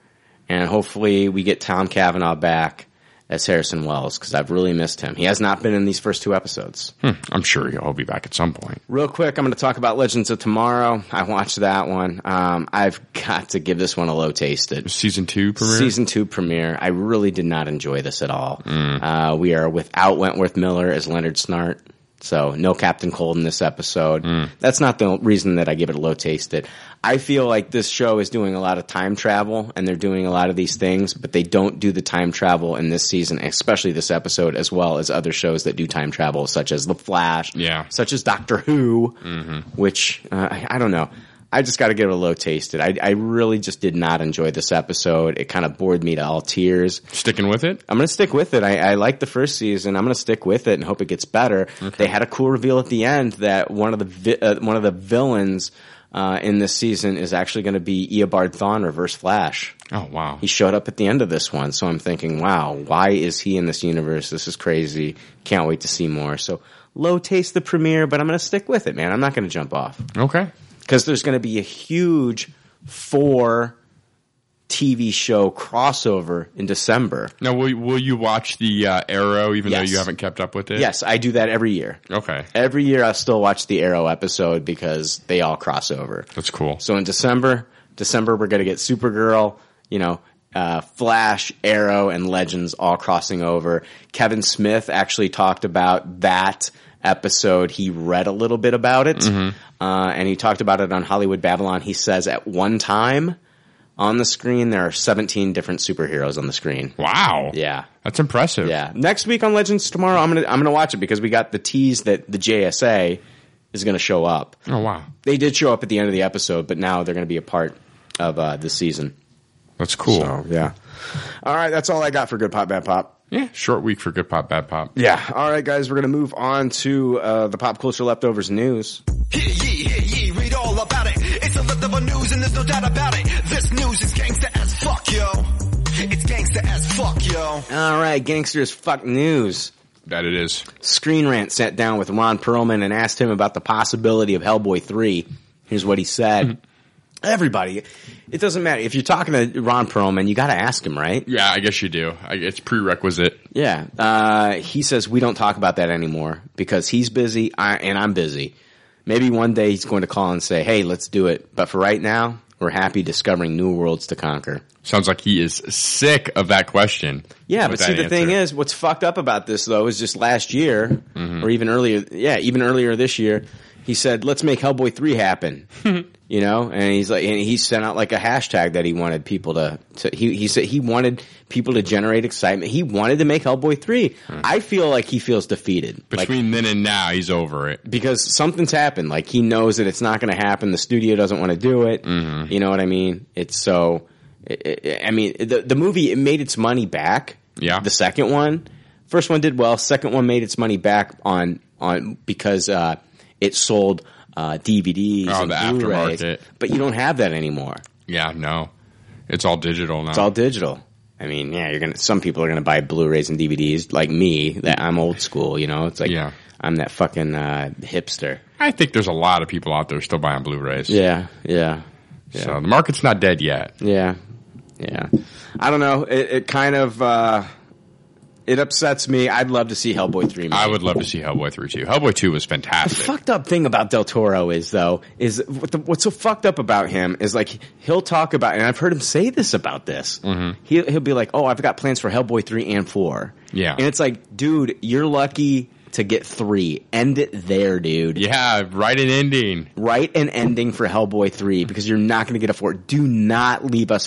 Speaker 9: and hopefully we get Tom Cavanaugh back as Harrison Wells because I've really missed him. He has not been in these first two episodes.
Speaker 10: Hmm, I'm sure he'll be back at some point.
Speaker 9: Real quick, I'm going to talk about Legends of Tomorrow. I watched that one. Um, I've got to give this one a low tasted.
Speaker 10: Season two premiere.
Speaker 9: Season two premiere. I really did not enjoy this at all. Mm. Uh, we are without Wentworth Miller as Leonard Snart. So no Captain Cold in this episode. Mm. That's not the reason that I give it a low tasted. I feel like this show is doing a lot of time travel and they're doing a lot of these things, but they don't do the time travel in this season, especially this episode, as well as other shows that do time travel, such as The Flash,
Speaker 10: yeah.
Speaker 9: such as Doctor Who, mm-hmm. which uh, I, I don't know. I just got to give it a low tasted. I, I really just did not enjoy this episode. It kind of bored me to all tears.
Speaker 10: Sticking with it?
Speaker 9: I'm going to stick with it. I, I like the first season. I'm going to stick with it and hope it gets better. Okay. They had a cool reveal at the end that one of the vi- uh, one of the villains uh, in this season is actually going to be Eobard Thawne, Reverse Flash.
Speaker 10: Oh wow!
Speaker 9: He showed up at the end of this one, so I'm thinking, wow, why is he in this universe? This is crazy. Can't wait to see more. So low taste the premiere, but I'm going to stick with it, man. I'm not going to jump off.
Speaker 10: Okay
Speaker 9: because there's going to be a huge four TV show crossover in December.
Speaker 10: Now, will you, will you watch the uh, Arrow even yes. though you haven't kept up with it?
Speaker 9: Yes, I do that every year.
Speaker 10: Okay,
Speaker 9: every year I still watch the Arrow episode because they all cross over.
Speaker 10: That's cool.
Speaker 9: So in December, December we're going to get Supergirl. You know, uh, Flash, Arrow, and Legends all crossing over. Kevin Smith actually talked about that episode. He read a little bit about it, mm-hmm. uh, and he talked about it on Hollywood Babylon. He says at one time on the screen there are 17 different superheroes on the screen.
Speaker 10: Wow.
Speaker 9: Yeah.
Speaker 10: That's impressive.
Speaker 9: Yeah. Next week on Legends tomorrow, I'm gonna I'm gonna watch it because we got the tease that the JSA is gonna show up.
Speaker 10: Oh wow.
Speaker 9: They did show up at the end of the episode, but now they're gonna be a part of uh, the season.
Speaker 10: That's cool.
Speaker 9: So, Oh, yeah. All right, that's all I got for Good Pop Bad Pop.
Speaker 10: Yeah, short week for Good Pop Bad Pop.
Speaker 9: Yeah. All right, guys, we're gonna move on to uh, the pop culture leftovers news.
Speaker 7: Hear ye, hear ye, read all about it. It's the leftover news, and there's no doubt about it. This news is gangster as fuck, yo. It's gangster as fuck, yo.
Speaker 9: All right, gangster as fuck news.
Speaker 10: That it is.
Speaker 9: Screen Rant sat down with Ron Perlman and asked him about the possibility of Hellboy three. Here's what he said. everybody. It doesn't matter if you're talking to Ron Perlman, you got to ask him, right?
Speaker 10: Yeah, I guess you do. it's prerequisite.
Speaker 9: Yeah, uh, he says we don't talk about that anymore because he's busy I, and I'm busy. Maybe one day he's going to call and say, "Hey, let's do it." But for right now, we're happy discovering new worlds to conquer.
Speaker 10: Sounds like he is sick of that question.
Speaker 9: Yeah, but see, the answer. thing is, what's fucked up about this though is just last year, mm-hmm. or even earlier. Yeah, even earlier this year, he said, "Let's make Hellboy three happen." you know, and he's like, and he sent out like a hashtag that he wanted people to. to he he said he wanted people to generate excitement. He wanted to make Hellboy three. Mm-hmm. I feel like he feels defeated
Speaker 10: between
Speaker 9: like,
Speaker 10: then and now. He's over it
Speaker 9: because something's happened. Like he knows that it's not going to happen. The studio doesn't want to do it. Mm-hmm. You know what I mean? It's so. It, it, I mean, the the movie it made its money back.
Speaker 10: Yeah,
Speaker 9: the second one, first one did well. Second one made its money back on on because. uh it sold uh, DVDs oh, and Blu-rays, aftermarket. but you don't have that anymore.
Speaker 10: Yeah, no, it's all digital now.
Speaker 9: It's all digital. I mean, yeah, you're gonna. Some people are gonna buy Blu-rays and DVDs, like me. That I'm old school. You know, it's like
Speaker 10: yeah.
Speaker 9: I'm that fucking uh, hipster.
Speaker 10: I think there's a lot of people out there still buying Blu-rays.
Speaker 9: Yeah, yeah. yeah.
Speaker 10: So the market's not dead yet.
Speaker 9: Yeah, yeah. I don't know. It, it kind of. Uh, it upsets me. I'd love to see Hellboy three. Made.
Speaker 10: I would love to see Hellboy three too. Hellboy two was fantastic.
Speaker 9: The fucked up thing about Del Toro is though is what the, what's so fucked up about him is like he'll talk about and I've heard him say this about this.
Speaker 10: Mm-hmm.
Speaker 9: He, he'll be like, "Oh, I've got plans for Hellboy three and 4.
Speaker 10: Yeah,
Speaker 9: and it's like, dude, you're lucky to get three. End it there, dude.
Speaker 10: Yeah, write an ending.
Speaker 9: Write an ending for Hellboy 3 because you're not going to get a four. Do not leave us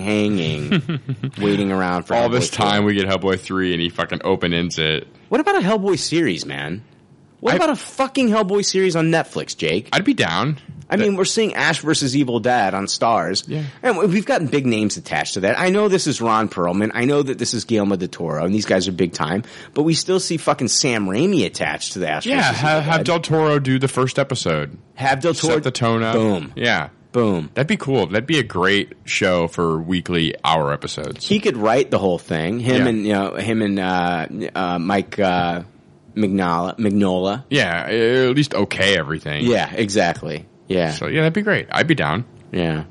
Speaker 9: hanging, waiting around for
Speaker 10: All
Speaker 9: Hellboy
Speaker 10: this
Speaker 9: 3.
Speaker 10: time we get Hellboy 3 and he fucking open ends it.
Speaker 9: What about a Hellboy series, man? What I, about a fucking Hellboy series on Netflix, Jake?
Speaker 10: I'd be down.
Speaker 9: I that, mean, we're seeing Ash versus Evil Dead on Stars,
Speaker 10: yeah.
Speaker 9: and we've gotten big names attached to that. I know this is Ron Perlman, I know that this is Guillermo del Toro, and these guys are big time. But we still see fucking Sam Raimi attached to the Ash.
Speaker 10: Yeah, have,
Speaker 9: have
Speaker 10: Del Toro do the first episode.
Speaker 9: Have Del Toro
Speaker 10: set the tone up.
Speaker 9: Boom.
Speaker 10: Yeah.
Speaker 9: Boom.
Speaker 10: That'd be cool. That'd be a great show for weekly hour episodes.
Speaker 9: He could write the whole thing. Him yeah. and you know him and uh, uh, Mike. Uh, Magnola, Magnola.
Speaker 10: Yeah, at least okay everything.
Speaker 9: Yeah, exactly. Yeah.
Speaker 10: So yeah, that'd be great. I'd be down.
Speaker 9: Yeah.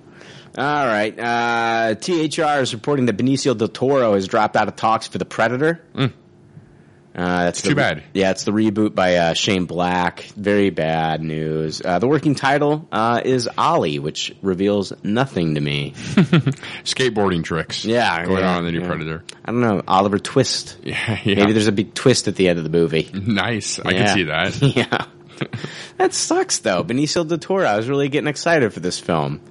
Speaker 9: All right. Uh, THR is reporting that Benicio del Toro has dropped out of talks for The Predator.
Speaker 10: Mm.
Speaker 9: Uh, that's
Speaker 10: Too
Speaker 9: the,
Speaker 10: bad.
Speaker 9: Yeah, it's the reboot by uh, Shane Black. Very bad news. Uh, the working title uh, is Ollie, which reveals nothing to me.
Speaker 10: Skateboarding tricks.
Speaker 9: Yeah,
Speaker 10: Going
Speaker 9: yeah,
Speaker 10: on in the new
Speaker 9: yeah.
Speaker 10: Predator.
Speaker 9: I don't know. Oliver Twist.
Speaker 10: Yeah, yeah.
Speaker 9: Maybe there's a big twist at the end of the movie.
Speaker 10: Nice. I can
Speaker 9: Yeah.
Speaker 10: see that.
Speaker 9: yeah. that sucks, though. Benicio del Toro. I was really getting excited for this film.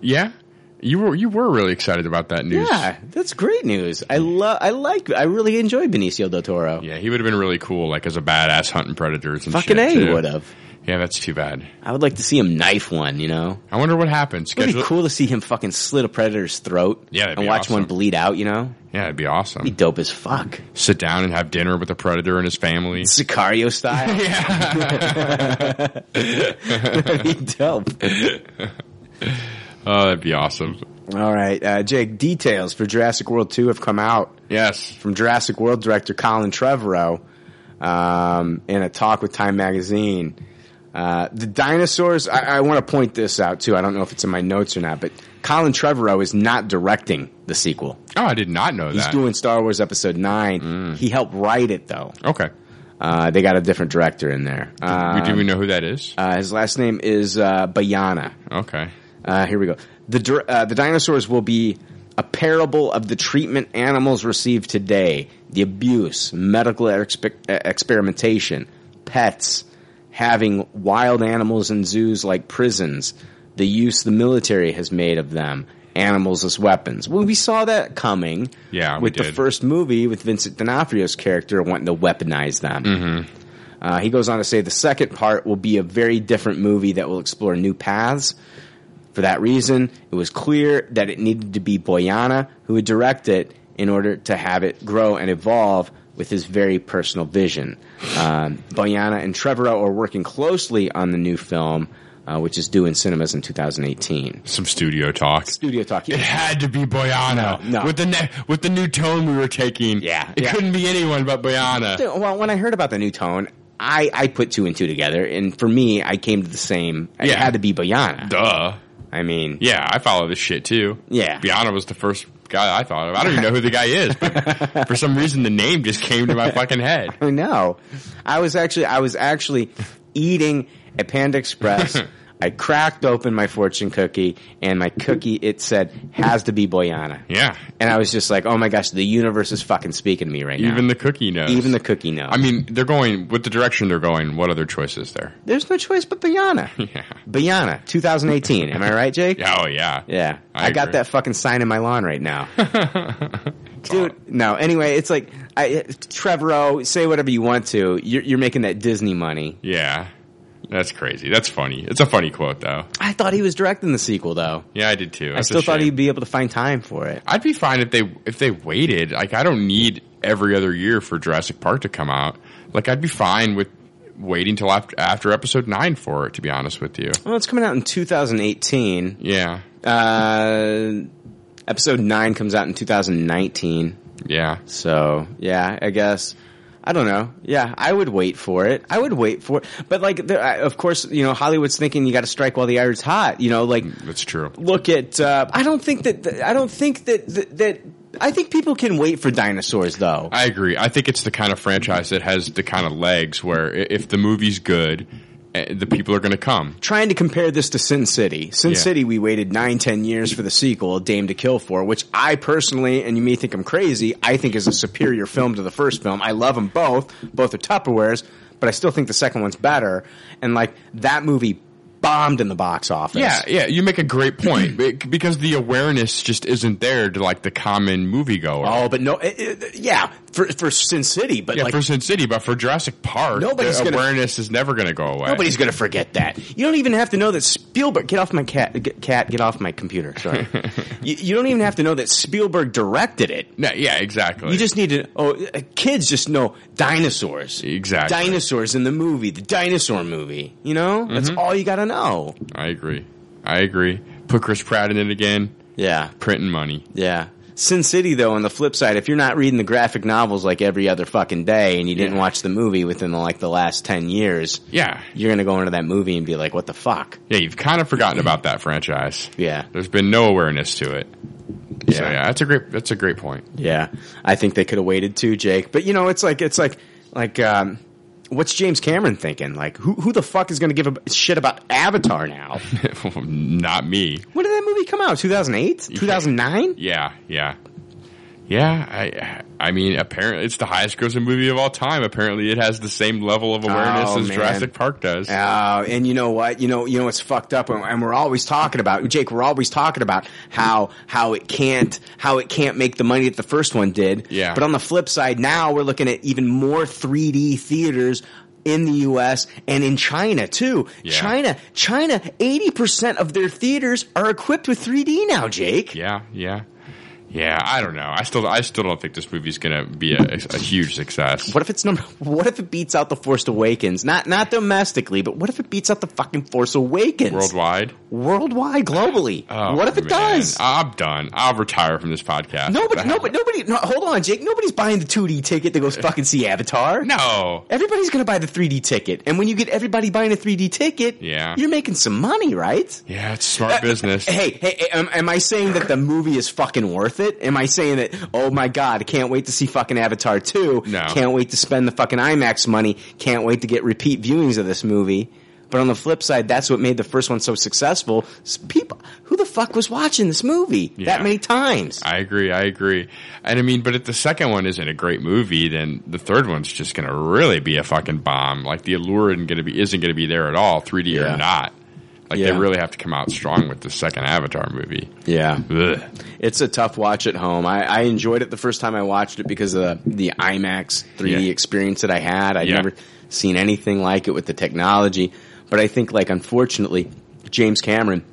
Speaker 10: Yeah, you were you were really excited about that news.
Speaker 9: Yeah, that's great news. I love. I like. I really enjoy Benicio del Toro.
Speaker 10: Yeah, he would have been really cool, like as a badass hunting predators and
Speaker 9: Fucking
Speaker 10: shit.
Speaker 9: a
Speaker 10: too.
Speaker 9: would have.
Speaker 10: Yeah, that's too bad.
Speaker 9: I would like to see him knife one. You know,
Speaker 10: I wonder what happened.
Speaker 9: it'd
Speaker 10: Schedule.
Speaker 9: be cool to see him fucking slit a predator's throat.
Speaker 10: Yeah, that'd
Speaker 9: and
Speaker 10: be
Speaker 9: watch one
Speaker 10: awesome.
Speaker 9: bleed out. You know,
Speaker 10: Yeah, it'd be
Speaker 9: be
Speaker 10: awesome.
Speaker 9: dope as fuck.
Speaker 10: Sit down and have dinner with the predator and his family.
Speaker 9: Sicario style. That'd be dope.
Speaker 10: Oh, that'd be awesome.
Speaker 9: All right, uh, Jake. Details for Jurassic World Two have come out.
Speaker 10: Yes.
Speaker 9: from Jurassic World director Colin Trevorrow um, in a talk with Time Magazine. Uh, the dinosaurs, I, I want to point this out too. I don't know if it's in my notes or not, but Colin Trevorrow is not directing the sequel.
Speaker 10: Oh, I did not know
Speaker 9: He's
Speaker 10: that.
Speaker 9: doing Star Wars Episode 9. He helped write it though.
Speaker 10: okay.
Speaker 9: Uh, they got a different director in there.
Speaker 10: we, do
Speaker 9: Um,
Speaker 10: we know who that is?
Speaker 9: uh, his last name is uh, Bayana.
Speaker 10: okay.
Speaker 9: Uh, here we go. The dir- uh, the dinosaurs will be a parable of the treatment animals receive today: the abuse, medical expe- uh, experimentation, pets, having wild animals in zoos like prisons, the use the military has made of them, animals as weapons. Well, we saw that coming.
Speaker 10: Yeah, we
Speaker 9: with the
Speaker 10: did.
Speaker 9: first movie with Vincent D'Onofrio's character wanting to weaponize them.
Speaker 10: Mm-hmm.
Speaker 9: Uh, he goes on to say the second part will be a very different movie that will explore new paths. For that reason, it was clear that it needed to be Boyana who would direct it in order to have it grow and evolve with his very personal vision. Um, Boyana and Trevorrow are working closely on the new film, uh, which is due in cinemas in 2018.
Speaker 10: Some studio talk.
Speaker 9: Studio talk.
Speaker 10: It had to be Boyana.
Speaker 9: No, no.
Speaker 10: With the ne- with the new tone we were taking.
Speaker 9: Yeah,
Speaker 10: It
Speaker 9: yeah.
Speaker 10: couldn't be anyone but Boyana.
Speaker 9: Dude, Well, when I heard about the new tone, I, I put two and two together, and for me, I came to the same. It
Speaker 10: Yeah.
Speaker 9: had to be Boyana.
Speaker 10: Duh.
Speaker 9: I mean,
Speaker 10: Yeah, I follow this shit too.
Speaker 9: Yeah.
Speaker 10: Biana was the first guy I thought of. I don't even know who the guy is, but for some reason the name just came to my fucking head.
Speaker 9: I know. I was actually I was actually eating at Panda Express. I cracked open my fortune cookie, and my cookie it said has to be Boyana.
Speaker 10: Yeah.
Speaker 9: And I was just like, oh my gosh, the universe is fucking speaking to me right
Speaker 10: Even
Speaker 9: now.
Speaker 10: the cookie knows.
Speaker 9: Even the cookie knows.
Speaker 10: I mean, they're going with the direction they're going. What other choice is there?
Speaker 9: there's no choice but Boyana.
Speaker 10: Yeah.
Speaker 9: Boyana, 2018. Am I right, Jake?
Speaker 10: Yeah, Oh yeah.
Speaker 9: Yeah,
Speaker 10: I
Speaker 9: I, got
Speaker 10: agree.
Speaker 9: that fucking sign in my lawn right now, dude. No, anyway, it's like I, Trevorrow. Say whatever you want to. You're, you're making that Disney money.
Speaker 10: Yeah. That's crazy. That's funny. It's a funny quote though.
Speaker 9: I thought he was directing the sequel, though.
Speaker 10: Yeah, I did too.
Speaker 9: I
Speaker 10: That's a
Speaker 9: still thought
Speaker 10: shame.
Speaker 9: he'd be able to find time for it.
Speaker 10: I'd be fine if they if they waited. Like I don't need every other year for Jurassic Park to come out. Like I'd be fine with waiting till after after episode 9 for it to be honest with you.
Speaker 9: Well, it's coming out in 2018.
Speaker 10: Yeah.
Speaker 9: Uh, episode nine comes out in 2019.
Speaker 10: Yeah.
Speaker 9: So yeah, I guess I don't know. Yeah, I would wait for it. I would wait for it. But like, there, I, of course, you know, Hollywood's thinking you got to strike while the iron's hot. You know, like
Speaker 10: That's true.
Speaker 9: look at. Uh, I don't think that. I don't think that that. that I think people can wait for dinosaurs, though.
Speaker 10: I agree. I think it's the kind of franchise that has the kind of legs where i- if the movie's good, eh, the people are going to come.
Speaker 9: trying to compare this to Sin City. Sin
Speaker 10: Yeah.
Speaker 9: City, we waited nine, ten years for the sequel, Dame to Kill for, which I personally, and you may think I'm crazy, I think is a superior film to the first film. I love them both. Both are Tupperwares, but I still think the second one's better. And like that movie bombed in the box office.
Speaker 10: Yeah, yeah, you make a great point be- because the awareness just isn't there to like the common moviegoer.
Speaker 9: Oh, but no, it, it- yeah, for for Sin City, but
Speaker 10: yeah,
Speaker 9: like
Speaker 10: for Sin City, but for Jurassic Park,
Speaker 9: Nobody's
Speaker 10: the
Speaker 9: gonna-
Speaker 10: awareness is never going to go away.
Speaker 9: Nobody's gonna forget that. You don't even have to know that Spielberg. Get off my cat. Get, cat. Get off my computer. Sorry. you, you don't even have to know that Spielberg directed it.
Speaker 10: No, yeah, exactly.
Speaker 9: You just need to. Oh, uh, kids just know dinosaurs.
Speaker 10: Exactly.
Speaker 9: Dinosaurs in the movie, the dinosaur movie. You know, that's
Speaker 10: Mm-hmm.
Speaker 9: all you got to know.
Speaker 10: I agree. I agree. Put Chris Pratt in it again.
Speaker 9: Yeah,
Speaker 10: Printing money.
Speaker 9: yeah. Sin City, though, on the flip side, if you're not reading the graphic novels like every other fucking day and you didn't watch the movie within like the last 10 years,
Speaker 10: yeah,
Speaker 9: you're going to go into that movie and be like, what the fuck?
Speaker 10: Yeah, you've kind of forgotten about that franchise.
Speaker 9: Yeah.
Speaker 10: There's been no awareness to it. So
Speaker 9: Yeah.
Speaker 10: yeah, that's a great that's a great point.
Speaker 9: Yeah, I think they could have waited too, Jake. But you know, it's like it's like like um, what's James Cameron thinking? Like who who the fuck is going to give a shit about Avatar now?
Speaker 10: Not me.
Speaker 9: when did that movie come out? Two thousand eight, two thousand nine.
Speaker 10: Yeah, yeah. Yeah, I I mean apparently it's the highest grossing movie of all time. Apparently it has the same level of awareness
Speaker 9: Oh,
Speaker 10: as
Speaker 9: man.
Speaker 10: Jurassic Park does.
Speaker 9: Uh, and you know what? You know, you know, it's fucked up, and, and we're always talking about Jake. We're always talking about how how it can't how it can't make the money that the first one did.
Speaker 10: Yeah.
Speaker 9: But on the flip side, now we're looking at even more 3D theaters in the U.S. and in China too.
Speaker 10: Yeah.
Speaker 9: China, China, eighty percent of their theaters are equipped with 3D now. Jake.
Speaker 10: Yeah, yeah. Yeah, I don't know. I still I still don't think this movie's going to be a, a huge success.
Speaker 9: What if it's number? What if it beats out the Force Awakens? Not not domestically, but what if it beats out the fucking Force Awakens
Speaker 10: Worldwide?
Speaker 9: worldwide, globally.
Speaker 10: Oh,
Speaker 9: what if it
Speaker 10: man.
Speaker 9: does?
Speaker 10: I'm done. I'll retire from this podcast.
Speaker 9: Nobody, nobody, nobody. No, hold on, Jake. Nobody's buying the 2D ticket that goes fucking see Avatar.
Speaker 10: No.
Speaker 9: Everybody's gonna buy the 3D ticket, and when you get everybody buying a 3D ticket,
Speaker 10: Yeah.
Speaker 9: you're making some money, right?
Speaker 10: Yeah, it's
Speaker 9: Uh,
Speaker 10: smart business.
Speaker 9: Hey, hey, hey, am, am I saying that the movie is fucking worth it? Am I saying that? Oh my god, can't wait to see fucking Avatar two.
Speaker 10: No.
Speaker 9: can't wait to spend the fucking IMAX money. Can't wait to get repeat viewings of this movie. But on the flip side, that's what made the first one so successful. S- People, who the fuck was watching this movie
Speaker 10: Yeah.
Speaker 9: that many times?
Speaker 10: I agree. I agree. And I mean, but if the second one isn't a great movie, then the third one's just going to really be a fucking bomb. Like the allure isn't going to be isn't going to be there at all, 3D
Speaker 9: Yeah.
Speaker 10: or not. Like
Speaker 9: Yeah.
Speaker 10: they really have to come out strong with the second Avatar movie.
Speaker 9: yeah,
Speaker 10: Ugh.
Speaker 9: it's a tough watch at home. I, I enjoyed it the first time I watched it because of the, the IMAX 3D
Speaker 10: Yeah.
Speaker 9: experience that I had. I'd
Speaker 10: Yeah.
Speaker 9: never seen anything like it with the technology. But I think, like, unfortunately, James Cameron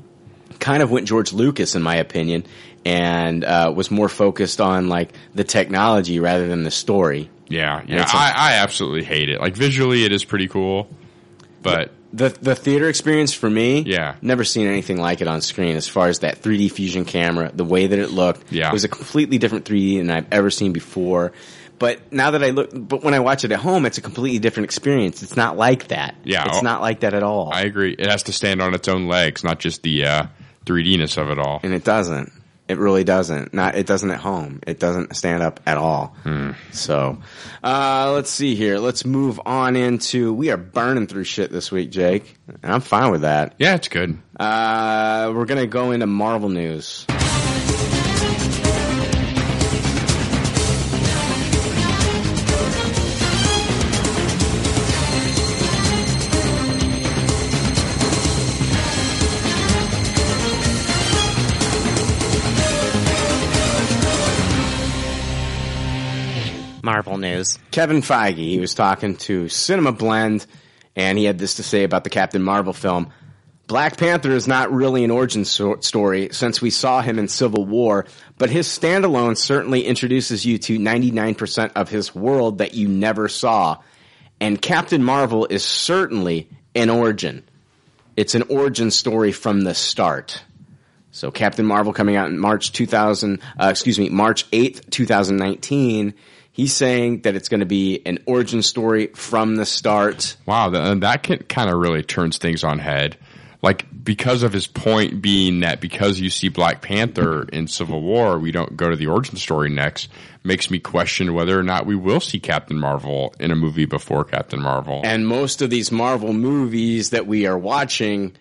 Speaker 9: kind of went George Lucas, in my opinion, and uh, was more focused on like the technology rather than the story.
Speaker 10: Yeah, yeah.
Speaker 9: It's a-
Speaker 10: I, I absolutely hate it. Like visually, it is pretty cool, but
Speaker 9: The, the theater experience for me,
Speaker 10: Yeah.
Speaker 9: never seen anything like it on screen. As far as that 3D fusion camera, the way that it looked,
Speaker 10: Yeah.
Speaker 9: it was a completely different 3D than I've ever seen before. But now that I look, but when I watch it at home, it's a completely different experience. It's not like that.
Speaker 10: Yeah,
Speaker 9: it's
Speaker 10: I'll-
Speaker 9: not like that at all,
Speaker 10: I agree. It has to stand on its own legs, not just the uh, 3Dness of it all.
Speaker 9: and it doesn't. It really doesn't. Not it doesn't at home. It doesn't stand up at all.
Speaker 10: Hmm.
Speaker 9: So uh, let's see here. Let's move on into. We are burning through shit this week, Jake. And I'm fine with that.
Speaker 10: Yeah, it's good.
Speaker 9: Uh, we're gonna go into Marvel news. Marvel news. Kevin Feige, he was talking to Cinema Blend, and he had this to say about the Captain Marvel film. Black Panther is not really an origin so- story since we saw him in Civil War, but his standalone certainly introduces you to 99% of his world that you never saw. And Captain Marvel is certainly an origin. It's an origin story from the start. So Captain Marvel coming out in March 2000, uh, excuse me, March 8th, 2019. He's saying that it's going to be an origin story from the start.
Speaker 10: Wow, th- and that can, kind of really turns things on head. Like because of his point being that because you see Black Panther in Civil War, we don't go to the origin story next. Makes me question whether or not we will see Captain Marvel in a movie before Captain Marvel.
Speaker 9: And most of these Marvel movies that we are watching.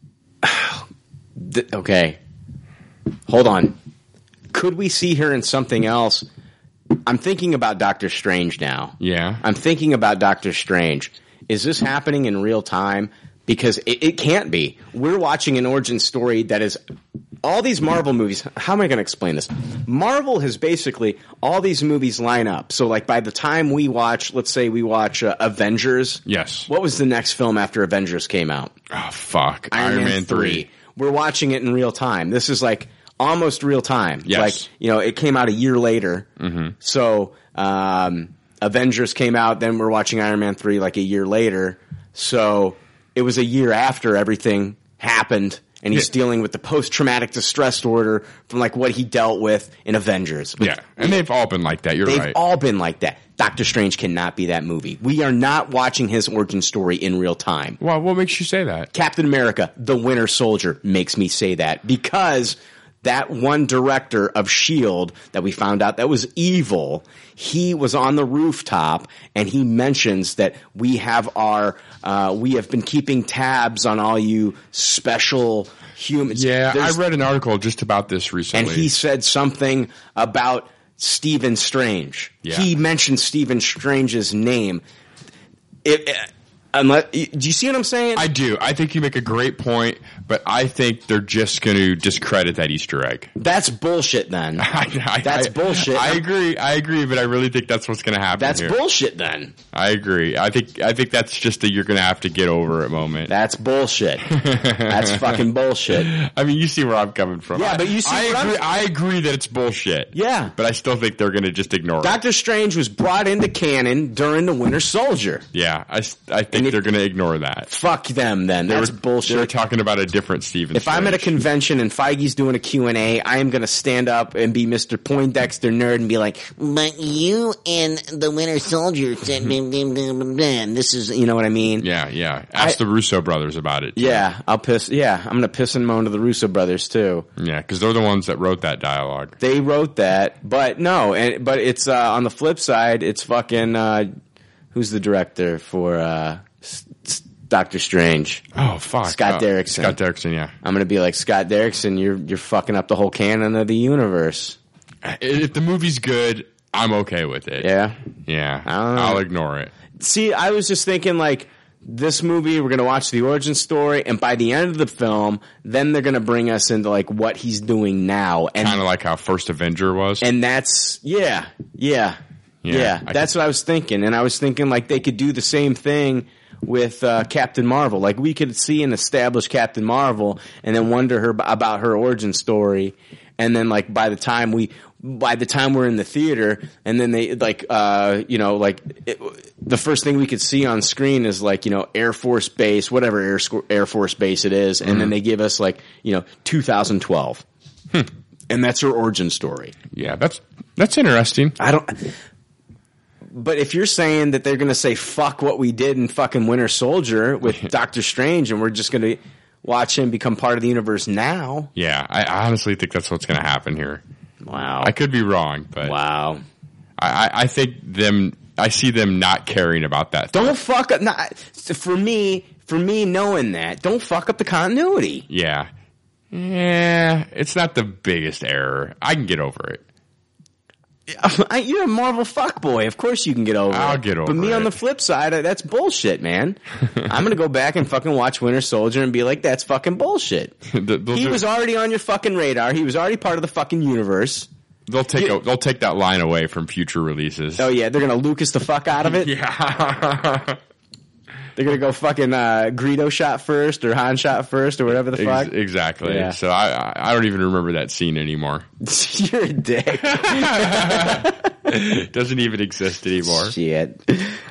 Speaker 9: Th- okay. Hold on. Could we see her in something else? I'm thinking about Doctor Strange now.
Speaker 10: yeah,
Speaker 9: I'm thinking about Doctor Strange. Is this happening in real time? Because it, it can't be. We're watching an origin story that is all these Marvel movies. How am I going to explain this? Marvel has basically all these movies line up. So, like by the time we watch, let's say we watch uh, Avengers.
Speaker 10: Yes.
Speaker 9: What was the next film after Avengers came out?
Speaker 10: oh fuck, Iron, Man, three.
Speaker 9: We're watching it in real time. This is like almost real time.
Speaker 10: Yes.
Speaker 9: Like, you know, it came out a year later. Mm-hmm. So, um, Avengers came out, then we're watching Iron Man 3 like a year later. So it was a year after everything happened. and he's dealing with the post traumatic distress disorder from like what he dealt with in Avengers.
Speaker 10: Yeah, and they've all been like that. You're
Speaker 9: They've
Speaker 10: right.
Speaker 9: all been like that. Doctor Strange cannot be that movie. We are not watching his origin story in real time.
Speaker 10: Well, what makes you say that?
Speaker 9: Captain America, the Winter Soldier, makes me say that because that one director of S.H.I.E.L.D. E that we found out that was evil, he was on the rooftop and he mentions that we have our, uh, we have been keeping tabs on all you special humans.
Speaker 10: yeah,
Speaker 9: There's-
Speaker 10: I read an article just about this
Speaker 9: and
Speaker 10: recently.
Speaker 9: he said something about Stephen Strange.
Speaker 10: Yeah.
Speaker 9: He mentioned Stephen Strange's name. It, it- unless, do you see what I'm saying?
Speaker 10: I do. I think you make a great point, but I think they're just going to discredit that Easter egg.
Speaker 9: That's bullshit. Then
Speaker 10: I-
Speaker 9: that's
Speaker 10: I-
Speaker 9: bullshit.
Speaker 10: I agree. I agree, but I really think that's what's going to happen.
Speaker 9: That's
Speaker 10: here.
Speaker 9: bullshit. Then
Speaker 10: I agree. I think. I think that's just a you're going to have to get over it moment.
Speaker 9: that's bullshit. that's fucking bullshit.
Speaker 10: I mean, you see where I'm coming from.
Speaker 9: Yeah,
Speaker 10: I-
Speaker 9: but you see
Speaker 10: I
Speaker 9: where I'm-
Speaker 10: agree. i agree that it's bullshit.
Speaker 9: Yeah.
Speaker 10: but I still think they're going to just ignore it.
Speaker 9: Doctor Strange was brought into canon during the Winter Soldier.
Speaker 10: Yeah, I, s- I think
Speaker 9: And if-
Speaker 10: they're going to ignore that.
Speaker 9: Fuck them. Then
Speaker 10: They
Speaker 9: that's
Speaker 10: were,
Speaker 9: bullshit.
Speaker 10: They were talking about a different Steven.
Speaker 9: If I'm at a
Speaker 10: Strange.
Speaker 9: convention and Feige's doing a Q&A, I am going to stand up and be Mr. Poindexter nerd and be like,
Speaker 12: But you and the Winter Soldier said, blah, blah, blah, blah, blah, and this is.
Speaker 9: you know what I mean?
Speaker 10: yeah, yeah, ask
Speaker 9: I-
Speaker 10: the Russo brothers about it.
Speaker 9: Yeah, I'll piss. Yeah, I'm gonna piss and moan to the Russo brothers too.
Speaker 10: yeah, because they're the ones that wrote that dialogue.
Speaker 9: They wrote that, but no, and but it's uh, on the flip side. It's fucking uh, who's the director for uh, S- S- Doctor Strange?
Speaker 10: Oh fuck,
Speaker 9: Scott
Speaker 10: Oh,
Speaker 9: Derrickson.
Speaker 10: Scott Derrickson. Yeah,
Speaker 9: I'm gonna be like Scott Derrickson. You're you're fucking up the whole canon of the universe.
Speaker 10: I- if the movie's good, I'm okay with it.
Speaker 9: Yeah.
Speaker 10: yeah,
Speaker 9: I don't know.
Speaker 10: I'll ignore it.
Speaker 9: See, I was just thinking like. This movie, we're gonna watch the origin story, and by the end of the film, then they're gonna bring us into like what he's doing now, and
Speaker 10: Kind of like how First Avenger was.
Speaker 9: and that's yeah, yeah, yeah.
Speaker 10: Yeah, I
Speaker 9: that's what I was thinking, and I was thinking like they could do the same thing with uh, Captain Marvel. Like we could see and establish Captain Marvel, and then wonder her about her origin story, and then like by the time we. By the time we're in the theater, and then they like, uh, you know, like it, the first thing we could see on screen is like, you know, Air Force Base, whatever Air, Squ- Air Force Base it is, and
Speaker 10: Mm-hmm.
Speaker 9: then they give us like, you know, 2012,
Speaker 10: Hmm.
Speaker 9: and that's her origin story.
Speaker 10: yeah, that's that's interesting.
Speaker 9: I don't. But if you're saying that they're going to say fuck what we did in fucking Winter Soldier with Doctor Strange, and we're just going to watch him become part of the universe now,
Speaker 10: Yeah, I honestly think that's what's going to happen here.
Speaker 9: wow,
Speaker 10: I could be wrong, but
Speaker 9: wow,
Speaker 10: I, I, I think them. I see them not caring about that.
Speaker 9: don't fuck up. Not, for me, for me, knowing that, don't fuck up the continuity.
Speaker 10: Yeah, yeah. It's not the biggest error. I can get over it.
Speaker 9: I- you're a Marvel fuckboy. Of course you can get over it.
Speaker 10: I'll get over
Speaker 9: But me on
Speaker 10: it.
Speaker 9: the flip side, I- that's bullshit, man. I'm going to go back and fucking watch Winter Soldier and be like, that's fucking bullshit.
Speaker 10: They'll- they'll
Speaker 9: he
Speaker 10: do-
Speaker 9: was already on your fucking radar. He was already part of the fucking universe.
Speaker 10: They'll take
Speaker 9: you-
Speaker 10: a, they'll take that line away from future releases.
Speaker 9: Oh yeah, they're gonna Lucas the fuck out of it.
Speaker 10: yeah.
Speaker 9: They're gonna go fucking uh, Greedo shot first or Han shot first or whatever the fuck.
Speaker 10: Ex- exactly.
Speaker 9: Yeah.
Speaker 10: So I I- I don't even remember that scene anymore.
Speaker 9: You're a dick.
Speaker 10: It doesn't even exist anymore.
Speaker 9: Shit.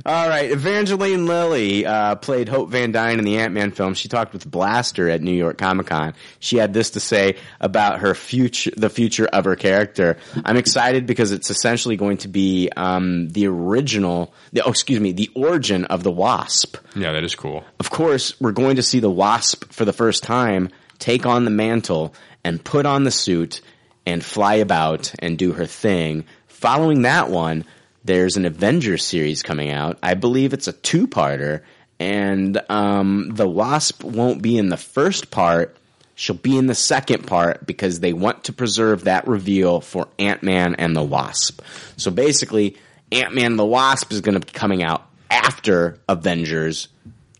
Speaker 9: All right, Evangeline Lilly uh, played Hope Van Dyne in the Ant Man film. She talked with Blaster at New York Comic Con. She had this to say about her future, the future of her character. I'm excited because it's essentially going to be um, the original, the, oh, excuse me, the origin of the Wasp.
Speaker 10: Yeah, that is cool.
Speaker 9: Of course, we're going to see the Wasp for the first time take on the mantle and put on the suit and fly about and do her thing. Following that one, there's an Avengers series coming out. I believe it's a two parter, and um, the Wasp won't be in the first part. She'll be in the second part because they want to preserve that reveal for Ant Man and the Wasp. So basically, Ant Man and the Wasp is going to be coming out after Avengers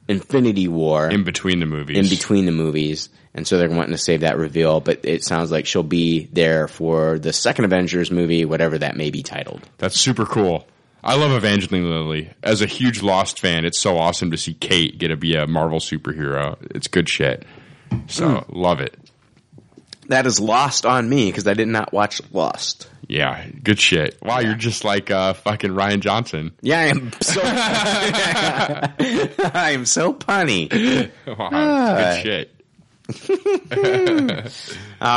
Speaker 9: Infinity War
Speaker 10: In between the movies.
Speaker 9: in between the movies. And so they're wanting to save that reveal, but it sounds like she'll be there for the second Avengers movie, whatever that may be titled.
Speaker 10: That's super cool. I love Evangeline Lilly. As a huge Lost fan, it's so awesome to see Kate get to be a Marvel superhero. It's good shit. So
Speaker 9: Hmm.
Speaker 10: love it.
Speaker 9: That is lost on me because I did not watch Lost.
Speaker 10: Yeah, good shit. Wow, you're just like uh, fucking Ryan Johnson.
Speaker 9: Yeah, I am so I am so punny.
Speaker 10: Wow, good shit.
Speaker 9: All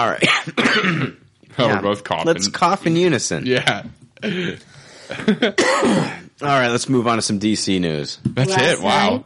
Speaker 9: right. oh,
Speaker 10: we're both coughing.
Speaker 9: Let's cough in unison.
Speaker 10: Yeah.
Speaker 9: All right, let's move on to some DC news.
Speaker 10: That's
Speaker 4: Last
Speaker 10: it. Wow.
Speaker 4: night.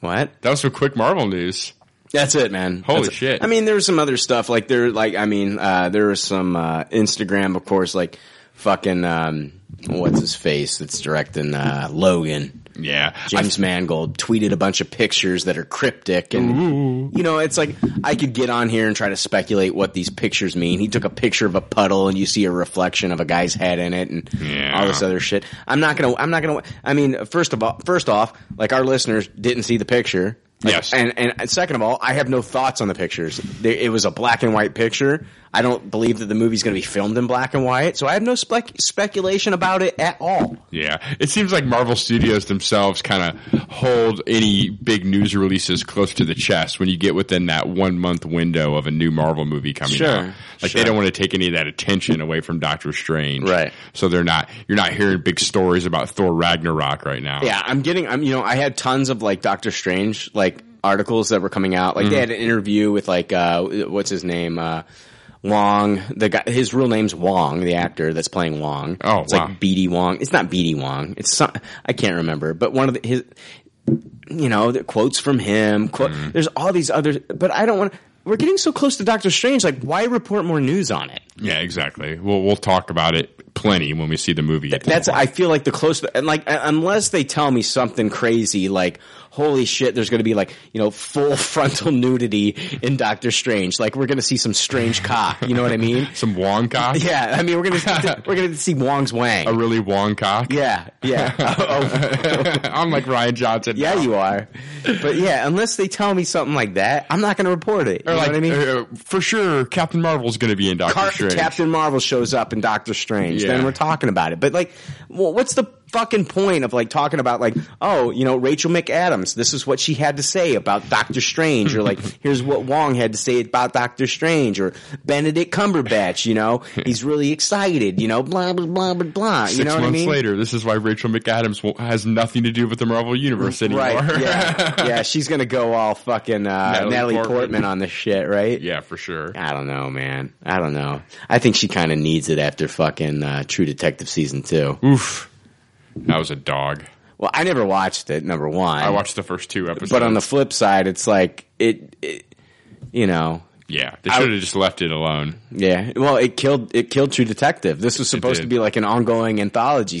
Speaker 9: What?
Speaker 10: That was some quick Marvel news.
Speaker 9: That's it, man.
Speaker 10: Holy
Speaker 9: That's it.
Speaker 10: shit.
Speaker 9: I mean, there was some other stuff. Like there, like I mean, uh, there was some uh, Instagram, of course. Like fucking um, what's his face that's directing uh, Logan.
Speaker 10: Yeah.
Speaker 9: James Mangold tweeted a bunch of pictures that are cryptic, and you know, it's like I could get on here and try to speculate what these pictures mean. He took a picture of a puddle, and you see a reflection of a guy's head in it, and
Speaker 10: Yeah.
Speaker 9: all this other shit. I'm not gonna. I'm not gonna. I mean, first of all, first off, like our listeners didn't see the picture. Like,
Speaker 10: Yes.
Speaker 9: and and second of all, I have no thoughts on the pictures. They, it was a black and white picture. I don't believe that the movie's going to be filmed in black and white, so I have no spec- speculation about it at all.
Speaker 10: Yeah, it seems like Marvel Studios themselves kind of hold any big news releases close to the chest when you get within that one month window of a new Marvel movie coming
Speaker 9: Sure,
Speaker 10: out. Like
Speaker 9: sure.
Speaker 10: they don't want to take any of that attention away from Doctor Strange,
Speaker 9: Right.
Speaker 10: So they're not you're not hearing big stories about Thor Ragnarok right now.
Speaker 9: Yeah, I'm getting. I'm you know I had tons of like Doctor Strange like articles that were coming out. Like they had an interview with like uh what's his name uh Wong. The guy his real name's Wong, the actor that's playing Wong.
Speaker 10: Oh,
Speaker 9: it's
Speaker 10: wow.
Speaker 9: like BD Wong. It's not BD Wong. It's some, I can't remember, but one of the, his you know the quotes from him. Quote, There's all these other, but I don't want. We're getting so close to Doctor Strange. Like, why report more news on it?
Speaker 10: yeah, exactly. We'll we'll talk about it plenty when we see the movie. at this
Speaker 9: That's
Speaker 10: point.
Speaker 9: I feel like the close and like uh, unless they tell me something crazy like holy shit there's going to be like you know full frontal nudity in Doctor Strange like we're going to see some strange cock you know what I mean
Speaker 10: some Wong cock,
Speaker 9: yeah I mean we're going to we're going to see Wong's Wang
Speaker 10: a really Wong cock.
Speaker 9: yeah yeah Oh,
Speaker 10: I'm like Ryan Johnson.
Speaker 9: yeah you are but yeah unless they tell me something like that I'm not going to report it you
Speaker 10: Or
Speaker 9: know
Speaker 10: like,
Speaker 9: what I mean
Speaker 10: uh, for sure, Captain Marvel's going to be in Doctor
Speaker 9: Car-
Speaker 10: Strange.
Speaker 9: Captain Marvel shows up in Doctor Strange,
Speaker 10: Yeah.
Speaker 9: then we're talking about it. But like, well, what's the fucking point of like talking about like, oh, you know, Rachel McAdams, this is what she had to say about Doctor Strange, or like, here's what Wong had to say about Doctor Strange, or Benedict Cumberbatch, you know, he's really excited, you know, blah blah blah blah blah.
Speaker 10: Six
Speaker 9: you know
Speaker 10: months
Speaker 9: what I mean?
Speaker 10: later, this is why Rachel McAdams will, has nothing to do with the Marvel Universe anymore.
Speaker 9: Right, yeah, yeah. She's gonna go all fucking uh, Natalie,
Speaker 10: Natalie
Speaker 9: Portman.
Speaker 10: Portman.
Speaker 9: on this shit, right?
Speaker 10: Yeah, for sure.
Speaker 9: I don't know, man. I don't know. I think she kind of needs it after fucking uh, True Detective season two.
Speaker 10: Oof. That was a dog.
Speaker 9: Well, I never watched it. Number one,
Speaker 10: I watched the first two episodes.
Speaker 9: But on the flip side, it's like it, it you know,
Speaker 10: yeah, they
Speaker 9: I-
Speaker 10: should have just left it alone.
Speaker 9: yeah. Well, it killed it killed True Detective. This was supposed to
Speaker 10: did.
Speaker 9: be like an ongoing anthology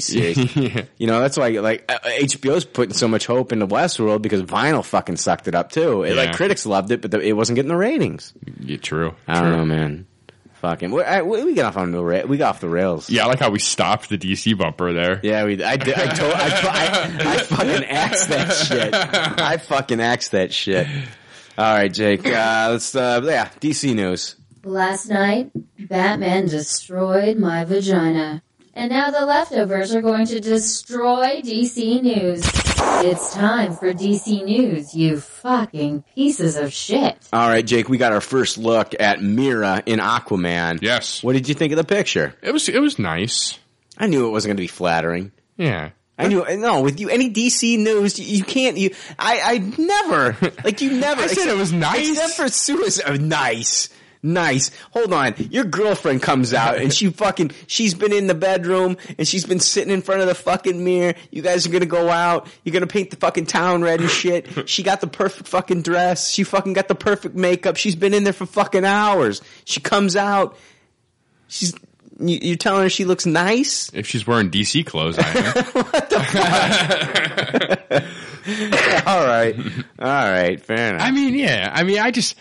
Speaker 9: series. You know, that's why like uh, HBO's putting so much hope into Westworld because Vinyl fucking sucked it up too. It, Like
Speaker 10: Yeah.
Speaker 9: critics loved it, but the, it wasn't getting the ratings.
Speaker 10: Yeah, true.
Speaker 9: I don't know, man. Fucking, we, I, we we got off on the ra- we got off the rails.
Speaker 10: Yeah, I like how we stopped the DC bumper there.
Speaker 9: Yeah, we. I did. I told. I, I, I fucking axed that shit. I fucking axed that shit. All right, Jake. Uh, let's. Uh, yeah, DC news.
Speaker 4: Last night, Batman destroyed my vagina. And now the leftovers are going to destroy DC News. It's time for DC News, you fucking pieces of shit.
Speaker 9: All right, Jake. We got our first look at Mira in Aquaman.
Speaker 10: Yes.
Speaker 9: What did you think of the picture?
Speaker 10: It was it was nice.
Speaker 9: I knew it wasn't going to be flattering.
Speaker 10: Yeah.
Speaker 9: I knew. No, with you, any DC news, you, you can't. You, I, I never like you never.
Speaker 10: I said it was nice.
Speaker 9: except for suicide. Oh, Nice, nice. Hold on, your girlfriend comes out and she fucking. She's been in the bedroom and she's been sitting in front of the fucking mirror. You guys are gonna go out. You're gonna paint the fucking town red and shit. She got the perfect fucking dress. She fucking got the perfect makeup. She's been in there for fucking hours. She comes out. She's. You, you're telling her she looks nice.
Speaker 10: If she's wearing DC clothes, I am.
Speaker 9: All right, all right, fair enough.
Speaker 10: I mean, yeah. I mean, I just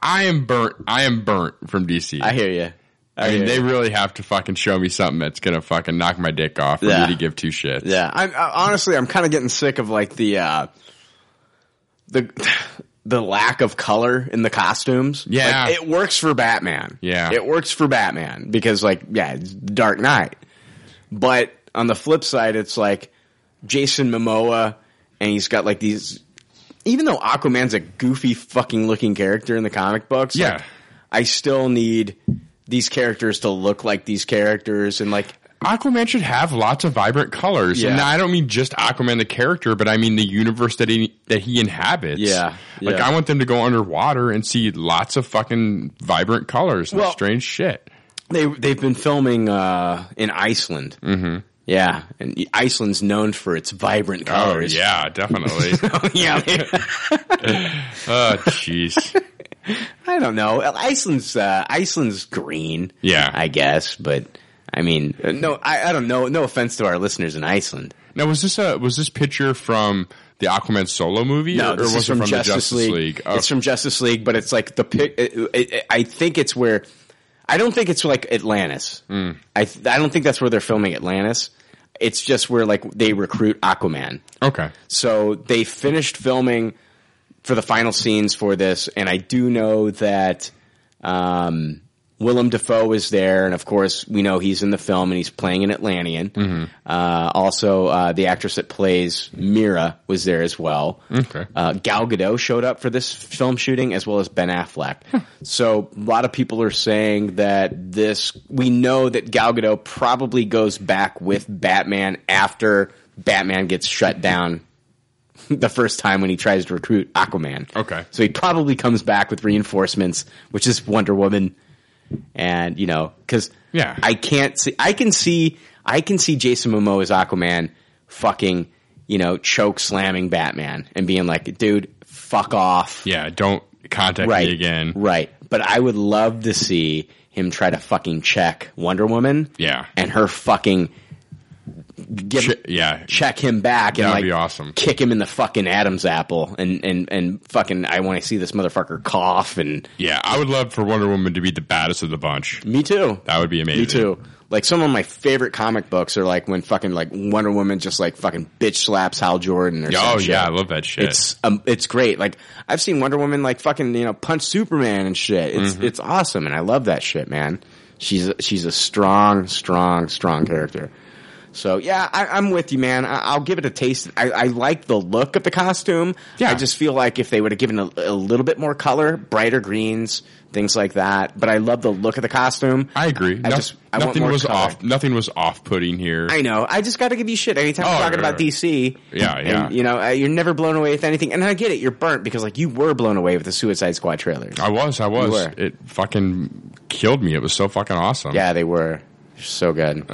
Speaker 10: I am burnt. I am burnt from DC.
Speaker 9: I hear you.
Speaker 10: I mean,
Speaker 9: hear
Speaker 10: they
Speaker 9: you.
Speaker 10: really have to fucking show me something that's gonna fucking knock my dick off for
Speaker 9: Yeah.
Speaker 10: me to give two shits.
Speaker 9: Yeah, I, I, honestly, I'm kind of getting sick of like the uh, the the lack of color in the costumes.
Speaker 10: Yeah.
Speaker 9: Like, it works for Batman.
Speaker 10: Yeah.
Speaker 9: it works for Batman because like yeah, it's the Dark Knight. But on the flip side, it's like Jason Momoa, and he's got like these. Even though Aquaman's a goofy fucking looking character in the comic books, like,
Speaker 10: Yeah.
Speaker 9: I still need these characters to look like these characters and like
Speaker 10: Aquaman should have lots of vibrant colors.
Speaker 9: Yeah.
Speaker 10: And I don't mean just Aquaman the character, but I mean the universe that he that he inhabits.
Speaker 9: Yeah,
Speaker 10: Like
Speaker 9: yeah.
Speaker 10: I want them to go underwater and see lots of fucking vibrant colors and
Speaker 9: Well-
Speaker 10: strange shit.
Speaker 9: They they've been filming uh, in Iceland. Mm-hmm. Yeah, and Iceland's known for its vibrant
Speaker 10: Oh
Speaker 9: colors.
Speaker 10: yeah, definitely.
Speaker 9: yeah.
Speaker 10: oh jeez.
Speaker 9: I don't know. Iceland's uh, Iceland's green.
Speaker 10: Yeah,
Speaker 9: I guess, but I mean, uh, no, I, I don't know. No offense to our listeners in Iceland.
Speaker 10: Now was this a was this picture from the Aquaman solo movie?
Speaker 9: No,
Speaker 10: or
Speaker 9: this
Speaker 10: was
Speaker 9: is from,
Speaker 10: it
Speaker 9: Justice,
Speaker 10: the Justice
Speaker 9: League.
Speaker 10: League? Oh.
Speaker 9: It's from Justice League, but it's like the pic. It, it, it- I think it's where. I don't think it's like Atlantis.
Speaker 10: Hmm.
Speaker 9: I th- I don't think that's where they're filming Atlantis. It's just where like they recruit Aquaman.
Speaker 10: Okay.
Speaker 9: So they finished filming for the final scenes for this, and I do know that um, Willem Dafoe is there, and of course we know he's in the film and he's playing an Atlantean.
Speaker 10: Mm-hmm.
Speaker 9: Uh, also, uh, the actress that plays Mira was there as well.
Speaker 10: Okay.
Speaker 9: Uh, Gal Gadot showed up for this film shooting as well as Ben Affleck.
Speaker 10: Hmm.
Speaker 9: so a lot of people are saying that this, we know that Gal Gadot probably goes back with Batman after Batman gets shut down the first time when he tries to recruit Aquaman.
Speaker 10: Okay.
Speaker 9: So he probably comes back with reinforcements, which is Wonder Woman. And, you know, cause
Speaker 10: Yeah.
Speaker 9: I can't see, I can see, I can see Jason Momoa as Aquaman fucking, you know, choke slamming Batman and being like, dude, fuck off.
Speaker 10: Yeah, don't contact me again.
Speaker 9: Right. But I would love to see him try to fucking check Wonder Woman.
Speaker 10: Yeah.
Speaker 9: And her fucking give,
Speaker 10: yeah.
Speaker 9: check him back and
Speaker 10: That'd
Speaker 9: like
Speaker 10: be awesome.
Speaker 9: kick him in the fucking Adam's apple and and and fucking I want to see this motherfucker cough and
Speaker 10: Yeah, I would love for Wonder Woman to be the baddest of the bunch.
Speaker 9: me too.
Speaker 10: That would be amazing.
Speaker 9: Me too. Like some of my favorite comic books are like when fucking like Wonder Woman just like fucking bitch slaps Hal Jordan or
Speaker 10: Oh
Speaker 9: some shit.
Speaker 10: yeah, I love that shit.
Speaker 9: It's um, it's great. Like I've seen Wonder Woman like fucking you know punch Superman and shit. It's
Speaker 10: Mm-hmm.
Speaker 9: it's awesome, and I love that shit, man. She's she's a strong, strong, strong character. So yeah, I, I'm with you, man. I, I'll give it a taste. I, I like the look of the costume.
Speaker 10: Yeah.
Speaker 9: I just feel like if they would have given a, a little bit more color, brighter greens, things like that. But I love the look of the costume.
Speaker 10: I agree.
Speaker 9: I
Speaker 10: No-
Speaker 9: just I want
Speaker 10: nothing
Speaker 9: more
Speaker 10: was
Speaker 9: color.
Speaker 10: off. Nothing was off-putting here.
Speaker 9: I know. I just got to give you shit anytime
Speaker 10: Oh,
Speaker 9: I'm talking
Speaker 10: yeah,
Speaker 9: about
Speaker 10: yeah.
Speaker 9: DC.
Speaker 10: Yeah, yeah.
Speaker 9: And, you know, uh, you're never blown away with anything. And I get it. You're burnt because like you were blown away with the Suicide Squad trailers.
Speaker 10: I was. I
Speaker 9: You
Speaker 10: was.
Speaker 9: were.
Speaker 10: It fucking killed me. It was so fucking awesome.
Speaker 9: Yeah, they were. They're so good.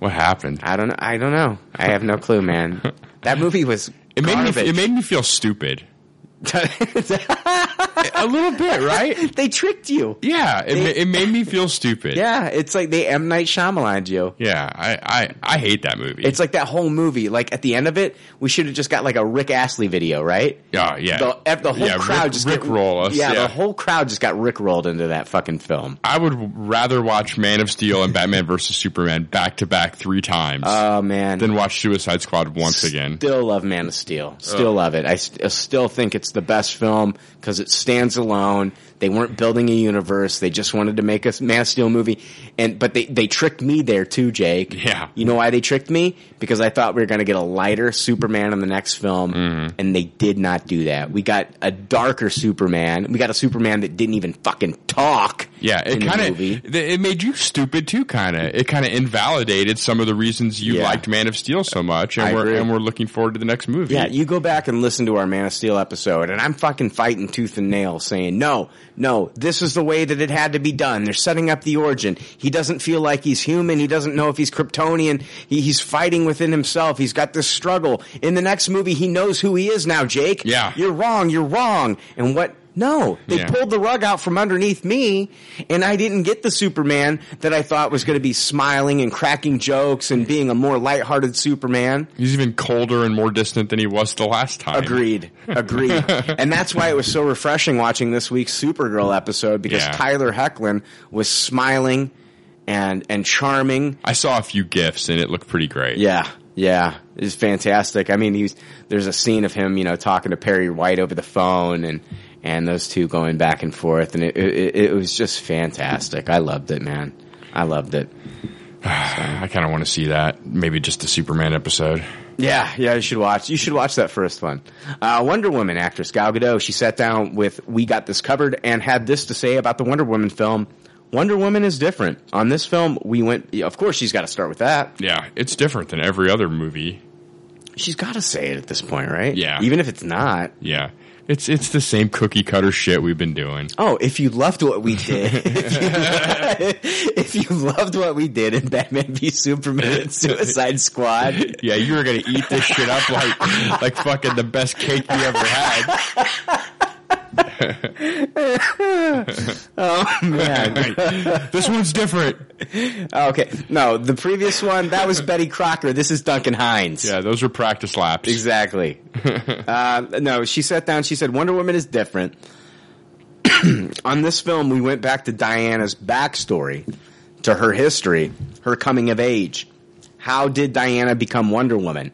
Speaker 10: What happened?
Speaker 9: I don't. know. I don't know. I have no clue, man. That movie was.
Speaker 10: It made
Speaker 9: garbage.
Speaker 10: me. It made me feel stupid. A little bit, right?
Speaker 9: they tricked you.
Speaker 10: Yeah. It, ma- it made me feel stupid.
Speaker 9: Yeah, it's like they M Night Shyamalan you.
Speaker 10: Yeah. I. I. I hate that movie.
Speaker 9: It's like that whole movie. Like at the end of it, we should have just got like a Rick Astley video, right?
Speaker 10: yeah. Oh, Yeah.
Speaker 9: The, ev- the whole
Speaker 10: Yeah,
Speaker 9: crowd
Speaker 10: Rick-
Speaker 9: just
Speaker 10: Rick
Speaker 9: got-
Speaker 10: roll us,
Speaker 9: yeah,
Speaker 10: yeah.
Speaker 9: the whole crowd just got Rick rolled into that fucking film.
Speaker 10: I would rather watch Man of Steel and Batman versus Superman back to back three times
Speaker 9: Oh man,
Speaker 10: than watch Suicide Squad once again.
Speaker 9: Still love Man of Steel. Still love it. I, st- I still think it's the best film because it stands alone. They weren't building a universe. They just wanted to make a s- Man of Steel movie. And, but they, they tricked me there too, Jake.
Speaker 10: Yeah.
Speaker 9: You know why they tricked me? Because I thought we were going to get a lighter Superman in the next film.
Speaker 10: Mm-hmm.
Speaker 9: And they did not do that. We got a darker Superman. We got a Superman that didn't even fucking talk.
Speaker 10: Yeah,
Speaker 9: in
Speaker 10: it
Speaker 9: the
Speaker 10: kind of
Speaker 9: movie.
Speaker 10: it made you stupid too. Kind of it kind of invalidated some of the reasons you
Speaker 9: Yeah.
Speaker 10: liked Man of Steel so much,
Speaker 9: I
Speaker 10: and we're
Speaker 9: agree.
Speaker 10: and we're looking forward to the next movie.
Speaker 9: Yeah, you go back and listen to our Man of Steel episode, and I'm fucking fighting tooth and nail saying, no, no, this is the way that it had to be done. They're setting up the origin. He doesn't feel like he's human. He doesn't know if he's Kryptonian. He, he's fighting within himself. He's got this struggle. In the next movie, he knows who he is now, Jake.
Speaker 10: Yeah.
Speaker 9: You're wrong. You're wrong. And what? No, they
Speaker 10: Yeah.
Speaker 9: pulled the rug out from underneath me, and I didn't get the Superman that I thought was going to be smiling and cracking jokes and being a more lighthearted Superman.
Speaker 10: he's even colder and more distant than he was the last time.
Speaker 9: Agreed. Agreed. and that's why it was so refreshing watching this week's Supergirl episode because
Speaker 10: Yeah.
Speaker 9: Tyler Hecklin was smiling and and charming.
Speaker 10: I saw a few gifs and it looked pretty great.
Speaker 9: Yeah. Yeah. It's fantastic. I mean, he's there's a scene of him, you know, talking to Perry White over the phone and and those two going back and forth and it it, it was just fantastic. I loved it, man. I loved it.
Speaker 10: I kind of want to see that. Maybe just the Superman episode.
Speaker 9: Yeah, yeah, you should watch. You should watch that first one. Uh, Wonder Woman actress Gal Gadot. She sat down with We Got This Covered and had this to say about the Wonder Woman film. Wonder Woman is different. On this film, we went. yeah, Of course, she's got to start with that.
Speaker 10: Yeah, it's different than every other movie.
Speaker 9: She's got to say it at this point, right?
Speaker 10: Yeah.
Speaker 9: Even if it's not.
Speaker 10: Yeah. It's it's the same cookie cutter shit we've been doing.
Speaker 9: Oh, if you loved what we did, if you loved what we did in Batman v Superman and Suicide Squad,
Speaker 10: yeah, you were gonna eat this shit up like like fucking the best cake you ever had.
Speaker 9: oh man,
Speaker 10: this one's different.
Speaker 9: Okay, no, the previous one that was Betty Crocker. This is Duncan Hines.
Speaker 10: Yeah, those were practice laps.
Speaker 9: Exactly. uh, no, she sat down. She said, "Wonder Woman is different." On this film, we went back to Diana's backstory, to her history, her coming of age. How did Diana become Wonder Woman?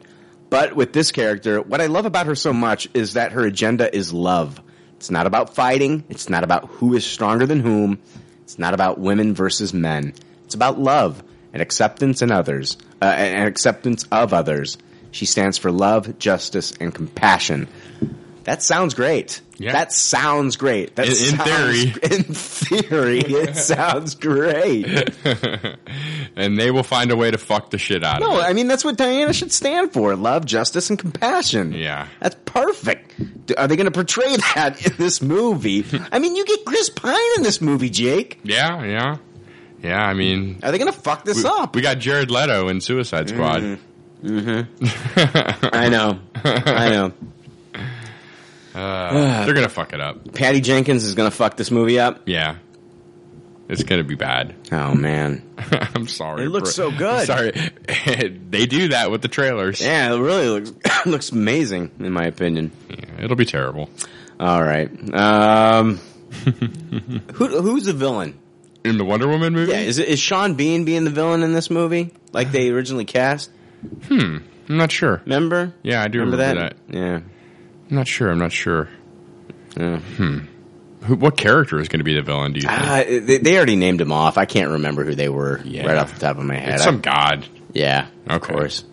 Speaker 9: But with this character, what I love about her so much is that her agenda is love. It's not about fighting. It's not about who is stronger than whom. It's not about women versus men. It's about love and acceptance in others, uh, and acceptance of others. She stands for love, justice, and compassion. That sounds great.
Speaker 10: Yeah.
Speaker 9: That sounds great. That
Speaker 10: In- in
Speaker 9: sounds-
Speaker 10: theory.
Speaker 9: in theory, it sounds great.
Speaker 10: and they will find a way to fuck the shit out
Speaker 9: No,
Speaker 10: of it.
Speaker 9: I mean that's what Diana should stand for: love, justice, and compassion.
Speaker 10: Yeah.
Speaker 9: That's perfect. D- Are they going to portray that in this movie? I mean, you get Chris Pine in this movie, Jake.
Speaker 10: Yeah, yeah. Yeah, I mean
Speaker 9: Are they going to fuck this
Speaker 10: we,
Speaker 9: up?
Speaker 10: we got Jared Leto in Suicide Squad.
Speaker 9: I know. I know.
Speaker 10: Uh, they're gonna fuck it up.
Speaker 9: Patty Jenkins is going to fuck this movie up.
Speaker 10: Yeah. It's gonna be bad.
Speaker 9: Oh man.
Speaker 10: I'm sorry.
Speaker 9: It looks
Speaker 10: bro.
Speaker 9: so good.
Speaker 10: sorry. they do that with the trailers.
Speaker 9: Yeah, it really looks looks amazing in my opinion.
Speaker 10: Yeah, it'll be terrible.
Speaker 9: All right. Um, who who's the villain?
Speaker 10: In the Wonder Woman movie?
Speaker 9: Yeah, is it, is Sean Bean being the villain in this movie? Like they originally cast?
Speaker 10: I'm not sure.
Speaker 9: Remember?
Speaker 10: Yeah, I do remember, that.
Speaker 9: Yeah.
Speaker 10: I'm not sure. I'm not sure. hmm.
Speaker 9: Yeah.
Speaker 10: Who, what character is going to be the villain? Do you think?
Speaker 9: Ah, they, they already named him off. I can't remember who they were
Speaker 10: Yeah.
Speaker 9: right off the top of my head.
Speaker 10: It's some god,
Speaker 9: I- yeah, of
Speaker 10: Okay.
Speaker 9: course.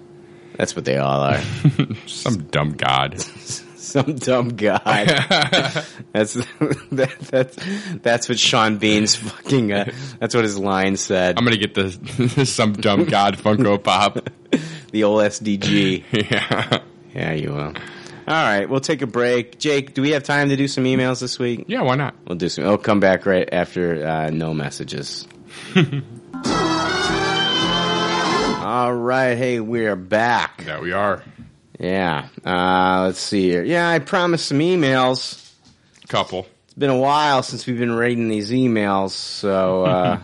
Speaker 9: That's what they all are.
Speaker 10: some dumb god.
Speaker 9: some dumb guy. That's that, that's that's what Sean Bean's fucking. Uh, that's what his line said.
Speaker 10: I'm going to get the some dumb god Funko Pop.
Speaker 9: the old SDG.
Speaker 10: Yeah,
Speaker 9: yeah, you will. All right, we'll take a break. Jake, do we have time to do some emails this week?
Speaker 10: yeah. Why not?
Speaker 9: We'll do some. I'll come back right after uh, no messages. All right, hey, we're back.
Speaker 10: Yeah, we are
Speaker 9: Yeah, uh, let's see here. Yeah, I promised some emails.
Speaker 10: couple.
Speaker 9: It's been a while since we've been reading these emails, so uh,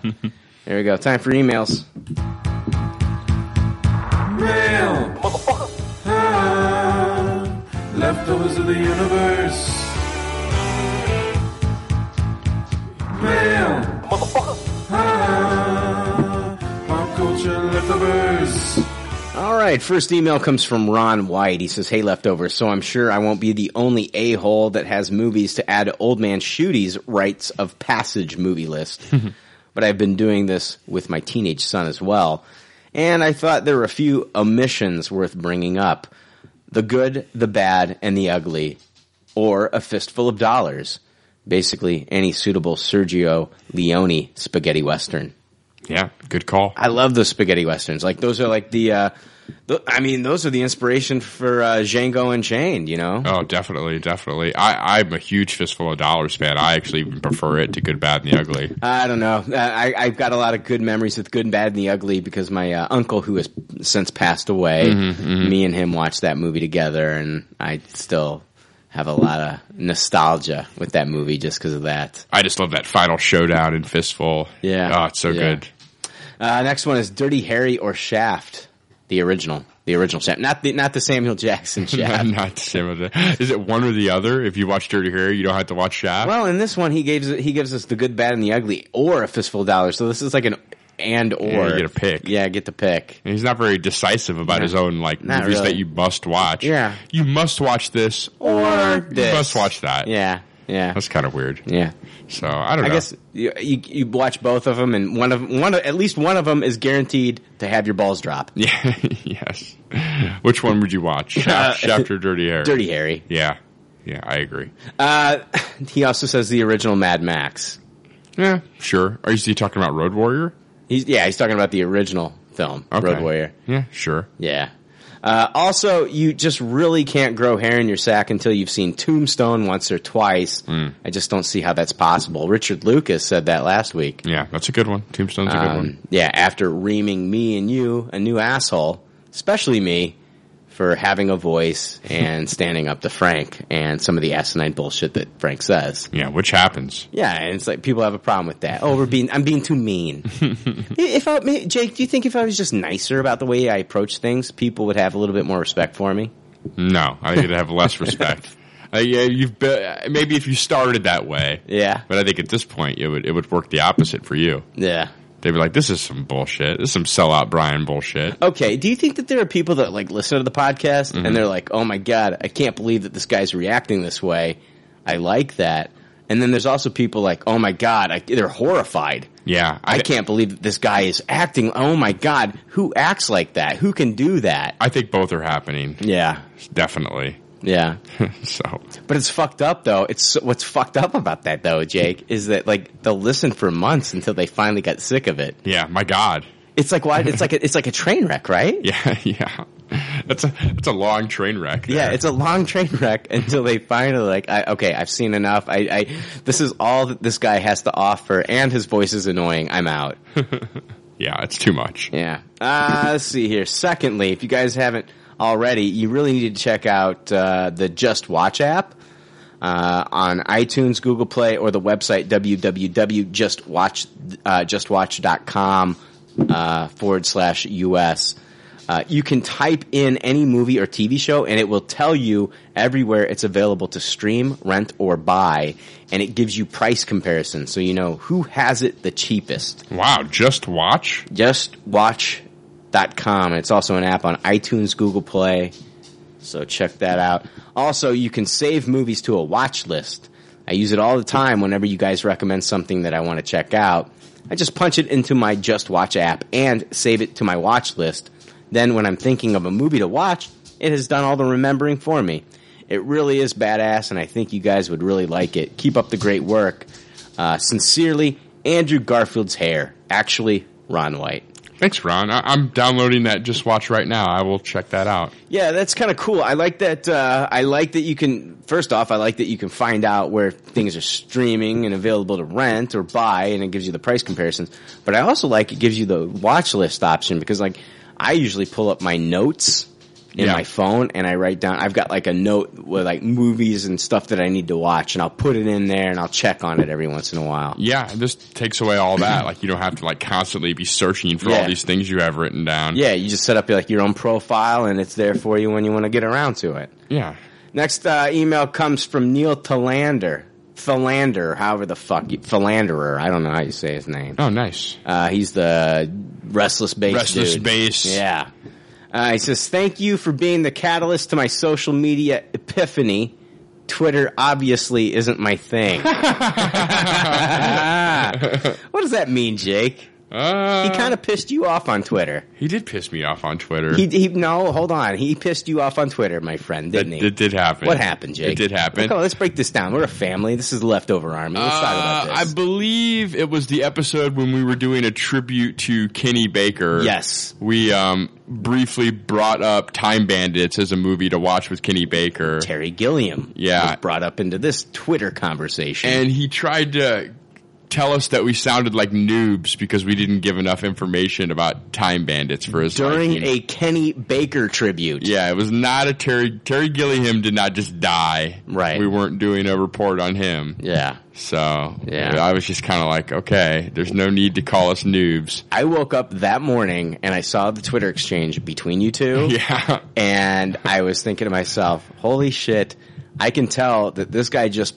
Speaker 9: there we go. Time for emails.
Speaker 5: Leftovers of the universe. Mail. Ah, Pop culture leftovers.
Speaker 9: All right, first email comes from Ron White. He says, Hey, leftovers, so I'm sure I won't be the only a hole that has movies to add to Old Man Shooty's Rites of Passage movie list. but I've been doing this with my teenage son as well. And I thought there were a few omissions worth bringing up the good, the bad, and the ugly, or a fistful of dollars. Basically, any suitable Sergio Leone spaghetti western.
Speaker 10: Yeah, good call.
Speaker 9: I love those spaghetti westerns. Like those are like the, uh, th I mean, those are the inspiration for uh, Django Unchained. You know,
Speaker 10: Oh, definitely, definitely. I, I'm a huge fistful of dollars fan. I actually even prefer it to Good, Bad, and the Ugly.
Speaker 9: I don't know. Uh, I, I- I've got a lot of good memories with Good and Bad and the Ugly because my uh, uncle, who has since passed away, me and him watched that movie together, and I still have a lot of nostalgia with that movie just because of that.
Speaker 10: I just love that final showdown in Fistful.
Speaker 9: Yeah.
Speaker 10: oh, it's so
Speaker 9: Yeah.
Speaker 10: good.
Speaker 9: Uh, next one is Dirty Harry or Shaft, the original, the original Shaft, not the not the Samuel Jackson Shaft.
Speaker 10: Not Samuel. J- Is it one or the other? If you watch Dirty Harry, you don't have to watch Shaft.
Speaker 9: Well, in this one, he gives he gives us the good, bad, and the ugly, or a fistful of dollars. So this is like an and or.
Speaker 10: Yeah, you get a pick.
Speaker 9: Yeah, get the pick.
Speaker 10: And He's not very decisive about his own like
Speaker 9: Not
Speaker 10: movies
Speaker 9: really.
Speaker 10: that you must watch.
Speaker 9: Yeah.
Speaker 10: you must watch this or you must watch that.
Speaker 9: Yeah, yeah,
Speaker 10: that's kind of weird.
Speaker 9: yeah.
Speaker 10: So I don't
Speaker 9: I
Speaker 10: know.
Speaker 9: guess you, you you watch both of them, and one of one of, at least one of them is guaranteed to have your balls drop.
Speaker 10: yeah, yes. Which one would you watch? Shaft, Shaft or Dirty Harry?
Speaker 9: Uh, Dirty Harry.
Speaker 10: Yeah, yeah, I agree.
Speaker 9: Uh, he also says the original Mad Max.
Speaker 10: Yeah, sure. Are you, is he talking about Road Warrior?
Speaker 9: He's yeah, he's talking about the original film,
Speaker 10: Okay.
Speaker 9: Road Warrior.
Speaker 10: Yeah, sure.
Speaker 9: Yeah. Uh, also, you just really can't grow hair in your sack until you've seen Tombstone once or twice.
Speaker 10: Mm.
Speaker 9: I just don't see how that's possible. Richard Lucas said that last week.
Speaker 10: Yeah, that's a good one. Tombstone's a good
Speaker 9: Um,
Speaker 10: one.
Speaker 9: Yeah, after reaming me and you, a new asshole, especially me, for having a voice and standing up to Frank and some of the asinine bullshit that Frank says.
Speaker 10: Yeah, which happens.
Speaker 9: Yeah, and it's like people have a problem with that. Oh, we're being, I'm being too mean. if I, may- Jake, do you think if I was just nicer about the way I approach things, people would have a little bit more respect for me?
Speaker 10: No, I think it'd have less respect. Uh, yeah, you've been, uh, maybe if you started that way.
Speaker 9: Yeah.
Speaker 10: But I think at this point it would it would work the opposite for you.
Speaker 9: Yeah.
Speaker 10: They'd be like, "This is some bullshit. This is some sellout Brian bullshit."
Speaker 9: Okay. Do you think that there are people that like listen to the podcast and they're like, "Oh my god, I can't believe that this guy's reacting this way. I like that." And then there's also people like, "Oh my god, I, they're horrified.
Speaker 10: Yeah,
Speaker 9: I, can't believe that this guy is acting. Oh my god, who acts like that? Who can do that?"
Speaker 10: I think both are happening.
Speaker 9: Yeah.
Speaker 10: Definitely.
Speaker 9: Yeah.
Speaker 10: so,
Speaker 9: but it's fucked up though. It's what's fucked up about that though, Jake, is that like they'll listen for months until they finally got sick of it.
Speaker 10: Yeah, my god.
Speaker 9: It's like why it's like a, it's like a train wreck, right?
Speaker 10: Yeah, yeah. That's a that's a long train wreck.
Speaker 9: Yeah, it's a long train wreck until they finally like, I, okay, I've seen enough. I, I, this is all that this guy has to offer, and his voice is annoying. I'm out.
Speaker 10: yeah, it's too much.
Speaker 9: Yeah. Uh, let's see here. Secondly, if you guys haven't already, you really need to check out uh, the Just Watch app uh, on iTunes, Google Play, or the website www.justwatch uh, justwatch.com uh, forward slash us. Uh, you can type in any movie or TV show, and it will tell you everywhere it's available to stream, rent, or buy, and it gives you price comparisons, so you know who has it the cheapest.
Speaker 10: Wow, just watch?
Speaker 9: JustWatch.com. It's also an app on iTunes, Google Play, so check that out. Also, you can save movies to a watch list. I use it all the time whenever you guys recommend something that I want to check out. I just punch it into my Just Watch app and save it to my watch list. Then when I'm thinking of a movie to watch, it has done all the remembering for me. It really is badass, and I think you guys would really like it. Keep up the great work. Uh, sincerely, Andrew Garfield's hair. Actually, Ron White.
Speaker 10: Thanks, Ron. I- I'm downloading that just watch right now. I will check that out.
Speaker 9: Yeah, that's kind of cool. I like that. Uh, I like that you can. First off, I like that you can find out where things are streaming and available to rent or buy, and it gives you the price comparisons. But I also like it gives you the watch list option because, like, I usually pull up my notes in
Speaker 10: Yeah.
Speaker 9: my phone and I write down. I've got like a note with like movies and stuff that I need to watch, and I'll put it in there and I'll check on it every once in a while.
Speaker 10: Yeah, this takes away all that. Like you don't have to like constantly be searching for
Speaker 9: Yeah.
Speaker 10: all these things you have written down.
Speaker 9: Yeah, you just set up like your own profile, and it's there for you when you want to get around to it.
Speaker 10: Yeah.
Speaker 9: Next uh, email comes from Neil Talander. Philander, however the fuck, you, Philanderer. I don't know how you say his name.
Speaker 10: Oh, nice.
Speaker 9: Uh, he's the restless base.
Speaker 10: Restless
Speaker 9: dude.
Speaker 10: Base.
Speaker 9: Yeah. Uh, he says, "Thank you for being the catalyst to my social media epiphany. Twitter obviously isn't my thing. what does that mean, Jake? he kind of pissed you off on Twitter.
Speaker 10: Uh, He did piss me off on Twitter.
Speaker 9: He, he no, hold on. He pissed you off on Twitter, my friend, didn't
Speaker 10: That-
Speaker 9: he?
Speaker 10: that did happen.
Speaker 9: What happened, Jake?
Speaker 10: It did happen.
Speaker 9: Come on, let's break this down. We're a family. This is leftover army. Let's talk about
Speaker 10: Uh,
Speaker 9: this.
Speaker 10: I believe it was the episode when we were doing a tribute to Kenny Baker.
Speaker 9: Yes.
Speaker 10: We um, briefly brought up Time Bandits as a movie to watch with Kenny Baker.
Speaker 9: Terry Gilliam.
Speaker 10: Yeah.
Speaker 9: was brought up into this Twitter conversation.
Speaker 10: And he tried to tell us that we sounded like noobs because we didn't give enough information about Time Bandits for his
Speaker 9: during
Speaker 10: liking.
Speaker 9: a Kenny Baker tribute.
Speaker 10: Yeah, it was not a Terry Terry Gilliam did not just die.
Speaker 9: Right.
Speaker 10: We weren't doing a report on him.
Speaker 9: Yeah.
Speaker 10: So
Speaker 9: Yeah.
Speaker 10: I was just kind of like, okay, there's no need to call us noobs.
Speaker 9: I woke up that morning and I saw the Twitter exchange between you two.
Speaker 10: Yeah.
Speaker 9: And I was thinking to myself, holy shit, I can tell that this guy just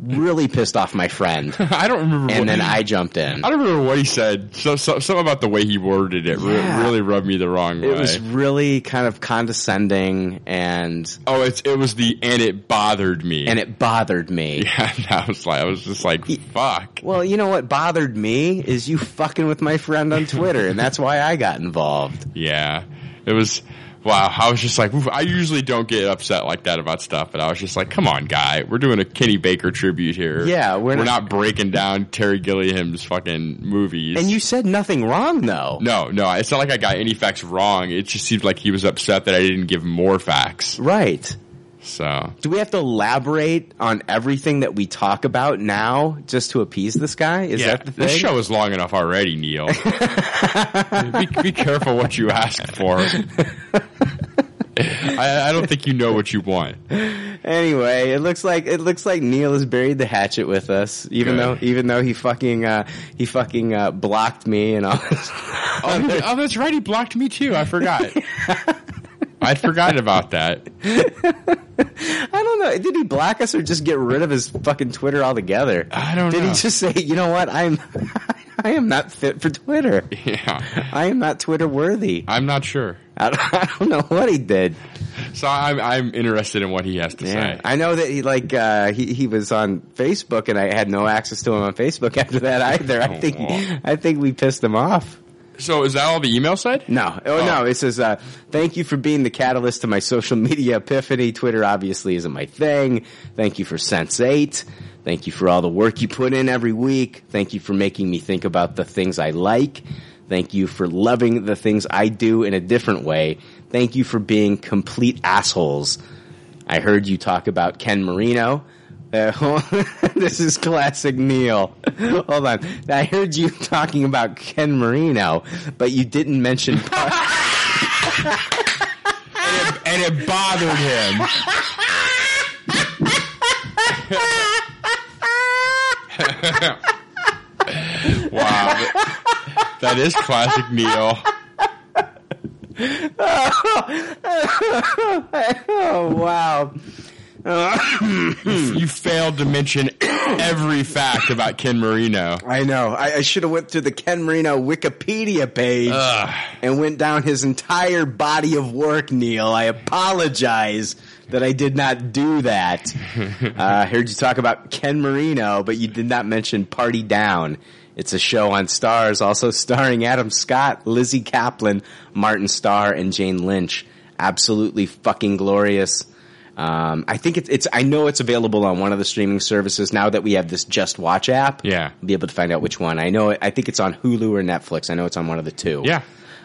Speaker 9: really pissed off my friend.
Speaker 10: I don't remember.
Speaker 9: And
Speaker 10: what
Speaker 9: then
Speaker 10: he-
Speaker 9: I jumped in.
Speaker 10: I don't remember what he said. So, so something about the way he worded it re-
Speaker 9: Yeah.
Speaker 10: really rubbed me the wrong way.
Speaker 9: It was really kind of condescending and
Speaker 10: oh, it's it was the and it bothered me.
Speaker 9: and it bothered me.
Speaker 10: yeah, and I was like, I was just like, fuck.
Speaker 9: Well, you know what bothered me is you fucking with my friend on Twitter, and that's why I got involved.
Speaker 10: Yeah, it was. Wow, I was just like, oof, I usually don't get upset like that about stuff, but I was just like, come on, guy, we're doing a Kenny Baker tribute here.
Speaker 9: Yeah,
Speaker 10: we're,
Speaker 9: we're
Speaker 10: not,
Speaker 9: not-
Speaker 10: breaking down Terry Gilliam's fucking movies.
Speaker 9: And you said nothing wrong though.
Speaker 10: no, no, it's not like I got any facts wrong. It just seemed like he was upset that I didn't give more facts.
Speaker 9: Right.
Speaker 10: So
Speaker 9: Do we have to elaborate on everything that we talk about now just to appease this guy? Is
Speaker 10: yeah,
Speaker 9: that the thing?
Speaker 10: this show is long enough already, Neil. be, be careful what you ask for. I, I don't think you know what you want.
Speaker 9: Anyway, it looks like it looks like Neil has buried the hatchet with us, even
Speaker 10: Good.
Speaker 9: though even though he fucking uh, he fucking uh, blocked me and
Speaker 10: Oh,
Speaker 9: all.
Speaker 10: he- oh, that's right. He blocked me too. I forgot. I'd forgotten about that.
Speaker 9: I don't know. Did he block us or just get rid of his fucking Twitter altogether?
Speaker 10: I don't
Speaker 9: Did
Speaker 10: know.
Speaker 9: he just say, you know what? I'm, I am not fit for Twitter.
Speaker 10: Yeah,
Speaker 9: I am not Twitter worthy.
Speaker 10: I'm not sure.
Speaker 9: I don't, I don't know what he did.
Speaker 10: So I'm I'm interested in what he has to
Speaker 9: Yeah.
Speaker 10: say.
Speaker 9: I know that he like uh, he he was on Facebook and I had no access to him on Facebook after that either.
Speaker 10: Oh.
Speaker 9: I think
Speaker 10: Aw.
Speaker 9: I think we pissed him off.
Speaker 10: So is that all the email said?
Speaker 9: No, oh,
Speaker 10: Oh.
Speaker 9: no. It says, uh, "Thank you for being the catalyst to my social media epiphany. Twitter obviously isn't my thing. Thank you for Sense Eight. Thank you for all the work you put in every week. Thank you for making me think about the things I like. Thank you for loving the things I do in a different way. Thank you for being complete assholes. I heard you talk about Ken Marino." Uh, this is classic Neil. Hold on. I heard you talking about Ken Marino, but you didn't mention
Speaker 10: And it bothered him. wow, that- that is classic Neil.
Speaker 9: Oh wow!
Speaker 10: You failed to mention every fact about Ken Marino.
Speaker 9: I know. I, I should have went through the Ken Marino Wikipedia page and went down his entire body of work. Neil, I apologize that I did not do that. Uh, I heard you talk about Ken Marino, but you did not mention Party Down. It's a show on Stars, also starring Adam Scott, Lizzie Kaplan, Martin Starr, and Jane Lynch. Absolutely fucking glorious. Um, I think it's, it's. I know it's available on one of the streaming services now that we have this Just Watch app.
Speaker 10: Yeah.
Speaker 9: I'll be able to find out which one. I know. It, I think it's on Hulu or Netflix. I know it's on one of the two.
Speaker 10: Yeah.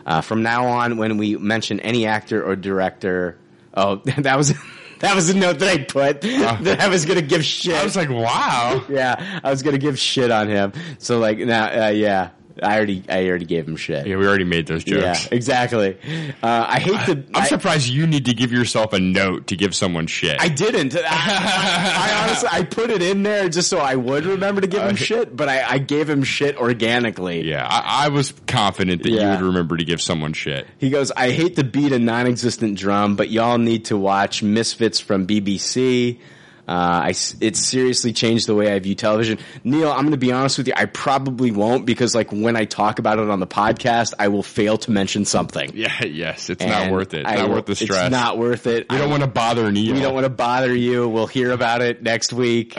Speaker 9: Uh, from now on, when we mention any actor or director, oh, that was that was the note that I put that I was going to give shit.
Speaker 10: I was like, wow.
Speaker 9: yeah, I was going to give shit on him. So like now, uh, yeah, I already I already gave him shit.
Speaker 10: Yeah, we already made those
Speaker 9: Yeah,
Speaker 10: jokes.
Speaker 9: exactly. Uh, I hate to.
Speaker 10: I'm
Speaker 9: I-
Speaker 10: surprised you need to give yourself a note to give someone shit.
Speaker 9: I didn't. I, I honestly, I put it in there just so I would remember to give him
Speaker 10: Oh, Okay.
Speaker 9: shit, but I, I gave him shit organically.
Speaker 10: yeah, I, I was confident that you
Speaker 9: Yeah.
Speaker 10: would remember to give someone shit.
Speaker 9: He goes, I hate to beat a non-existent drum, but y'all need to watch Misfits from BBC. Uh, I s it seriously changed the way I view television. Neil, I'm going to be honest with you. I probably won't because like when I talk about it on the podcast, I will fail to mention something.
Speaker 10: Yeah, yes, it's
Speaker 9: And
Speaker 10: not worth it. It's
Speaker 9: I
Speaker 10: not
Speaker 9: will-
Speaker 10: worth the stress.
Speaker 9: It's not worth it.
Speaker 10: we
Speaker 9: I
Speaker 10: don't want to bother Neil.
Speaker 9: We don't want to bother you. We'll hear about it next week.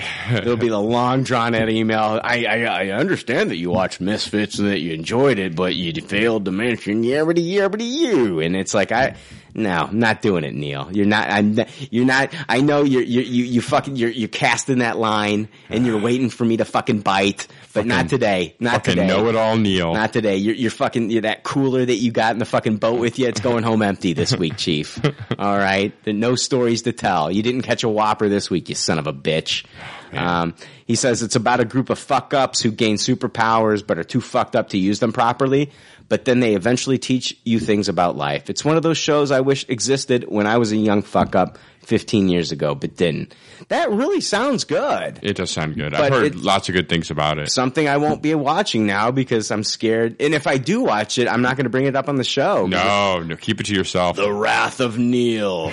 Speaker 9: It'll be the long drawn out email. I, I I understand that you watched Misfits and that you enjoyed it, but you failed to mention yerbity yerbity you. And it's like I no, I'm not doing it, Neil. You're not. I'm. Not, you're not. I know you're. You you you fucking. You're you're casting that line and you're waiting for me to fucking bite, but not today. Not
Speaker 10: fucking
Speaker 9: today.
Speaker 10: know it all, Neil.
Speaker 9: Not today. You're, you're fucking. You're that cooler that you got in the fucking boat with you. It's going home empty this week, Chief. All right. There are no stories to tell. You didn't catch a whopper this week, you son of a bitch. Um, he says it's about a group of fuck ups who gain superpowers but are too fucked up to use them properly. But then they eventually teach you things about life. It's one of those shows I wish existed when I was a young fuck up 15 years ago, but didn't. That really sounds good
Speaker 10: it does sound good. I've
Speaker 9: But
Speaker 10: heard
Speaker 9: it-
Speaker 10: lots of good things about it.
Speaker 9: something I won't be watching now because I'm scared. And if I do watch it, I'm not going to bring it up on the show.
Speaker 10: No, no, keep it to yourself.
Speaker 9: The Wrath of Neil.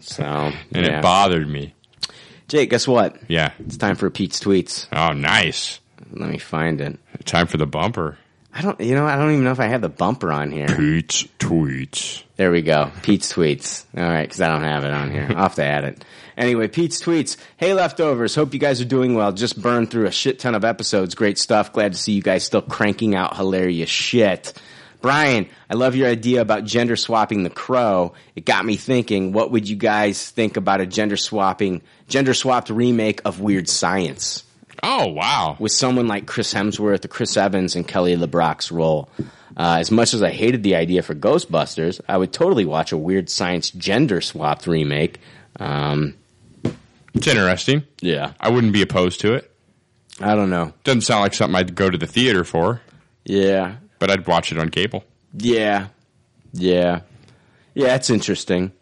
Speaker 9: so,
Speaker 10: and
Speaker 9: yeah.
Speaker 10: it bothered me.
Speaker 9: Jake, guess what?
Speaker 10: Yeah.
Speaker 9: It's time for Pete's tweets.
Speaker 10: Oh, nice.
Speaker 9: Let me find it.
Speaker 10: Time for the bumper.
Speaker 9: I don't, you know, I don't even know if I have the bumper on here.
Speaker 10: Pete's tweets.
Speaker 9: There we go. Pete's tweets. All right, because I don't have it on here. I'll have to add it. Anyway, Pete's tweets. Hey, leftovers. Hope you guys are doing well. Just burned through a shit ton of episodes. Great stuff. Glad to see you guys still cranking out hilarious shit. Brian, I love your idea about gender swapping the crow. It got me thinking, what would you guys think about a gender swapping, gender swapped remake of Weird Science?
Speaker 10: Oh, wow.
Speaker 9: With someone like Chris Hemsworth, or Chris Evans, and Kelly LeBrock's role. Uh, as much as I hated the idea for Ghostbusters, I would totally watch a Weird Science gender swapped remake. Um,
Speaker 10: it's interesting.
Speaker 9: Yeah.
Speaker 10: I wouldn't be opposed to it.
Speaker 9: I don't know.
Speaker 10: Doesn't sound like something I'd go to the theater for.
Speaker 9: Yeah.
Speaker 10: But I'd watch it on cable.
Speaker 9: Yeah. Yeah. Yeah, it's interesting.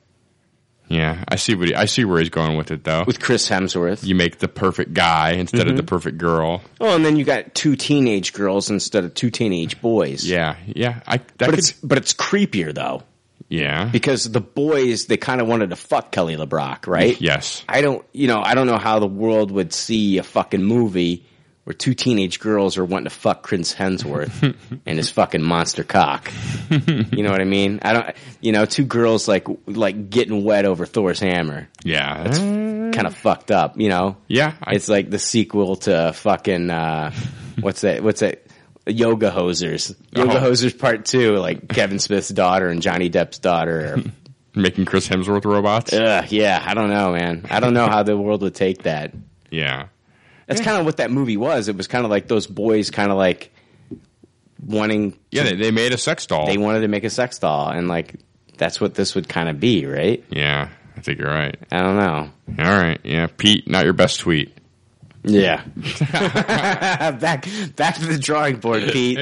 Speaker 10: Yeah, I see what he, I see where he's going with it though.
Speaker 9: With Chris Hemsworth.
Speaker 10: You make the perfect guy instead mm-hmm. of the perfect girl.
Speaker 9: Oh, and then you got two teenage girls instead of two teenage boys.
Speaker 10: Yeah. Yeah. I
Speaker 9: But could... it's but it's creepier though.
Speaker 10: Yeah.
Speaker 9: Because the boys, they kind of wanted to fuck Kelly LeBrock, right?
Speaker 10: Yes.
Speaker 9: I don't, you know, I don't know how the world would see a fucking movie where two teenage girls are wanting to fuck Chris Hemsworth and his fucking monster cock. you know what I mean? I don't, you know, two girls like, like getting wet over Thor's hammer.
Speaker 10: Yeah.
Speaker 9: That's kind of fucked up, you know?
Speaker 10: Yeah.
Speaker 9: I... It's like the sequel to fucking, uh, what's that, what's that? Yoga Hosers. Yoga oh. Hosers Part Two, like Kevin Smith's daughter and Johnny Depp's daughter. Are,
Speaker 10: Making Chris Hemsworth robots?
Speaker 9: Uh, yeah, I don't know, man. I don't know how the world would take that.
Speaker 10: Yeah.
Speaker 9: That's yeah. kind of what that movie was. It was kind of like those boys kind of like wanting.
Speaker 10: Yeah, they, they made a sex doll.
Speaker 9: They wanted to make a sex doll, and like that's what this would kind of be, right?
Speaker 10: Yeah, I think you're right.
Speaker 9: I don't know.
Speaker 10: All right, yeah. Pete, not your best tweet.
Speaker 9: Yeah. back back to the drawing board, Pete.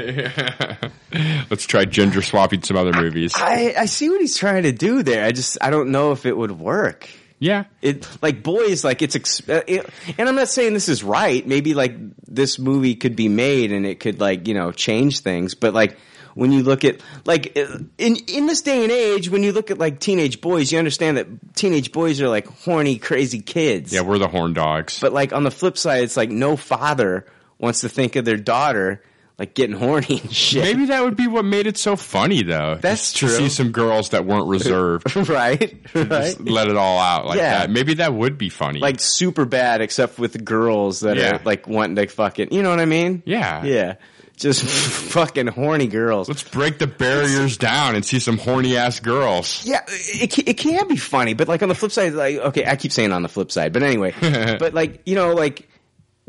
Speaker 10: Let's try gender swapping some other movies.
Speaker 9: I, I see what he's trying to do there. I just I don't know if it would work.
Speaker 10: Yeah.
Speaker 9: It like boys like it's ex- uh, it, and I'm not saying this is right. Maybe like this movie could be made and it could like, you know, change things, but like when you look at like uh, in in this day and age when you look at like teenage boys you understand that teenage boys are like horny crazy kids
Speaker 10: yeah we're the horn dogs
Speaker 9: but like on the flip side it's like no father wants to think of their daughter like getting horny and shit.
Speaker 10: Maybe that would be what made it so funny, though.
Speaker 9: That's true.
Speaker 10: see some girls that weren't reserved,
Speaker 9: right? Right.
Speaker 10: let it all out like yeah. that. Maybe that would be funny.
Speaker 9: Like super bad, except with girls that yeah. are like wanting to fucking. You know what I mean?
Speaker 10: Yeah.
Speaker 9: Yeah just fucking horny girls.
Speaker 10: Let's break the barriers down and see some horny ass girls.
Speaker 9: Yeah, it it can be funny, but like on the flip side, like okay, I keep saying on the flip side, but anyway, but like you know, like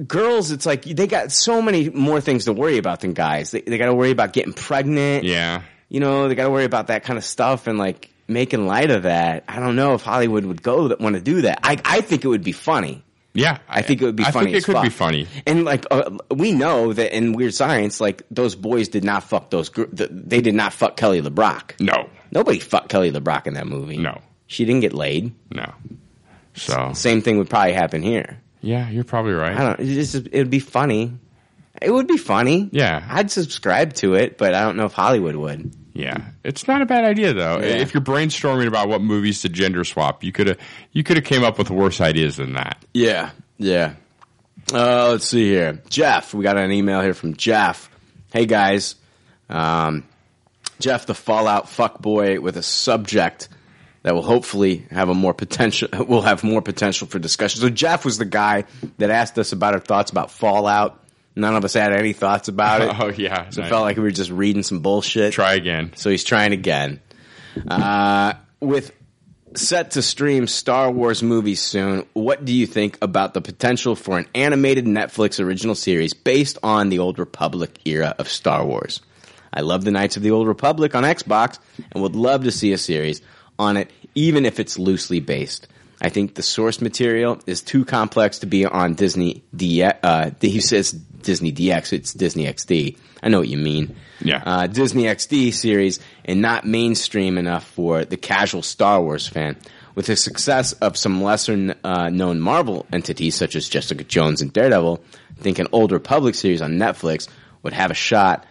Speaker 9: girls, it's like they got so many more things to worry about than guys. They they got to worry about getting pregnant.
Speaker 10: Yeah,
Speaker 9: you know, they got to worry about that kind of stuff and like making light of that. I don't know if Hollywood would go that want to do that. I I think it would be funny.
Speaker 10: Yeah,
Speaker 9: I, I, think it would be
Speaker 10: I
Speaker 9: funny.
Speaker 10: Think it could
Speaker 9: fuck.
Speaker 10: be funny,
Speaker 9: and like uh, we know that in Weird Science, like those boys did not fuck those. Gr- the, they did not fuck Kelly LeBrock.
Speaker 10: No,
Speaker 9: nobody fucked Kelly LeBrock in that movie.
Speaker 10: No,
Speaker 9: she didn't get laid.
Speaker 10: No, so
Speaker 9: same thing would probably happen here.
Speaker 10: Yeah, you're probably right.
Speaker 9: I don't. It would be funny. It would be funny.
Speaker 10: Yeah,
Speaker 9: I'd subscribe to it, but I don't know if Hollywood would.
Speaker 10: Yeah, it's not a bad idea though. Yeah. If you're brainstorming about what movies to gender swap, you could have you could have came up with worse ideas than that.
Speaker 9: Yeah, yeah. Uh, let's see here, Jeff. We got an email here from Jeff. Hey guys, um, Jeff, the Fallout fuck boy with a subject that will hopefully have a more potential will have more potential for discussion. So Jeff was the guy that asked us about our thoughts about Fallout. None of us had any thoughts about it.
Speaker 10: Oh yeah,
Speaker 9: so nice. it felt like we were just reading some bullshit.
Speaker 10: Try again.
Speaker 9: So he's trying again. Uh, with set to stream Star Wars movies soon, what do you think about the potential for an animated Netflix original series based on the Old Republic era of Star Wars? I love the Knights of the Old Republic on Xbox and would love to see a series on it, even if it's loosely based. I think the source material is too complex to be on Disney DX. Uh, he says Disney DX, it's Disney XD. I know what you mean.
Speaker 10: Yeah.
Speaker 9: Uh, Disney XD series and not mainstream enough for the casual Star Wars fan. With the success of some lesser uh, known Marvel entities such as Jessica Jones and Daredevil, I think an older public series on Netflix would have a shot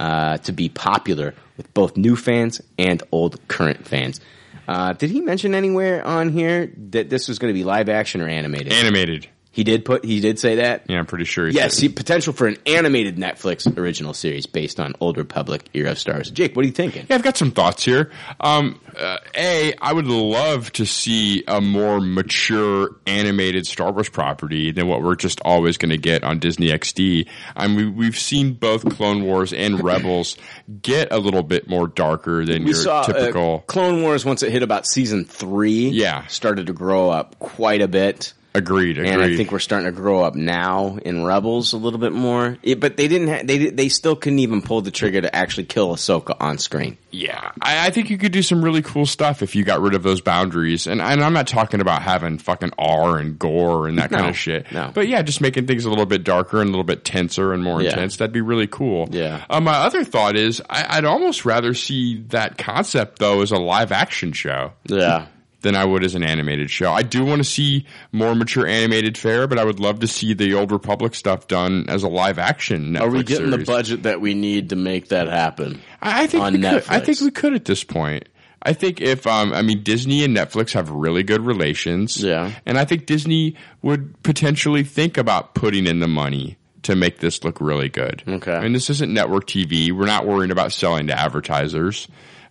Speaker 9: uh, to be popular with both new fans and old current fans. Uh, did he mention anywhere on here that this was going to be live action or animated?
Speaker 10: Animated.
Speaker 9: He did put. He did say that.
Speaker 10: Yeah, I'm pretty sure.
Speaker 9: yes, see, potential for an animated Netflix original series based on older Republic era stars. Jake, what are you thinking?
Speaker 10: Yeah, I've got some thoughts here. Um, uh, a, I would love to see a more mature animated Star Wars property than what we're just always going to get on Disney XD. I mean, we, have seen both Clone Wars and Rebels get a little bit more darker than
Speaker 9: we
Speaker 10: your
Speaker 9: saw uh,
Speaker 10: typical.
Speaker 9: Clone Wars once it hit about season three.
Speaker 10: Yeah.
Speaker 9: started to grow up quite a bit.
Speaker 10: Agreed. Agreed.
Speaker 9: And I think we're starting to grow up now in Rebels a little bit more. It, but they didn't. Ha- they they still couldn't even pull the trigger to actually kill Ahsoka on screen.
Speaker 10: Yeah, I, I think you could do some really cool stuff if you got rid of those boundaries. And, and I'm not talking about having fucking R and gore and that kind
Speaker 9: No,
Speaker 10: of shit.
Speaker 9: no.
Speaker 10: But yeah, just making things a little bit darker and a little bit tenser and more
Speaker 9: Yeah.
Speaker 10: intense. That'd be really cool.
Speaker 9: Yeah.
Speaker 10: Uh, my other thought is I, I'd almost rather see that concept, though, as a live action show
Speaker 9: Yeah.
Speaker 10: than I would as an animated show. I do want to see more mature animated fare, but I would love to see the Old Republic stuff done as a live action. Netflix
Speaker 9: Are we getting the
Speaker 10: series.
Speaker 9: budget that we need to make that happen?
Speaker 10: I I think
Speaker 9: on
Speaker 10: we could. I
Speaker 9: Netflix.
Speaker 10: think we could at this point. I think if um, I mean Disney and Netflix have really good relations,
Speaker 9: Yeah.
Speaker 10: and I think Disney would potentially think about putting in the money to make this look really good.
Speaker 9: Okay.
Speaker 10: I mean, this isn't network TV. We're not worrying about selling to advertisers.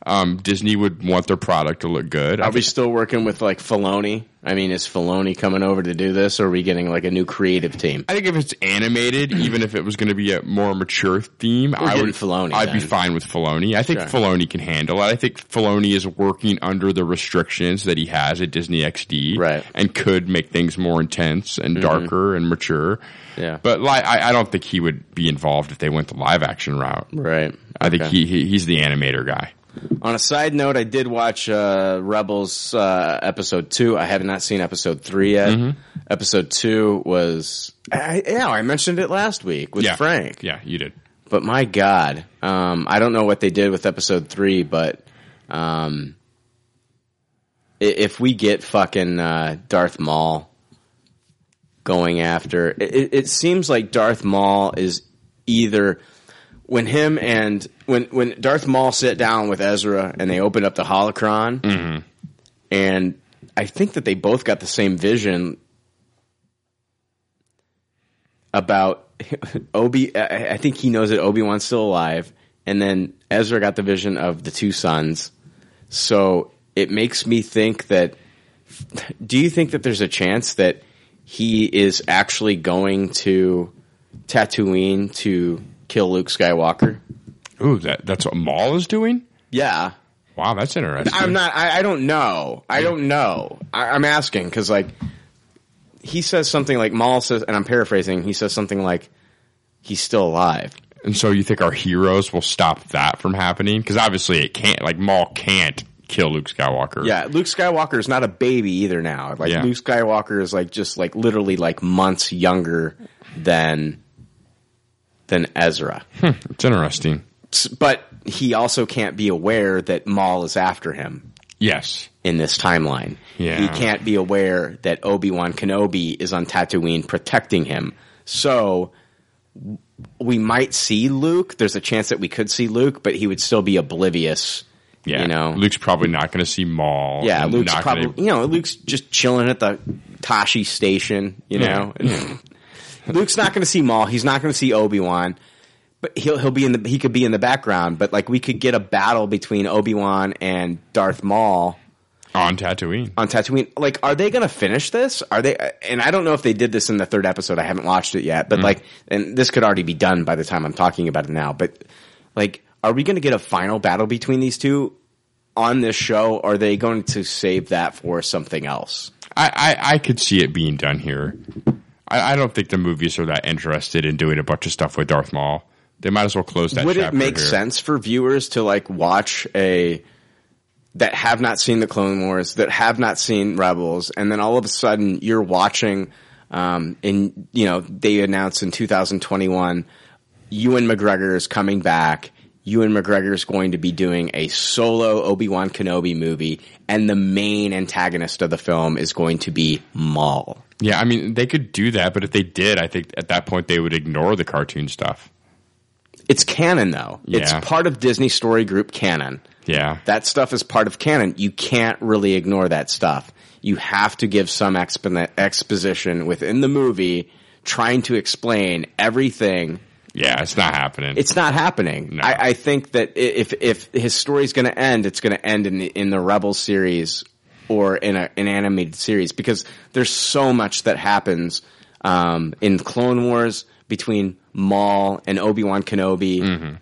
Speaker 10: Um, Disney would want their product to look good. I
Speaker 9: Are we
Speaker 10: think-
Speaker 9: still working with like Filoni? I mean, is Filoni coming over to do this, or are we getting like a new creative team?
Speaker 10: I think if it's animated, even if it was going to be a more mature theme, I
Speaker 9: getting
Speaker 10: would
Speaker 9: Filoni
Speaker 10: I'd be
Speaker 9: then.
Speaker 10: fine with Filoni. I think
Speaker 9: Sure.
Speaker 10: Filoni can handle it. I think Filoni is working under the restrictions that he has at Disney XD,
Speaker 9: Right. Mm-hmm.
Speaker 10: And could make things more intense and darker and mature.
Speaker 9: Yeah.
Speaker 10: But like, I, I don't think he would be involved if they went the live action route.
Speaker 9: Right.
Speaker 10: I think
Speaker 9: Okay.
Speaker 10: he, he he's the animator guy.
Speaker 9: On a side note, I did watch uh, Rebels uh, episode two. I have not seen episode three yet. Episode two was, I, yeah, I mentioned it last week with
Speaker 10: yeah,
Speaker 9: Frank.
Speaker 10: Yeah, you did.
Speaker 9: But my God, um, I don't know what they did with episode three, but um, i- if we get fucking uh, Darth Maul going after, it- it, it seems like Darth Maul is either when him and when when Darth Maul sat down with Ezra and they opened up the holocron, and I think that they both got the same vision about Obi. I I think he knows that Obi Wan's still alive, and then Ezra got the vision of the two sons. So it makes me think that. Do you think that there's a chance that he is actually going to Tatooine to kill Luke Skywalker?
Speaker 10: Ooh, that that's what Maul is doing.
Speaker 9: Yeah,
Speaker 10: Wow, that's interesting.
Speaker 9: I'm not. I, I don't know. I don't know. I, I'm asking because like he says something like Maul says, and I'm paraphrasing. He says something like he's still alive.
Speaker 10: And so you think our heroes will stop that from happening? Because obviously it can't. Like Maul can't kill Luke Skywalker.
Speaker 9: Yeah, Luke Skywalker is not a baby either now. Like
Speaker 10: Yeah.
Speaker 9: Luke Skywalker is like just like literally like months younger than than Ezra.
Speaker 10: it's interesting.
Speaker 9: S- But he also can't be aware that Maul is after him
Speaker 10: Yes,
Speaker 9: in this timeline.
Speaker 10: Yeah.
Speaker 9: He can't be aware that Obi-Wan Kenobi is on Tatooine protecting him. So w- we might see Luke. There's a chance that we could see Luke, but he would still be oblivious.
Speaker 10: yeah.
Speaker 9: You know,
Speaker 10: Luke's probably not going to see Maul.
Speaker 9: Yeah,
Speaker 10: and
Speaker 9: Luke's
Speaker 10: not
Speaker 9: probably
Speaker 10: gonna-
Speaker 9: you know Luke's just chilling at the Tashi station. You
Speaker 10: Yeah,
Speaker 9: know, Luke's not going to see Maul. He's not going to see Obi Wan. But he'll he'll be in the he could be in the background. But like we could get a battle between Obi Wan and Darth Maul
Speaker 10: on Tatooine.
Speaker 9: on Tatooine. Like, are they going to finish this? Are they? And I don't know if they did this in the third episode. I haven't watched it yet. But like, and this could already be done by the time I'm talking about it now. But like, are we going to get a final battle between these two on this show? Or are they going to save that for something else?
Speaker 10: I, I I could see it being done here. I, I don't think the movies are that interested in doing a bunch of stuff with Darth Maul. They might as well close that.
Speaker 9: Would it
Speaker 10: chapter
Speaker 9: make
Speaker 10: here.
Speaker 9: sense for viewers to like watch a that have not seen the Clone Wars, that have not seen Rebels, and then all of a sudden you're watching, um, in you know they announce in 2021, Ewan McGregor is coming back. Ewan McGregor is going to be doing a solo Obi Wan Kenobi movie, and the main antagonist of the film is going to be Maul.
Speaker 10: Yeah, I mean they could do that, but if they did, I think at that point they would ignore the cartoon stuff.
Speaker 9: It's canon though. It's
Speaker 10: Yeah.
Speaker 9: part of Disney Story Group canon.
Speaker 10: Yeah,
Speaker 9: That stuff is part of canon. You can't really ignore that stuff. you have to give some expo- exposition within the movie trying to explain everything.
Speaker 10: Yeah, it's not happening.
Speaker 9: It's not happening. I, I think that i- if if his story's going to end, it's going to end in the, in the Rebel series or in a, an animated series because there's so much that happens um, in Clone Wars between Maul and Obi Wan Kenobi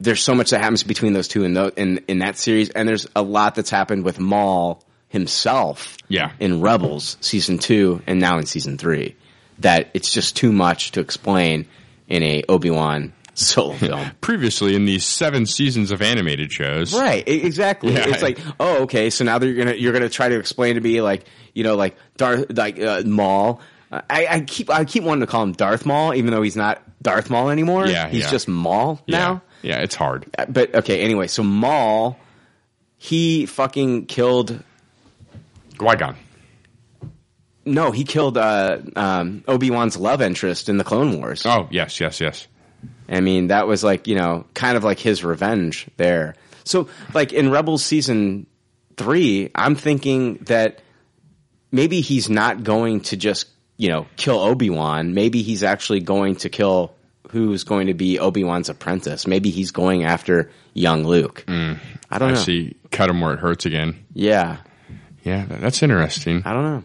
Speaker 9: there's so much that happens between those two in, tho- in in that series, and there's a lot that's happened with Maul himself.
Speaker 10: Yeah.
Speaker 9: in Rebels season two, and now in season three, that it's just too much to explain in a Obi Wan solo film.
Speaker 10: Previously, in these seven seasons of animated shows,
Speaker 9: Right, e- exactly.
Speaker 10: Yeah.
Speaker 9: It's like, oh, okay, so now that you're gonna you're gonna try to explain to me like you know like Darth like uh, Maul. I, I keep I keep wanting to call him Darth Maul, even though he's not Darth Maul anymore.
Speaker 10: Yeah,
Speaker 9: he's
Speaker 10: yeah.
Speaker 9: just Maul now. Uh,
Speaker 10: Yeah, it's hard.
Speaker 9: But okay, anyway, so Maul, he fucking killed.
Speaker 10: Qui-Gon.
Speaker 9: No, he killed uh, um, Obi Wan's love interest in the Clone Wars.
Speaker 10: Oh yes, yes, yes.
Speaker 9: I mean, that was like you know, kind of like his revenge there. So, like in Rebels season three, I'm thinking that maybe he's not going to just you know kill Obi Wan. Maybe he's actually going to kill who's going to be Obi Wan's apprentice. Maybe he's going after young Luke. I don't
Speaker 10: Mm, I
Speaker 9: know.
Speaker 10: see. Cut him where it hurts again.
Speaker 9: Yeah.
Speaker 10: Yeah, that- that's interesting.
Speaker 9: I don't know.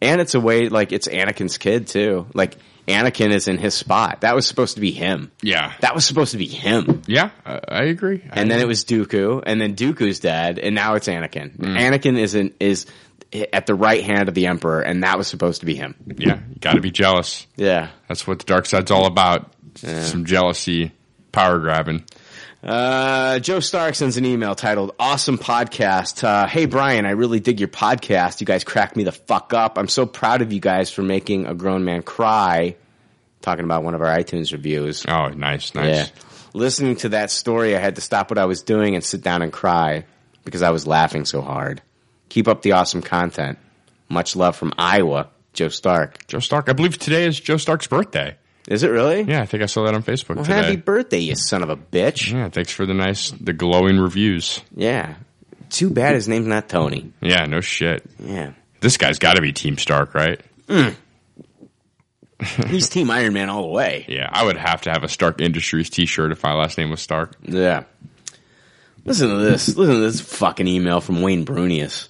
Speaker 9: And it's a way like it's Anakin's kid too. Like Anakin is in his spot. That was supposed to be him.
Speaker 10: Yeah,
Speaker 9: That was supposed to be him.
Speaker 10: yeah, I, I agree. I
Speaker 9: And then
Speaker 10: agree.
Speaker 9: it was Dooku, and then Dooku's dead, and now it's Anakin. Anakin is in, is at the right hand of the Emperor, and that was supposed to be him.
Speaker 10: yeah, you got to be jealous.
Speaker 9: Yeah.
Speaker 10: That's what the dark side's all about. Some jealousy, power grabbing.
Speaker 9: Uh, Joe Stark sends an email titled "Awesome Podcast." Uh, hey Brian, I really dig your podcast. You guys crack me the fuck up. I'm so proud of you guys for making a grown man cry. Talking about one of our iTunes reviews.
Speaker 10: Oh, nice, nice.
Speaker 9: Yeah. Listening to that story, I had to stop what I was doing and sit down and cry because I was laughing so hard. Keep up the awesome content. Much love from Iowa, Joe Stark.
Speaker 10: Joe Stark. I believe today is Joe Stark's birthday.
Speaker 9: Is it really?
Speaker 10: Yeah, I think I saw that on Facebook
Speaker 9: Well,
Speaker 10: today.
Speaker 9: happy birthday, you son of a bitch.
Speaker 10: yeah, thanks for the nice, the glowing reviews.
Speaker 9: Yeah. Too bad his name's not Tony.
Speaker 10: Yeah, no shit.
Speaker 9: Yeah.
Speaker 10: This guy's got to be Team Stark, right?
Speaker 9: He's Team Iron Man all the way.
Speaker 10: Yeah, I would have to have a Stark Industries T-shirt if my last name was Stark.
Speaker 9: Yeah. Listen to this. Listen to this fucking email from Wayne Brunius.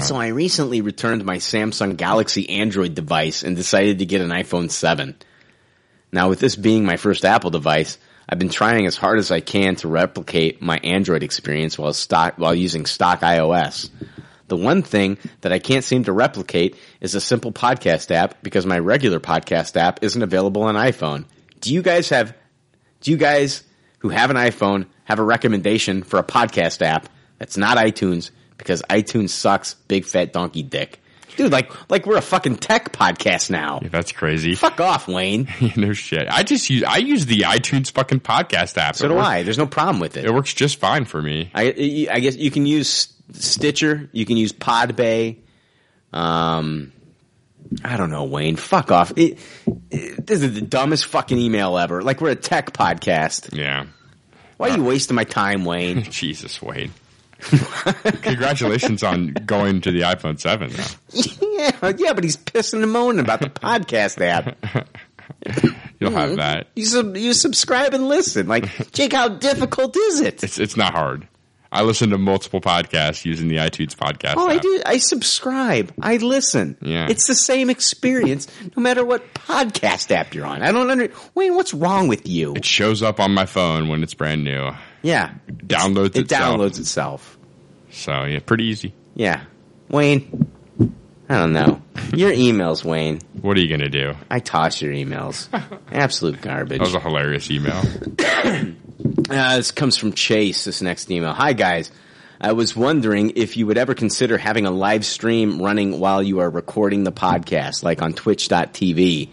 Speaker 9: So I recently returned my Samsung Galaxy Android device and decided to get an iPhone 7. Now, with this being my first Apple device, I've been trying as hard as I can to replicate my Android experience while stock while using stock iOS. The one thing that I can't seem to replicate is a simple podcast app because my regular podcast app isn't available on iPhone. Do you guys have do you guys who have an iPhone have a recommendation for a podcast app that's not iTunes because iTunes sucks big fat donkey dick? Dude, like like we're a fucking tech podcast now.
Speaker 10: Yeah, that's crazy.
Speaker 9: Fuck off, Wayne.
Speaker 10: no shit. I just use I use the iTunes fucking podcast app.
Speaker 9: So
Speaker 10: it
Speaker 9: do
Speaker 10: works,
Speaker 9: I. There's no problem with it.
Speaker 10: It works just fine for me.
Speaker 9: I, I guess you can use Stitcher. You can use Podbay. Um, I don't know, Wayne. Fuck off. It, it- this is the dumbest fucking email ever. Like we're a tech podcast.
Speaker 10: Yeah.
Speaker 9: Why
Speaker 10: Uh.
Speaker 9: are you wasting my time, Wayne?
Speaker 10: Jesus, Wade. Congratulations on going to the iPhone 7. Though.
Speaker 9: yeah, yeah, but he's pissing and moaning about the podcast app.
Speaker 10: You'll
Speaker 9: Mm-hmm.
Speaker 10: have that.
Speaker 9: You sub, you subscribe and listen. Like, Jake, how difficult is it?
Speaker 10: It's it's not hard. I listen to multiple podcasts using the iTunes podcast.
Speaker 9: Oh, I
Speaker 10: app.
Speaker 9: do. I subscribe. I listen.
Speaker 10: Yeah.
Speaker 9: It's the same experience no matter what podcast app you're on. I don't under Wayne, what's wrong with you?
Speaker 10: It shows up on my phone when it's brand new.
Speaker 9: Yeah.
Speaker 10: Downloads
Speaker 9: It
Speaker 10: itself.
Speaker 9: downloads itself.
Speaker 10: So yeah, pretty easy.
Speaker 9: Yeah. Wayne, I don't know. Your emails, Wayne.
Speaker 10: What are you gonna do?
Speaker 9: I toss your emails. Absolute garbage.
Speaker 10: That was a hilarious email.
Speaker 9: Uh, this comes from Chase, this next email. Hi, guys. I was wondering if you would ever consider having a live stream running while you are recording the podcast, like on twitch.tv.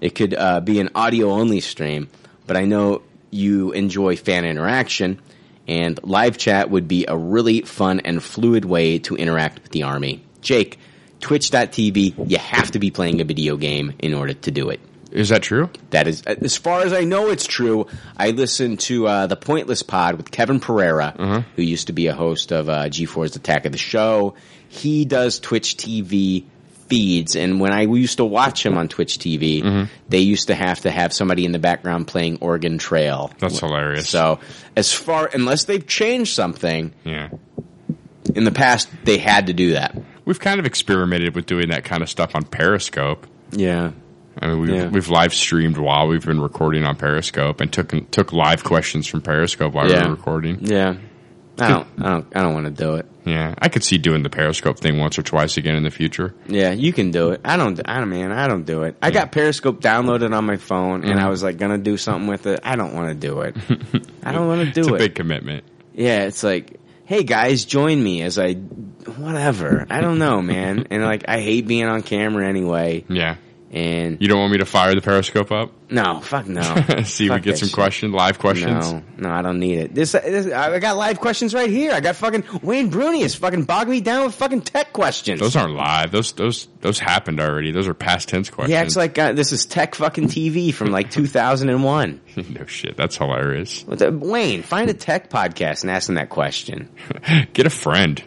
Speaker 9: It could uh, be an audio only stream, but I know you enjoy fan interaction, and live chat would be a really fun and fluid way to interact with the army. Jake, twitch.tv, you have to be playing a video game in order to do it.
Speaker 10: Is that true?
Speaker 9: That is, uh, as far as I know, it's true. I listened to uh, the Pointless Pod with Kevin Pereira, who used to be a host of uh, G4's Attack of the Show. He does Twitch TV feeds, and when I used to watch him on Twitch TV, they used to have to have somebody in the background playing Oregon Trail.
Speaker 10: That's hilarious.
Speaker 9: So, as far unless they've changed something,
Speaker 10: yeah,
Speaker 9: in the past they had to do that.
Speaker 10: We've kind of experimented with doing that kind of stuff on Periscope.
Speaker 9: Yeah.
Speaker 10: I mean, we've,
Speaker 9: Yeah.
Speaker 10: we've live streamed while we've been recording on Periscope and took took live questions from Periscope while we
Speaker 9: Yeah.
Speaker 10: were recording.
Speaker 9: Yeah. I don't, I don't, I don't want to do it.
Speaker 10: Yeah, I could see doing the Periscope thing once or twice again in the future.
Speaker 9: Yeah, you can do it. I don't. I don't. Man, I don't do it. I got Periscope downloaded on my phone, and
Speaker 10: Mm-hmm.
Speaker 9: I was like gonna do something with it. I don't want to do it. I don't want to do
Speaker 10: it's
Speaker 9: it.
Speaker 10: a big commitment.
Speaker 9: yeah, it's like, hey guys, join me as I, whatever. I don't know, man. And like, I hate being on camera anyway.
Speaker 10: Yeah.
Speaker 9: And
Speaker 10: You don't want me to fire the Periscope up?
Speaker 9: no, fuck no.
Speaker 10: see, we
Speaker 9: Fuck
Speaker 10: get
Speaker 9: that
Speaker 10: some
Speaker 9: shit.
Speaker 10: questions, live questions.
Speaker 9: No, no, I don't need it. This, this, I got live questions right here. I got fucking Wayne Bruni is fucking bogging me down with fucking tech questions.
Speaker 10: Those aren't live. Those those those happened already. Those are past tense questions.
Speaker 9: He acts like uh, this is tech fucking TV from like 2001.
Speaker 10: no shit. That's hilarious.
Speaker 9: What the- Wayne, find a tech podcast and ask them that question.
Speaker 10: Get a friend.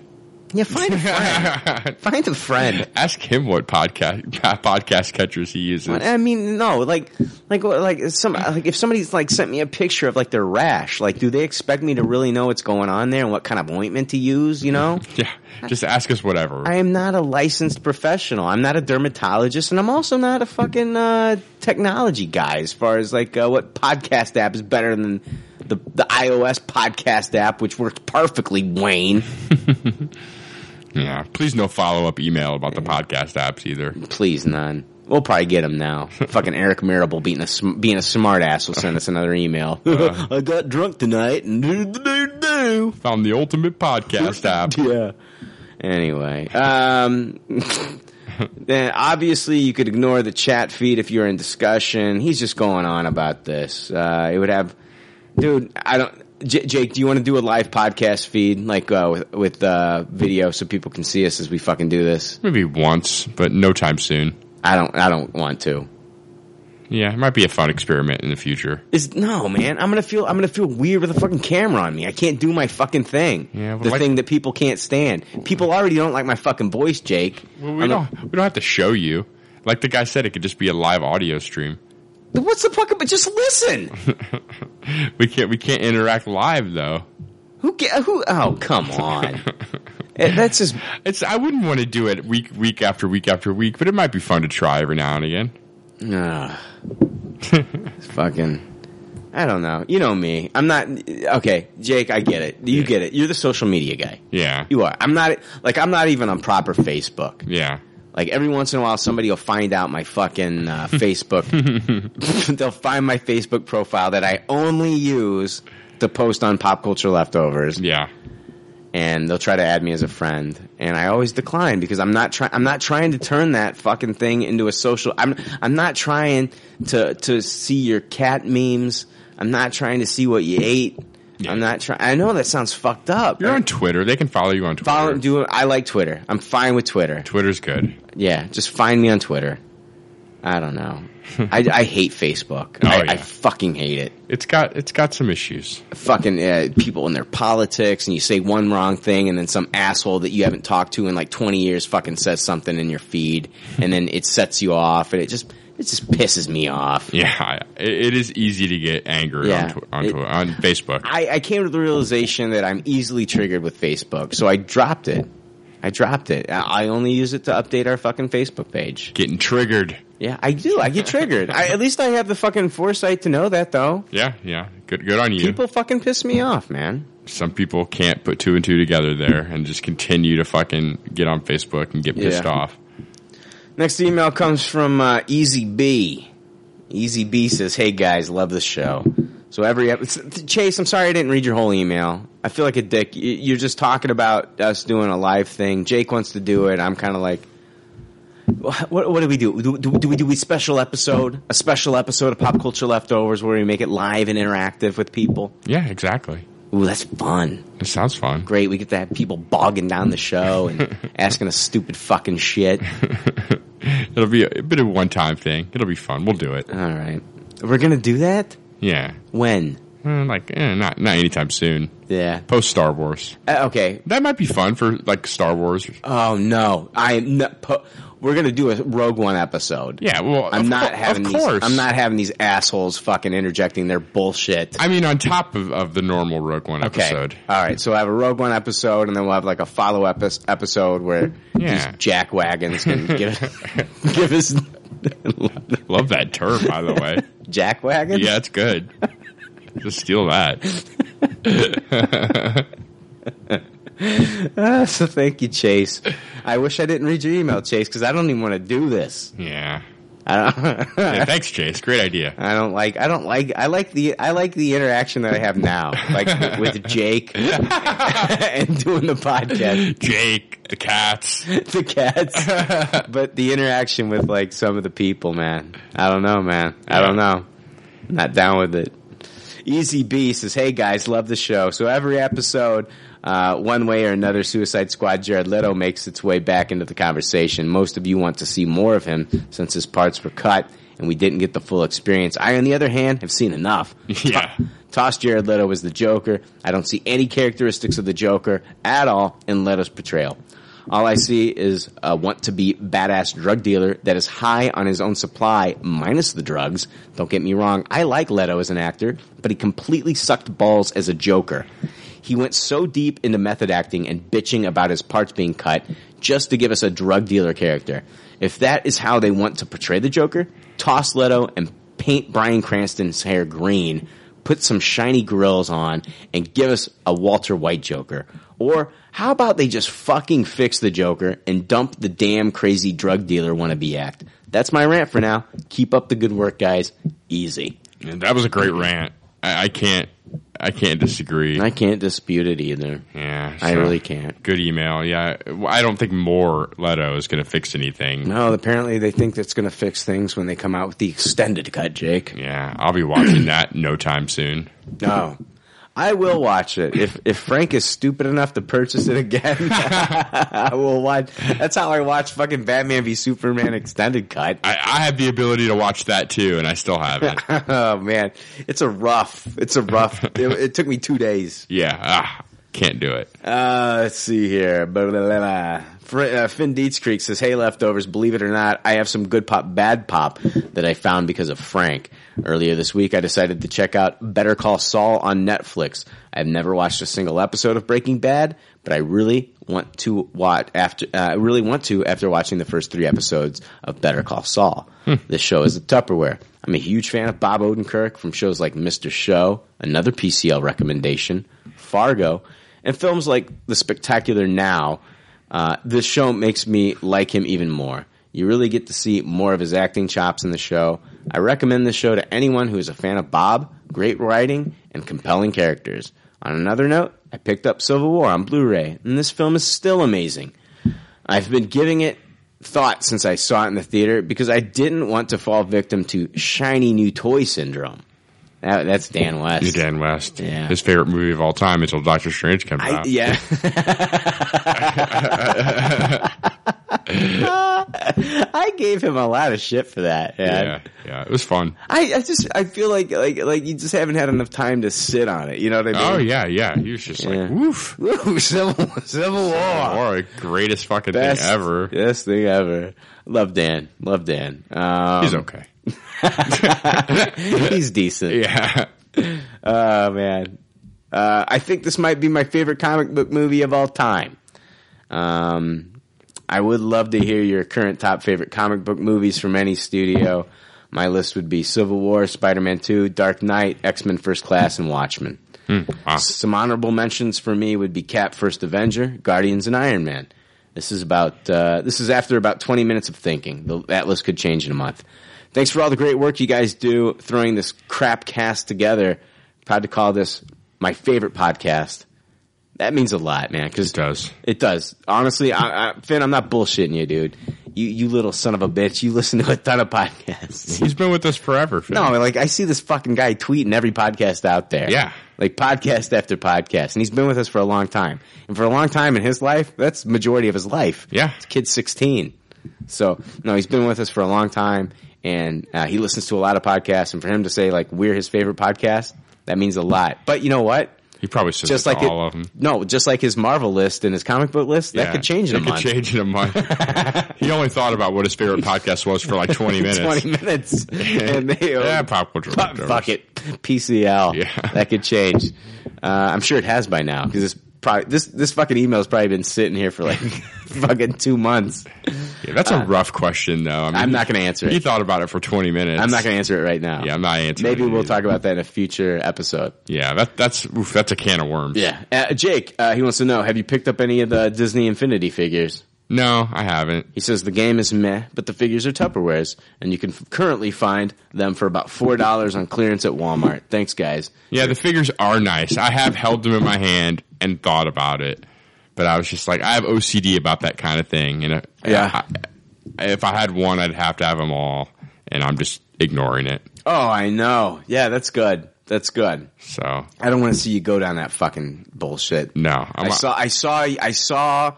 Speaker 9: Yeah, find a friend. find a friend.
Speaker 10: Ask him what podcast podcast catchers he uses.
Speaker 9: I mean, no, like, like, like, some, like, if somebody's like sent me a picture of like their rash, like, do they expect me to really know what's going on there and what kind of ointment to use? You know,
Speaker 10: Yeah, just ask us whatever.
Speaker 9: I am not a licensed professional. I'm not a dermatologist, and I'm also not a fucking uh, technology guy as far as like uh, what podcast app is better than the the iOS podcast app, which works perfectly. Wayne,
Speaker 10: yeah, please no follow up email about the podcast apps either.
Speaker 9: please, none. We'll probably get him now. fucking Eric Mirable being a sm- being a smart ass will send us another email. I got drunk tonight and do do do.
Speaker 10: Found the ultimate podcast app.
Speaker 9: Yeah. Anyway, um, then obviously you could ignore the chat feed if you're in discussion. He's just going on about this. Uh, it would have, dude. I don't. J- Jake, do you want to do a live podcast feed like uh, with with uh, video so people can see us as we fucking do this?
Speaker 10: Maybe once, but no time soon.
Speaker 9: I don't. I don't want to.
Speaker 10: Yeah, it might be a fun experiment in the future.
Speaker 9: Is no man. I'm gonna feel. I'm gonna feel weird with a fucking camera on me. I can't do my fucking thing.
Speaker 10: Yeah, well,
Speaker 9: the
Speaker 10: like-
Speaker 9: thing that people can't stand. People already don't like my fucking voice, Jake.
Speaker 10: Well, we
Speaker 9: I'm
Speaker 10: don't we don't have to show you. Like the guy said, it could just be a live audio stream.
Speaker 9: What's the fucking? But just listen.
Speaker 10: We can't we can't interact live though.
Speaker 9: Who get who? Oh, come on! Eh, That's just
Speaker 10: It's I wouldn't want to do it week week after week after week, but it might be fun to try every now and again.
Speaker 9: uh, fucking. I don't know. You know me. I'm not okay, Jake. I get it. You get it. You're the social media guy.
Speaker 10: Yeah,
Speaker 9: You are. I'm not like I'm not even on proper Facebook.
Speaker 10: yeah.
Speaker 9: Like every once in a while, somebody will find out my fucking uh, Facebook. They'll find my Facebook profile that I only use to post on pop culture leftovers.
Speaker 10: Yeah.
Speaker 9: and they'll try to add me as a friend and I always decline because I'm not trying I'm not trying to turn that fucking thing into a social I'm I'm not trying to to see your cat memes. I'm not trying to see what you ate. I'm not trying I know that sounds fucked up.
Speaker 10: You're on Twitter. They can follow you on Twitter.
Speaker 9: Follow do I like Twitter. I'm fine with Twitter.
Speaker 10: Twitter's good.
Speaker 9: Yeah, just find me on Twitter. I don't know. I, I hate Facebook.
Speaker 10: Oh,
Speaker 9: I, I
Speaker 10: yeah.
Speaker 9: fucking hate it.
Speaker 10: It's got it's got some issues.
Speaker 9: fucking uh, people in their politics and you say one wrong thing and then some asshole that you haven't talked to in like 20 years fucking says something in your feed and then it sets you off and it just it just pisses me off.
Speaker 10: Yeah, it, it is easy to get angry
Speaker 9: Yeah,
Speaker 10: on, tw- on,
Speaker 9: it-
Speaker 10: tw- on Facebook.
Speaker 9: I, I came to the realization that I'm easily triggered with Facebook, so I dropped it. I dropped it. I I only use it to update our fucking Facebook page.
Speaker 10: Getting triggered.
Speaker 9: Yeah, I do. I get triggered. I, at least I have the fucking foresight to know that, though.
Speaker 10: Yeah, yeah. Good good on you.
Speaker 9: People fucking piss me off, man.
Speaker 10: some people can't put two and two together there and just continue to fucking get on Facebook and get pissed
Speaker 9: Yeah.
Speaker 10: off.
Speaker 9: Next email comes from uh, Easy B. Easy B says, "Hey guys, love the show." So every ep- Chase, I'm sorry I didn't read your whole email. I feel like a dick. Y- You're just talking about us doing a live thing. Jake wants to do it. I'm kind of like, "Wha- what, what do we do? Do, do? do we do a special episode? A special episode of Pop Culture Leftovers where we make it live and interactive with people?
Speaker 10: Yeah, exactly.
Speaker 9: Ooh, that's fun.
Speaker 10: It sounds fun.
Speaker 9: Great. We get to have people bogging down the show and asking us stupid fucking shit.
Speaker 10: It'll be a bit of a one time thing. It'll be fun. We'll do it.
Speaker 9: All right. We're gonna do that.
Speaker 10: Yeah.
Speaker 9: When?
Speaker 10: Eh, like eh, not not anytime soon.
Speaker 9: Yeah.
Speaker 10: Post Star Wars.
Speaker 9: Uh, okay.
Speaker 10: That might be fun for like Star Wars.
Speaker 9: Oh no, I no, po- we're gonna do a Rogue One episode.
Speaker 10: Yeah, well,
Speaker 9: I'm
Speaker 10: of
Speaker 9: not
Speaker 10: co-
Speaker 9: having
Speaker 10: of
Speaker 9: these.
Speaker 10: course.
Speaker 9: I'm not having these assholes fucking interjecting their bullshit.
Speaker 10: I mean, on top of, of the normal Rogue One
Speaker 9: Okay.
Speaker 10: episode.
Speaker 9: All right. So I have a Rogue One episode, and then we'll have like a follow up episode where
Speaker 10: Yeah.
Speaker 9: these jack wagons can give give us
Speaker 10: Love that term, by the way.
Speaker 9: jack wagons.
Speaker 10: yeah, it's good. Just steal that.
Speaker 9: Ah, so thank you, Chase. I wish I didn't read your email, Chase, because I don't even want to do this.
Speaker 10: Yeah.
Speaker 9: I don't.
Speaker 10: Yeah, thanks, Chase. Great idea.
Speaker 9: I don't like. I don't like. I like the. I like the interaction that I have now, like with Jake and doing the podcast,
Speaker 10: Jake, the cats.
Speaker 9: the cats. But the interaction with like some of the people, man. I don't know, man. I don't know. Not down with it. Easy B says, "Hey guys, love the show. So every episode, uh, one way or another, Suicide Squad Jared Leto makes its way back into the conversation. Most of you want to see more of him since his parts were cut." And we didn't get the full experience. I, on the other hand, have seen enough.
Speaker 10: Yeah.
Speaker 9: Toss Jared Leto as the Joker. I don't see any characteristics of the Joker at all in Leto's portrayal. All I see is a want to be badass drug dealer that is high on his own supply minus the drugs. Don't get me wrong, I like Leto as an actor, but he completely sucked balls as a Joker. He went so deep into method acting and bitching about his parts being cut just to give us a drug dealer character. If that is how they want to portray the Joker, toss Leto and paint Brian Cranston's hair green, put some shiny grills on, and give us a Walter White Joker. Or how about they just fucking fix the Joker and dump the damn crazy drug dealer wannabe act? That's my rant for now. Keep up the good work, guys. Easy.
Speaker 10: And that was a great rant. I, I can't. I can't disagree.
Speaker 9: I can't dispute it either.
Speaker 10: yeah,
Speaker 9: I
Speaker 10: so,
Speaker 9: really can't.
Speaker 10: Good email. Yeah, I don't think more Leto is going to fix anything.
Speaker 9: No, Oh, apparently they think that's going to fix things when they come out with the extended cut, Jake.
Speaker 10: Yeah, I'll be watching that no time soon.
Speaker 9: No. I will watch it. If if Frank is stupid enough to purchase it again, I will watch. That's how I watch fucking Batman v Superman extended cut.
Speaker 10: I, I have the ability to watch that too, and I still haven't.
Speaker 9: Oh man, it's a rough. It's a rough. It, it took me 2 days.
Speaker 10: yeah, ah, can't do it.
Speaker 9: Uh, let's see here. Blah, blah, blah, blah. Fr- uh, Finn Dietz Creek says, "Hey, leftovers. Believe it or not, I have some good pop, bad pop that I found because of Frank. Earlier this week, I decided to check out Better Call Saul on Netflix. I've never watched a single episode of Breaking Bad, but I really want to watch after. Uh, I really want to after watching the first three episodes of Better Call Saul. This show is a Tupperware. I'm a huge fan of Bob Odenkirk from shows like Mr. Show, another PCL recommendation, Fargo." and films like The Spectacular Now, uh, this show makes me like him even more. You really get to see more of his acting chops in the show. I recommend this show to anyone who is a fan of Bob, great writing, and compelling characters. On another note, I picked up Civil War on Blu ray, and this film is still amazing. I've been giving it thought since I saw it in the theater because I didn't want to fall victim to shiny new toy syndrome. That- that's Dan West.
Speaker 10: You're Dan West.
Speaker 9: Yeah.
Speaker 10: His favorite movie of all time until Doctor Strange comes
Speaker 9: I,
Speaker 10: out.
Speaker 9: yeah. I gave him a lot of shit for that. man.
Speaker 10: yeah, yeah, it was fun.
Speaker 9: I, I just I feel like like like you just haven't had enough time to sit on it. You know what I mean?
Speaker 10: Oh yeah, yeah. He was just
Speaker 9: Yeah.
Speaker 10: like, woof.
Speaker 9: Woo, Civil, Civil War.
Speaker 10: War, greatest fucking
Speaker 9: Best,
Speaker 10: thing ever.
Speaker 9: Best thing ever. Love Dan. Love Dan. Um,
Speaker 10: He's okay.
Speaker 9: he's decent.
Speaker 10: Yeah.
Speaker 9: Oh man, uh, I think this might be my favorite comic book movie of all time. Um, I would love to hear your current top favorite comic book movies from any studio. My list would be Civil War, Spider Man Two, Dark Knight, X Men First Class, and Watchmen.
Speaker 10: Hmm, wow.
Speaker 9: Some honorable mentions for me would be Cap, First Avenger, Guardians, and Iron Man. This is about uh, this is after about twenty minutes of thinking. The, that list could change in a month. Thanks for all the great work you guys do throwing this crap cast together. Proud to call this my favorite podcast. That means a lot, man. Because
Speaker 10: It does.
Speaker 9: It does. Honestly, I, I, Finn, I'm not bullshitting you, dude. You you little son of a bitch. You listen to a ton of podcasts.
Speaker 10: He's been with us forever. Phil.
Speaker 9: No, like I see this fucking guy tweeting every podcast out there.
Speaker 10: Yeah.
Speaker 9: Like podcast after podcast. And he's been with us for a long time. And for a long time in his life, that's majority of his life.
Speaker 10: Yeah.
Speaker 9: This kid's 16. So no, he's been with us for a long time, and uh, he listens to a lot of podcasts. And for him to say like we're his favorite podcast, that means a lot. But you know what?
Speaker 10: He probably says it to all of 'em.
Speaker 9: No, just like his Marvel list and his comic book list,
Speaker 10: Yeah.
Speaker 9: that could change in a
Speaker 10: It could
Speaker 9: month.
Speaker 10: change in a month. he only thought about what his favorite podcast was for like 20 minutes.
Speaker 9: 20 minutes. and they,
Speaker 10: yeah, pop culture.
Speaker 9: Fuck, fuck it. PCL. Yeah. That could change. Uh, I'm sure it has by now because it's probably this this fucking email's probably been sitting here for like fucking two months.
Speaker 10: Yeah, that's a rough question, though. I
Speaker 9: Uh, I'm not gonna answer
Speaker 10: He
Speaker 9: it.
Speaker 10: thought about it for 20 minutes.
Speaker 9: I'm not going to answer it right now.
Speaker 10: Yeah, I'm not answering.
Speaker 9: Maybe we'll talk about that in a future episode.
Speaker 10: Yeah, that, that's oof, that's a can of worms.
Speaker 9: Yeah, uh, Jake. Uh, he wants to know: Have you picked up any of the Disney Infinity figures?
Speaker 10: No, I haven't.
Speaker 9: He says the game is meh, but the figures are Tupperwares, and you can f- currently find them for about four dollars on clearance at Walmart. Thanks, guys.
Speaker 10: Yeah, the figures are nice. I have held them in my hand and thought about it, but I was just like, I have OCD about that kind of thing. And yeah, if I had one, I'd have to have them all, and I'm just ignoring it.
Speaker 9: Oh, I know. Yeah, that's good. That's good.
Speaker 10: So
Speaker 9: I don't want to see you go down that fucking bullshit.
Speaker 10: No,
Speaker 9: i
Speaker 10: I'm not-
Speaker 9: saw. I saw. I saw.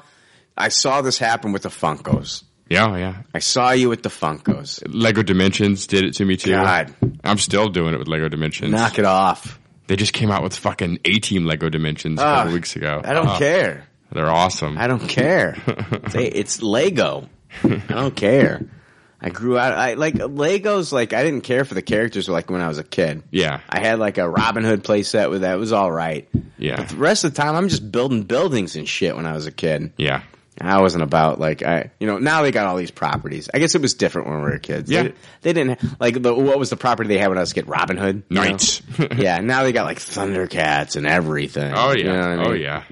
Speaker 9: I saw this happen with the Funkos.
Speaker 10: Yeah, yeah.
Speaker 9: I saw you with the Funkos.
Speaker 10: Lego Dimensions did it to me too.
Speaker 9: God.
Speaker 10: I'm still doing it with Lego Dimensions.
Speaker 9: Knock it off.
Speaker 10: They just came out with fucking A Team Lego Dimensions a
Speaker 9: Ah,
Speaker 10: couple weeks ago.
Speaker 9: I don't
Speaker 10: Ah,
Speaker 9: care.
Speaker 10: They're awesome.
Speaker 9: I don't care. It's- it's Lego. I don't care. I grew out. I like Legos. Like I didn't care for the characters. Like when I was a kid.
Speaker 10: Yeah.
Speaker 9: I had like a Robin Hood playset with that. It was all right.
Speaker 10: Yeah.
Speaker 9: But the rest of the time, I'm just building buildings and shit. When I was a kid,
Speaker 10: Yeah.
Speaker 9: I wasn't about like I. You know, now they got all these properties. I guess it was different when we were kids.
Speaker 10: Yeah.
Speaker 9: They, they didn't like the, what was the property they had when I was a kid? Robin Hood you know?
Speaker 10: Knights.
Speaker 9: yeah. Now they got like Thundercats and everything.
Speaker 10: Oh yeah.
Speaker 9: You know what I mean?
Speaker 10: Oh yeah.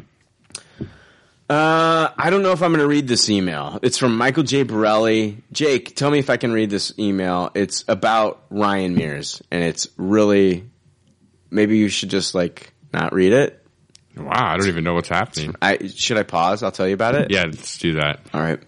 Speaker 9: Uh, I don't know if I'm going to read this email. It's from Michael J. Borelli. Jake, tell me if I can read this email. It's about Ryan Mears, and it's really maybe you should just like not read it.
Speaker 10: Wow, I don't even know what's happening.
Speaker 9: I should I pause? I'll tell you about it.
Speaker 10: Yeah, let's do that.
Speaker 9: All right.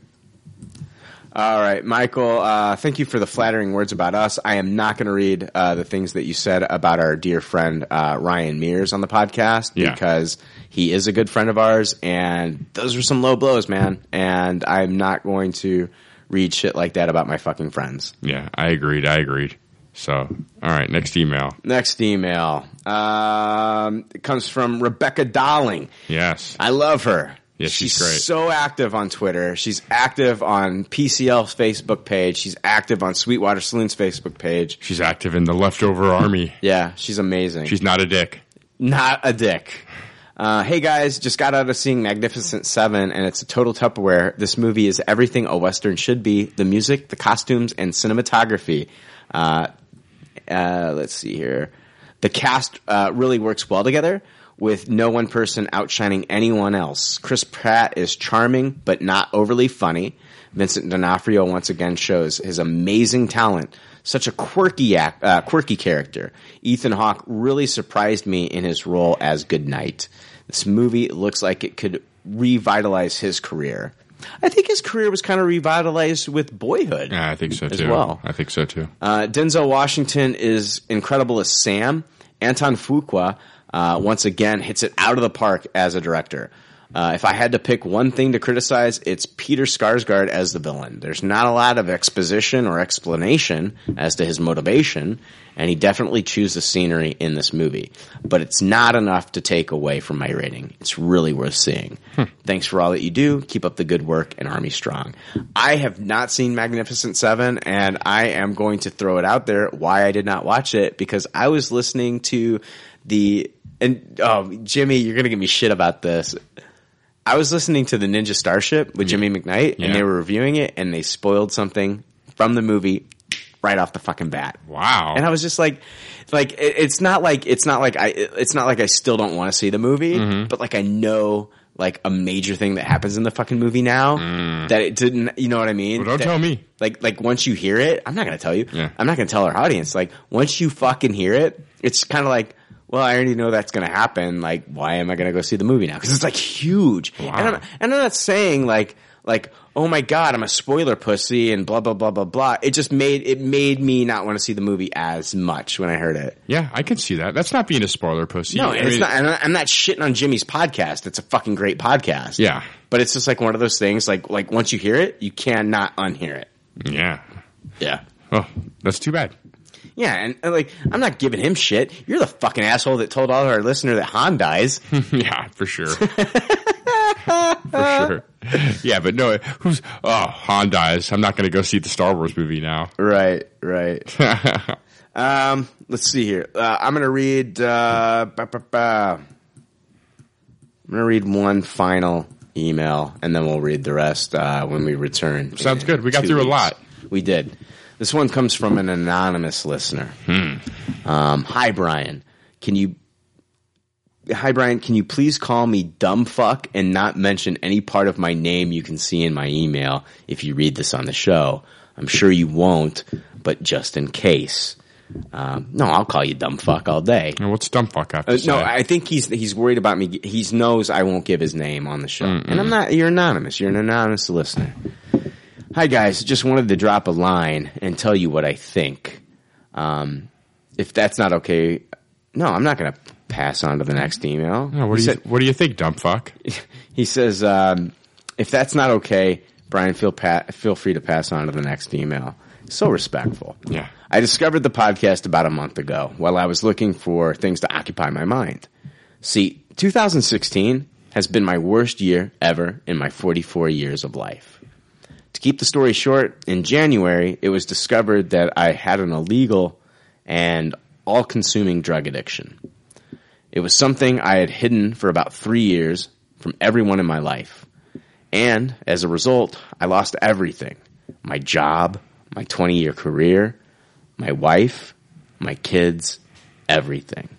Speaker 9: All right, Michael. Uh, thank you for the flattering words about us. I am not going to read uh, the things that you said about our dear friend uh, Ryan Mears on the podcast
Speaker 10: Yeah.
Speaker 9: because he is a good friend of ours, and those were some low blows, man. And I'm not going to read shit like that about my fucking friends.
Speaker 10: Yeah, I agreed. I agreed. So, all right, next email.
Speaker 9: Next email um, it comes from Rebecca Dolling.
Speaker 10: Yes.
Speaker 9: I love her.
Speaker 10: Yeah, she's great.
Speaker 9: so active on Twitter. She's active on PCL's Facebook page. She's active on Sweetwater Saloon's Facebook page.
Speaker 10: She's active in the leftover army.
Speaker 9: Yeah, she's amazing.
Speaker 10: She's not a dick.
Speaker 9: Not a dick. Uh, hey guys, just got out of seeing Magnificent Seven, and it's a total Tupperware. This movie is everything a Western should be: the music, the costumes, and cinematography. Uh, uh, let's see here. The cast uh, really works well together, with no one person outshining anyone else. Chris Pratt is charming, but not overly funny. Vincent D'Onofrio once again shows his amazing talent. Such a quirky act, uh, quirky character. Ethan Hawke really surprised me in his role as Goodnight. This movie looks like it could revitalize his career. I think his career was kind of revitalized with Boyhood.
Speaker 10: Yeah, I think so
Speaker 9: As
Speaker 10: too.
Speaker 9: well.
Speaker 10: I think so too.
Speaker 9: Uh, Denzel Washington is incredible as Sam. Anton Fuqua uh, once again hits it out of the park as a director. Uh, if I had to pick one thing to criticize, it's Peter Skarsgård as the villain. There's not a lot of exposition or explanation as to his motivation, and he definitely chews the scenery in this movie. But it's not enough to take away from my rating. It's really worth seeing. Thanks for all that you do. Keep up the good work and Army Strong. I have not seen Magnificent Seven, and I am going to throw it out there why I did not watch it because I was listening to the and oh Jimmy, you're gonna give me shit about this. I was listening to the Ninja Starship with Jimmy McKnight,
Speaker 10: Yeah.
Speaker 9: and they were reviewing it, and they spoiled something from the movie right off the fucking bat.
Speaker 10: Wow.
Speaker 9: And I was just like, like it, it's not like it's not like I it's not like I still don't want to see the movie,
Speaker 10: Mm-hmm.
Speaker 9: but like I know like a major thing that happens in the fucking movie now that it didn't. You know what I mean?
Speaker 10: Mm. Well, don't
Speaker 9: That-
Speaker 10: tell me.
Speaker 9: Like like once you hear it, I'm not gonna tell you.
Speaker 10: Yeah.
Speaker 9: I'm not gonna tell our audience. Like once you fucking hear it, it's kind of like. Well, I already know that's going to happen. Like, why am I going to go see the movie now? Because it's like huge. And, I'm, and I'm not saying like, like, oh my god, I'm a spoiler pussy and blah blah blah blah blah. It just made it made me not want to see the movie as much when I heard it.
Speaker 10: Yeah, I can see that. That's not being a spoiler pussy.
Speaker 9: No,
Speaker 10: I
Speaker 9: and it's
Speaker 10: mean-
Speaker 9: not. and I- I'm not shitting on Jimmy's podcast. It's a fucking great podcast.
Speaker 10: Yeah.
Speaker 9: but it's just like one of those things. Like like once you hear it, you cannot unhear it.
Speaker 10: Yeah.
Speaker 9: Yeah.
Speaker 10: Well, that's too bad.
Speaker 9: Yeah, and, and, like I'm not giving him shit. You're the fucking asshole that told all our listener that Han dies.
Speaker 10: yeah, for sure. for sure. Yeah, but no, who's oh Han dies. I'm not going to go see the Star Wars movie now.
Speaker 9: Right, right. um, let's see here. Uh, I'm gonna read. Uh, ba, ba, ba. I'm gonna read one final email, and then we'll read the rest uh, when we return.
Speaker 10: Sounds
Speaker 9: in
Speaker 10: good. We got
Speaker 9: two
Speaker 10: through a
Speaker 9: weeks.
Speaker 10: lot.
Speaker 9: We did. This one comes from an anonymous listener. Um, Hi, Brian. Can you? Hi, Brian. Can you please call me dumb fuck and not mention any part of my name you can see in my email if you read this on the show? I'm sure you won't, but just in case. Um, no, I'll call you dumb fuck all day.
Speaker 10: what's dumb fuck
Speaker 9: Uh, no, I think he's he's worried about me. He knows I won't give his name on the show, and I'm not. You're anonymous. You're an anonymous listener. Hi guys, just wanted to drop a line and tell you what I think. Um, if that's not okay, no, I'm not going to pass on to the next email.
Speaker 10: No, what
Speaker 9: He
Speaker 10: do you
Speaker 9: said-
Speaker 10: what do you think, dumb fuck?
Speaker 9: he says, um, if that's not okay, Brian, feel pa- feel free to pass on to the next email. So respectful.
Speaker 10: Yeah.
Speaker 9: I discovered the podcast about a month ago while I was looking for things to occupy my mind. See, 2016 has been my worst year ever in my 44 years of life. To keep the story short, in January, it was discovered that I had an illegal and all consuming drug addiction. It was something I had hidden for about three years from everyone in my life. And as a result, I lost everything my job, my 20 year career, my wife, my kids, everything.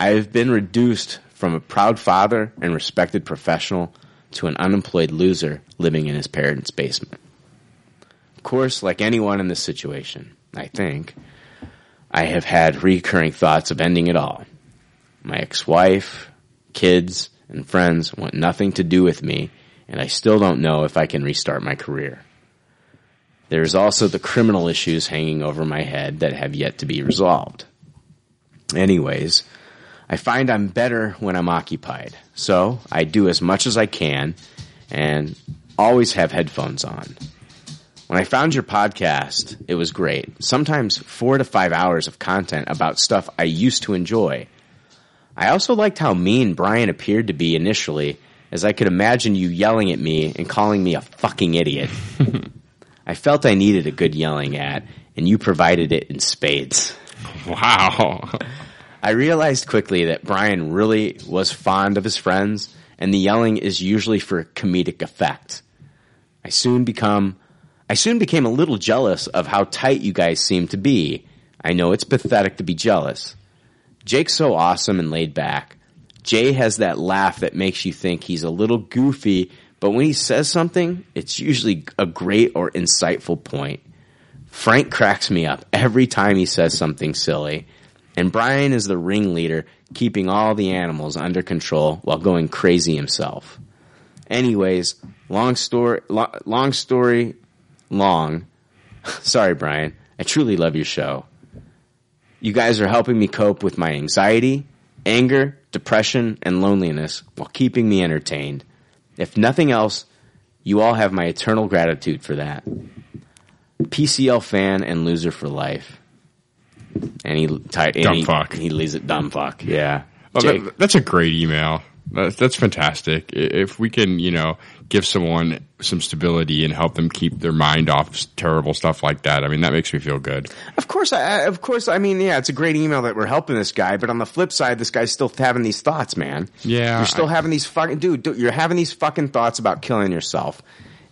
Speaker 9: I have been reduced from a proud father and respected professional to an unemployed loser living in his parents' basement. Of course, like anyone in this situation, I think, I have had recurring thoughts of ending it all. My ex wife, kids, and friends want nothing to do with me, and I still don't know if I can restart my career. There is also the criminal issues hanging over my head that have yet to be resolved. Anyways, I find I'm better when I'm occupied, so I do as much as I can and always have headphones on. When I found your podcast, it was great. Sometimes four to five hours of content about stuff I used to enjoy. I also liked how mean Brian appeared to be initially, as I could imagine you yelling at me and calling me a fucking idiot. I felt I needed a good yelling at, and you provided it in spades.
Speaker 10: Wow.
Speaker 9: I realized quickly that Brian really was fond of his friends, and the yelling is usually for comedic effect. I soon become I soon became a little jealous of how tight you guys seem to be. I know it's pathetic to be jealous. Jake's so awesome and laid back. Jay has that laugh that makes you think he's a little goofy, but when he says something, it's usually a great or insightful point. Frank cracks me up every time he says something silly, and Brian is the ringleader, keeping all the animals under control while going crazy himself. Anyways, long story, lo- long story, long. Sorry, Brian. I truly love your show. You guys are helping me cope with my anxiety, anger, depression, and loneliness while keeping me entertained. If nothing else, you all have my eternal gratitude for that. PCL fan and loser for life. And he tied
Speaker 10: Dumb
Speaker 9: he,
Speaker 10: fuck.
Speaker 9: He leaves it dumb fuck. Yeah.
Speaker 10: Oh,
Speaker 9: Jake.
Speaker 10: that, that's a great email. That's, that's fantastic. I- If we can, you know, give someone some stability and help them keep their mind off s- terrible stuff like that, I mean, that makes me feel good.
Speaker 9: Of course, I, I- of course. I mean, yeah, it's a great email that we're helping this guy, but on the flip side, this guy's still having these thoughts, man.
Speaker 10: Yeah,
Speaker 9: you're still
Speaker 10: I-
Speaker 9: having these fucking dude, dude. You're having these fucking thoughts about killing yourself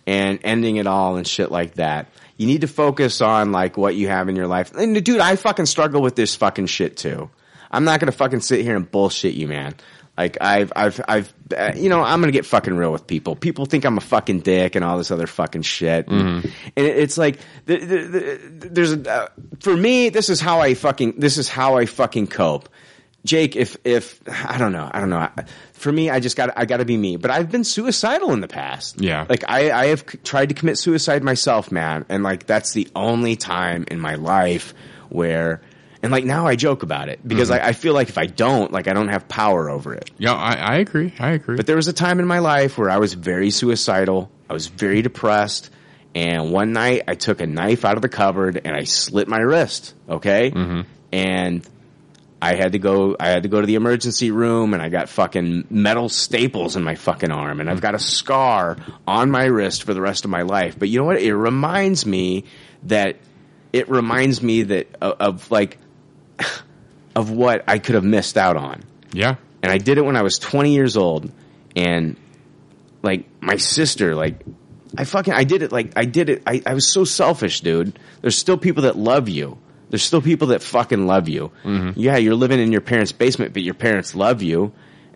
Speaker 9: and ending it all and shit like that. You need to focus on like what you have in your life. And dude, I fucking struggle with this fucking shit too. I'm not gonna fucking sit here and bullshit you, man. Like I've, I've, I've, uh, you know, I'm gonna get fucking real with people. People think I'm a fucking dick and all this other fucking shit. And it- it's like th th th there's a, uh, for me, this is how I fucking, this is how I fucking cope. Jake, if if I don't know, I don't know. I- For me, I just got I got to be me. But I've been suicidal in the past.
Speaker 10: Yeah.
Speaker 9: like I I have c- tried to commit suicide myself, man, and like that's the only time in my life where. And like now, I joke about it because
Speaker 10: Mhm.
Speaker 9: I, I feel like if I don't, like I don't have power over it.
Speaker 10: Yeah, I, I agree. I agree.
Speaker 9: But there was a time in my life where I was very suicidal. I was very depressed. And one night I took a knife out of the cupboard and I slit my wrist. Okay. And I had to go, I had to go to the emergency room and I got fucking metal staples in my fucking arm and I've got a scar on my wrist for the rest of my life. But you know what? It reminds me that it reminds me that of, of like, of what I could have missed out on.
Speaker 10: Yeah.
Speaker 9: And I did it when I was 20 years old and like my sister like I fucking I did it like I did it I, I was so selfish, dude. There's still people that love you. There's still people that fucking love you. Yeah, you're living in your parents' basement, but your parents love you.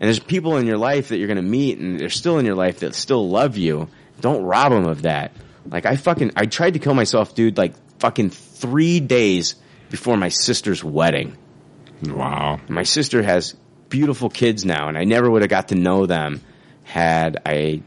Speaker 9: And there's people in your life that you're going to meet and they're still in your life that still love you. Don't rob them of that. Like I fucking I tried to kill myself, dude, like fucking 3 days before my sister's wedding.
Speaker 10: Wow.
Speaker 9: My sister has beautiful kids now, and I never would have got to know them had I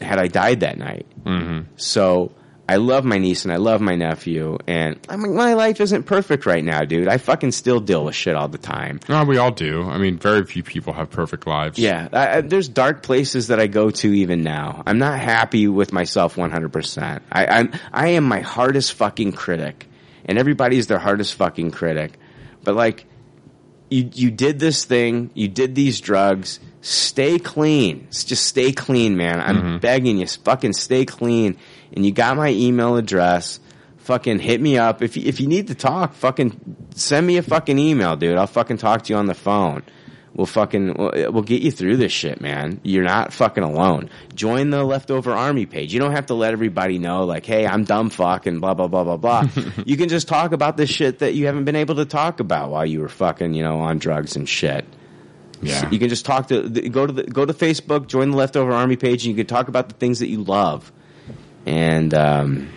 Speaker 9: had I died that night.
Speaker 10: Mm-hmm.
Speaker 9: So I love my niece and I love my nephew, and I'm like, my life isn't perfect right now, dude. I fucking still deal with shit all the time.
Speaker 10: No, we all do. I mean, very few people have perfect lives.
Speaker 9: Yeah, I, I, there's dark places that I go to even now. I'm not happy with myself 100%. I, I'm, I am my hardest fucking critic. And everybody's their hardest fucking critic. But like, you, you did this thing, you did these drugs, stay clean. S- Just stay clean, man. I'm begging you, fucking stay clean. And you got my email address. Fucking hit me up. If you, if you need to talk, fucking send me a fucking email, dude. I'll fucking talk to you on the phone we'll fucking we'll, we'll get you through this shit, man. You're not fucking alone. Join the leftover army page. You don't have to let everybody know like, hey, I'm dumb fuck and blah blah blah blah blah. you can just talk about this shit that you haven't been able to talk about while you were fucking, you know, on drugs and shit.
Speaker 10: Yeah.
Speaker 9: You can just talk to th- go to the, go to Facebook, join the leftover army page, and you can talk about the things that you love. And um,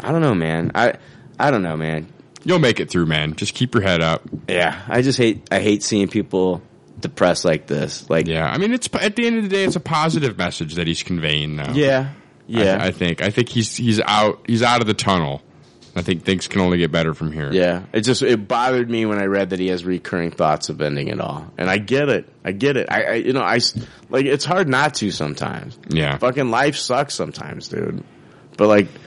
Speaker 9: I don't know, man. I I don't know, man.
Speaker 10: You'll make it through, man. Just keep your head up.
Speaker 9: Yeah, I just hate I hate seeing people depressed like this. Like,
Speaker 10: yeah, I mean, it's at the end of the day, it's a positive message that he's conveying, though.
Speaker 9: Yeah, yeah.
Speaker 10: I, I think. I think he's he's out he's out of the tunnel. I think things can only get better from here.
Speaker 9: Yeah, it just it bothered me when I read that he has recurring thoughts of ending it all, and I get it, I get it. I, I you know, I s- like it's hard not to sometimes.
Speaker 10: Yeah.
Speaker 9: fucking life sucks sometimes, dude. But like,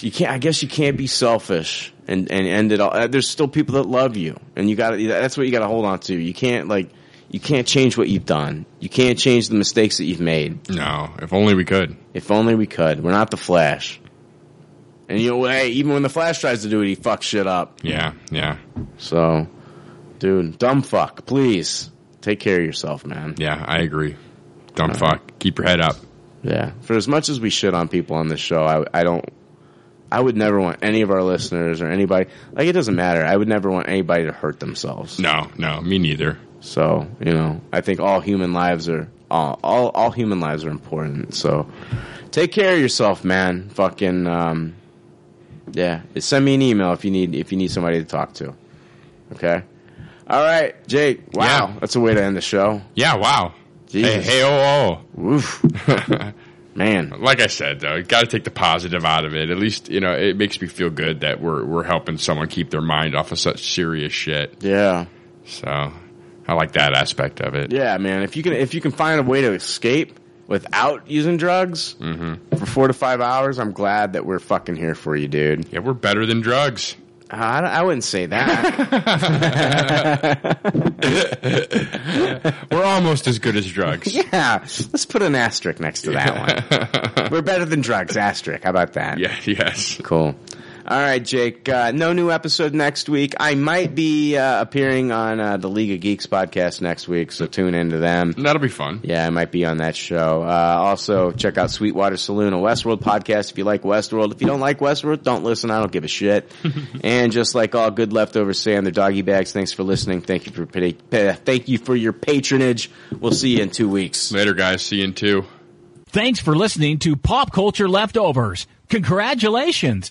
Speaker 9: you can't. I guess you can't be selfish and and end it all. Uh, There's still people that love you, and you got to that's what you got to hold on to. You can't like you can't change what you've done. You can't change the mistakes that you've made.
Speaker 10: No, if only we could.
Speaker 9: If only we could. We're not the Flash. And you know, hey, even when the Flash tries to do it, he fucks shit up.
Speaker 10: Yeah, yeah,
Speaker 9: So, dude, dumb fuck, please take care of yourself, man.
Speaker 10: yeah. I agree. Dumb
Speaker 9: Uh-huh.
Speaker 10: fuck. Keep your head up.
Speaker 9: Yeah. For as much as we shit on people on this show, I, I don't. I would never want any of our listeners or anybody. Like, it doesn't matter. I would never want anybody to hurt themselves.
Speaker 10: No, no, me neither.
Speaker 9: So, you know, I think all human lives are all all, all human lives are important. So, take care of yourself, man. Fucking um, yeah. Send me an email if you need if you need somebody to talk to. Okay. All right, Jake. Wow,
Speaker 10: Yeah.
Speaker 9: that's a way to end the show.
Speaker 10: Yeah. Wow.
Speaker 9: Jesus.
Speaker 10: Hey, hey, oh, oh.
Speaker 9: Oof. Man.
Speaker 10: Like I said, though, you got to take the positive out of it. At least, you know, it makes me feel good that we're we're helping someone keep their mind off of such serious shit.
Speaker 9: Yeah.
Speaker 10: So, I like that aspect of it.
Speaker 9: Yeah, man. If you can if you can find a way to escape without using drugs for four to five hours, I'm glad that we're fucking here for you, dude.
Speaker 10: Yeah, we're better than drugs.
Speaker 9: Uh, I, I wouldn't say that.
Speaker 10: We're almost as good as drugs.
Speaker 9: yeah, let's put an asterisk next to that one. we're better than drugs. Asterisk. How about that?
Speaker 10: Yeah. Yes.
Speaker 9: Cool. All right, Jake. Uh, no new episode next week. I might be uh, appearing on uh, the League of Geeks podcast next week, so tune into them.
Speaker 10: That'll be fun.
Speaker 9: Yeah, I might be on that show. Uh, also, check out Sweetwater Saloon, a Westworld podcast. If you like Westworld, if you don't like Westworld, don't listen. I don't give a shit. and just like all good leftovers say on their doggy bags, thanks for listening. Thank you for pity- pa- thank you for your patronage. We'll see you in two weeks.
Speaker 10: Later, guys. See you in two.
Speaker 13: Thanks for listening to Pop Culture Leftovers. Congratulations.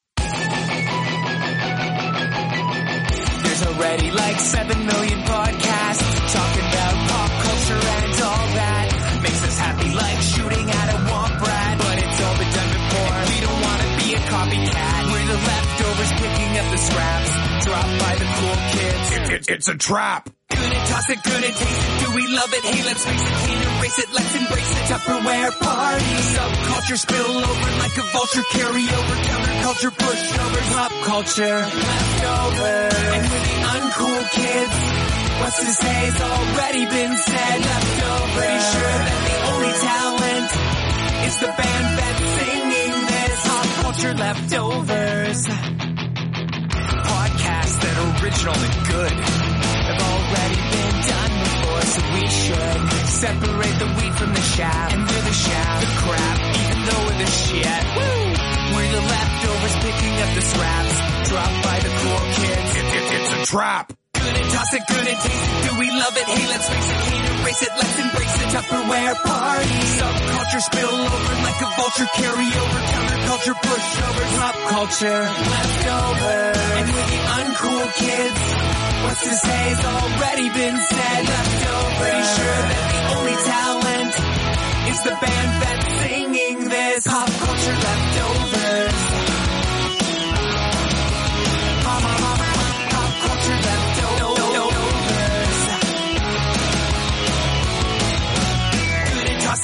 Speaker 7: There's already like 7 million podcasts talking about pop culture and all that. Makes us happy like shooting at a womp rat. But it's all been done before. And we don't want to be a copycat. We're the leftovers picking up the scraps dropped by the cool kids.
Speaker 5: it's a trap.
Speaker 7: Gonna toss it, gonna taste it. Do we love it? Hey, let's face it. Can't erase it. Let's embrace it. Tupperware party. Subculture spill over like a vulture. Carry over counterculture. Push over pop culture. Leftovers. And we're the uncool kids. What's to say's already been said. Leftovers. Pretty sure that the only talent is the band that's singing this. Pop culture leftovers podcasts that are original and good have already been done before, so we should separate the wheat from the chaff. And we're the chaff, the crap, even though we're the shit. Woo! We're the leftovers picking up the scraps dropped by the cool kids.
Speaker 5: it's a trap.
Speaker 7: Gonna toss it, gonna taste it. Do we love it? Hey, let's face it. Can't erase it. Let's embrace it. Tupperware party. Subculture spill over like a vulture. Carry over counterculture. Push over pop culture. Leftovers. And we're the uncool kids. What's to say's already been said. Leftovers. Pretty sure that the only talent is the band that's singing this. Pop culture leftovers. Mama, mama, pop culture leftovers. Gonna toss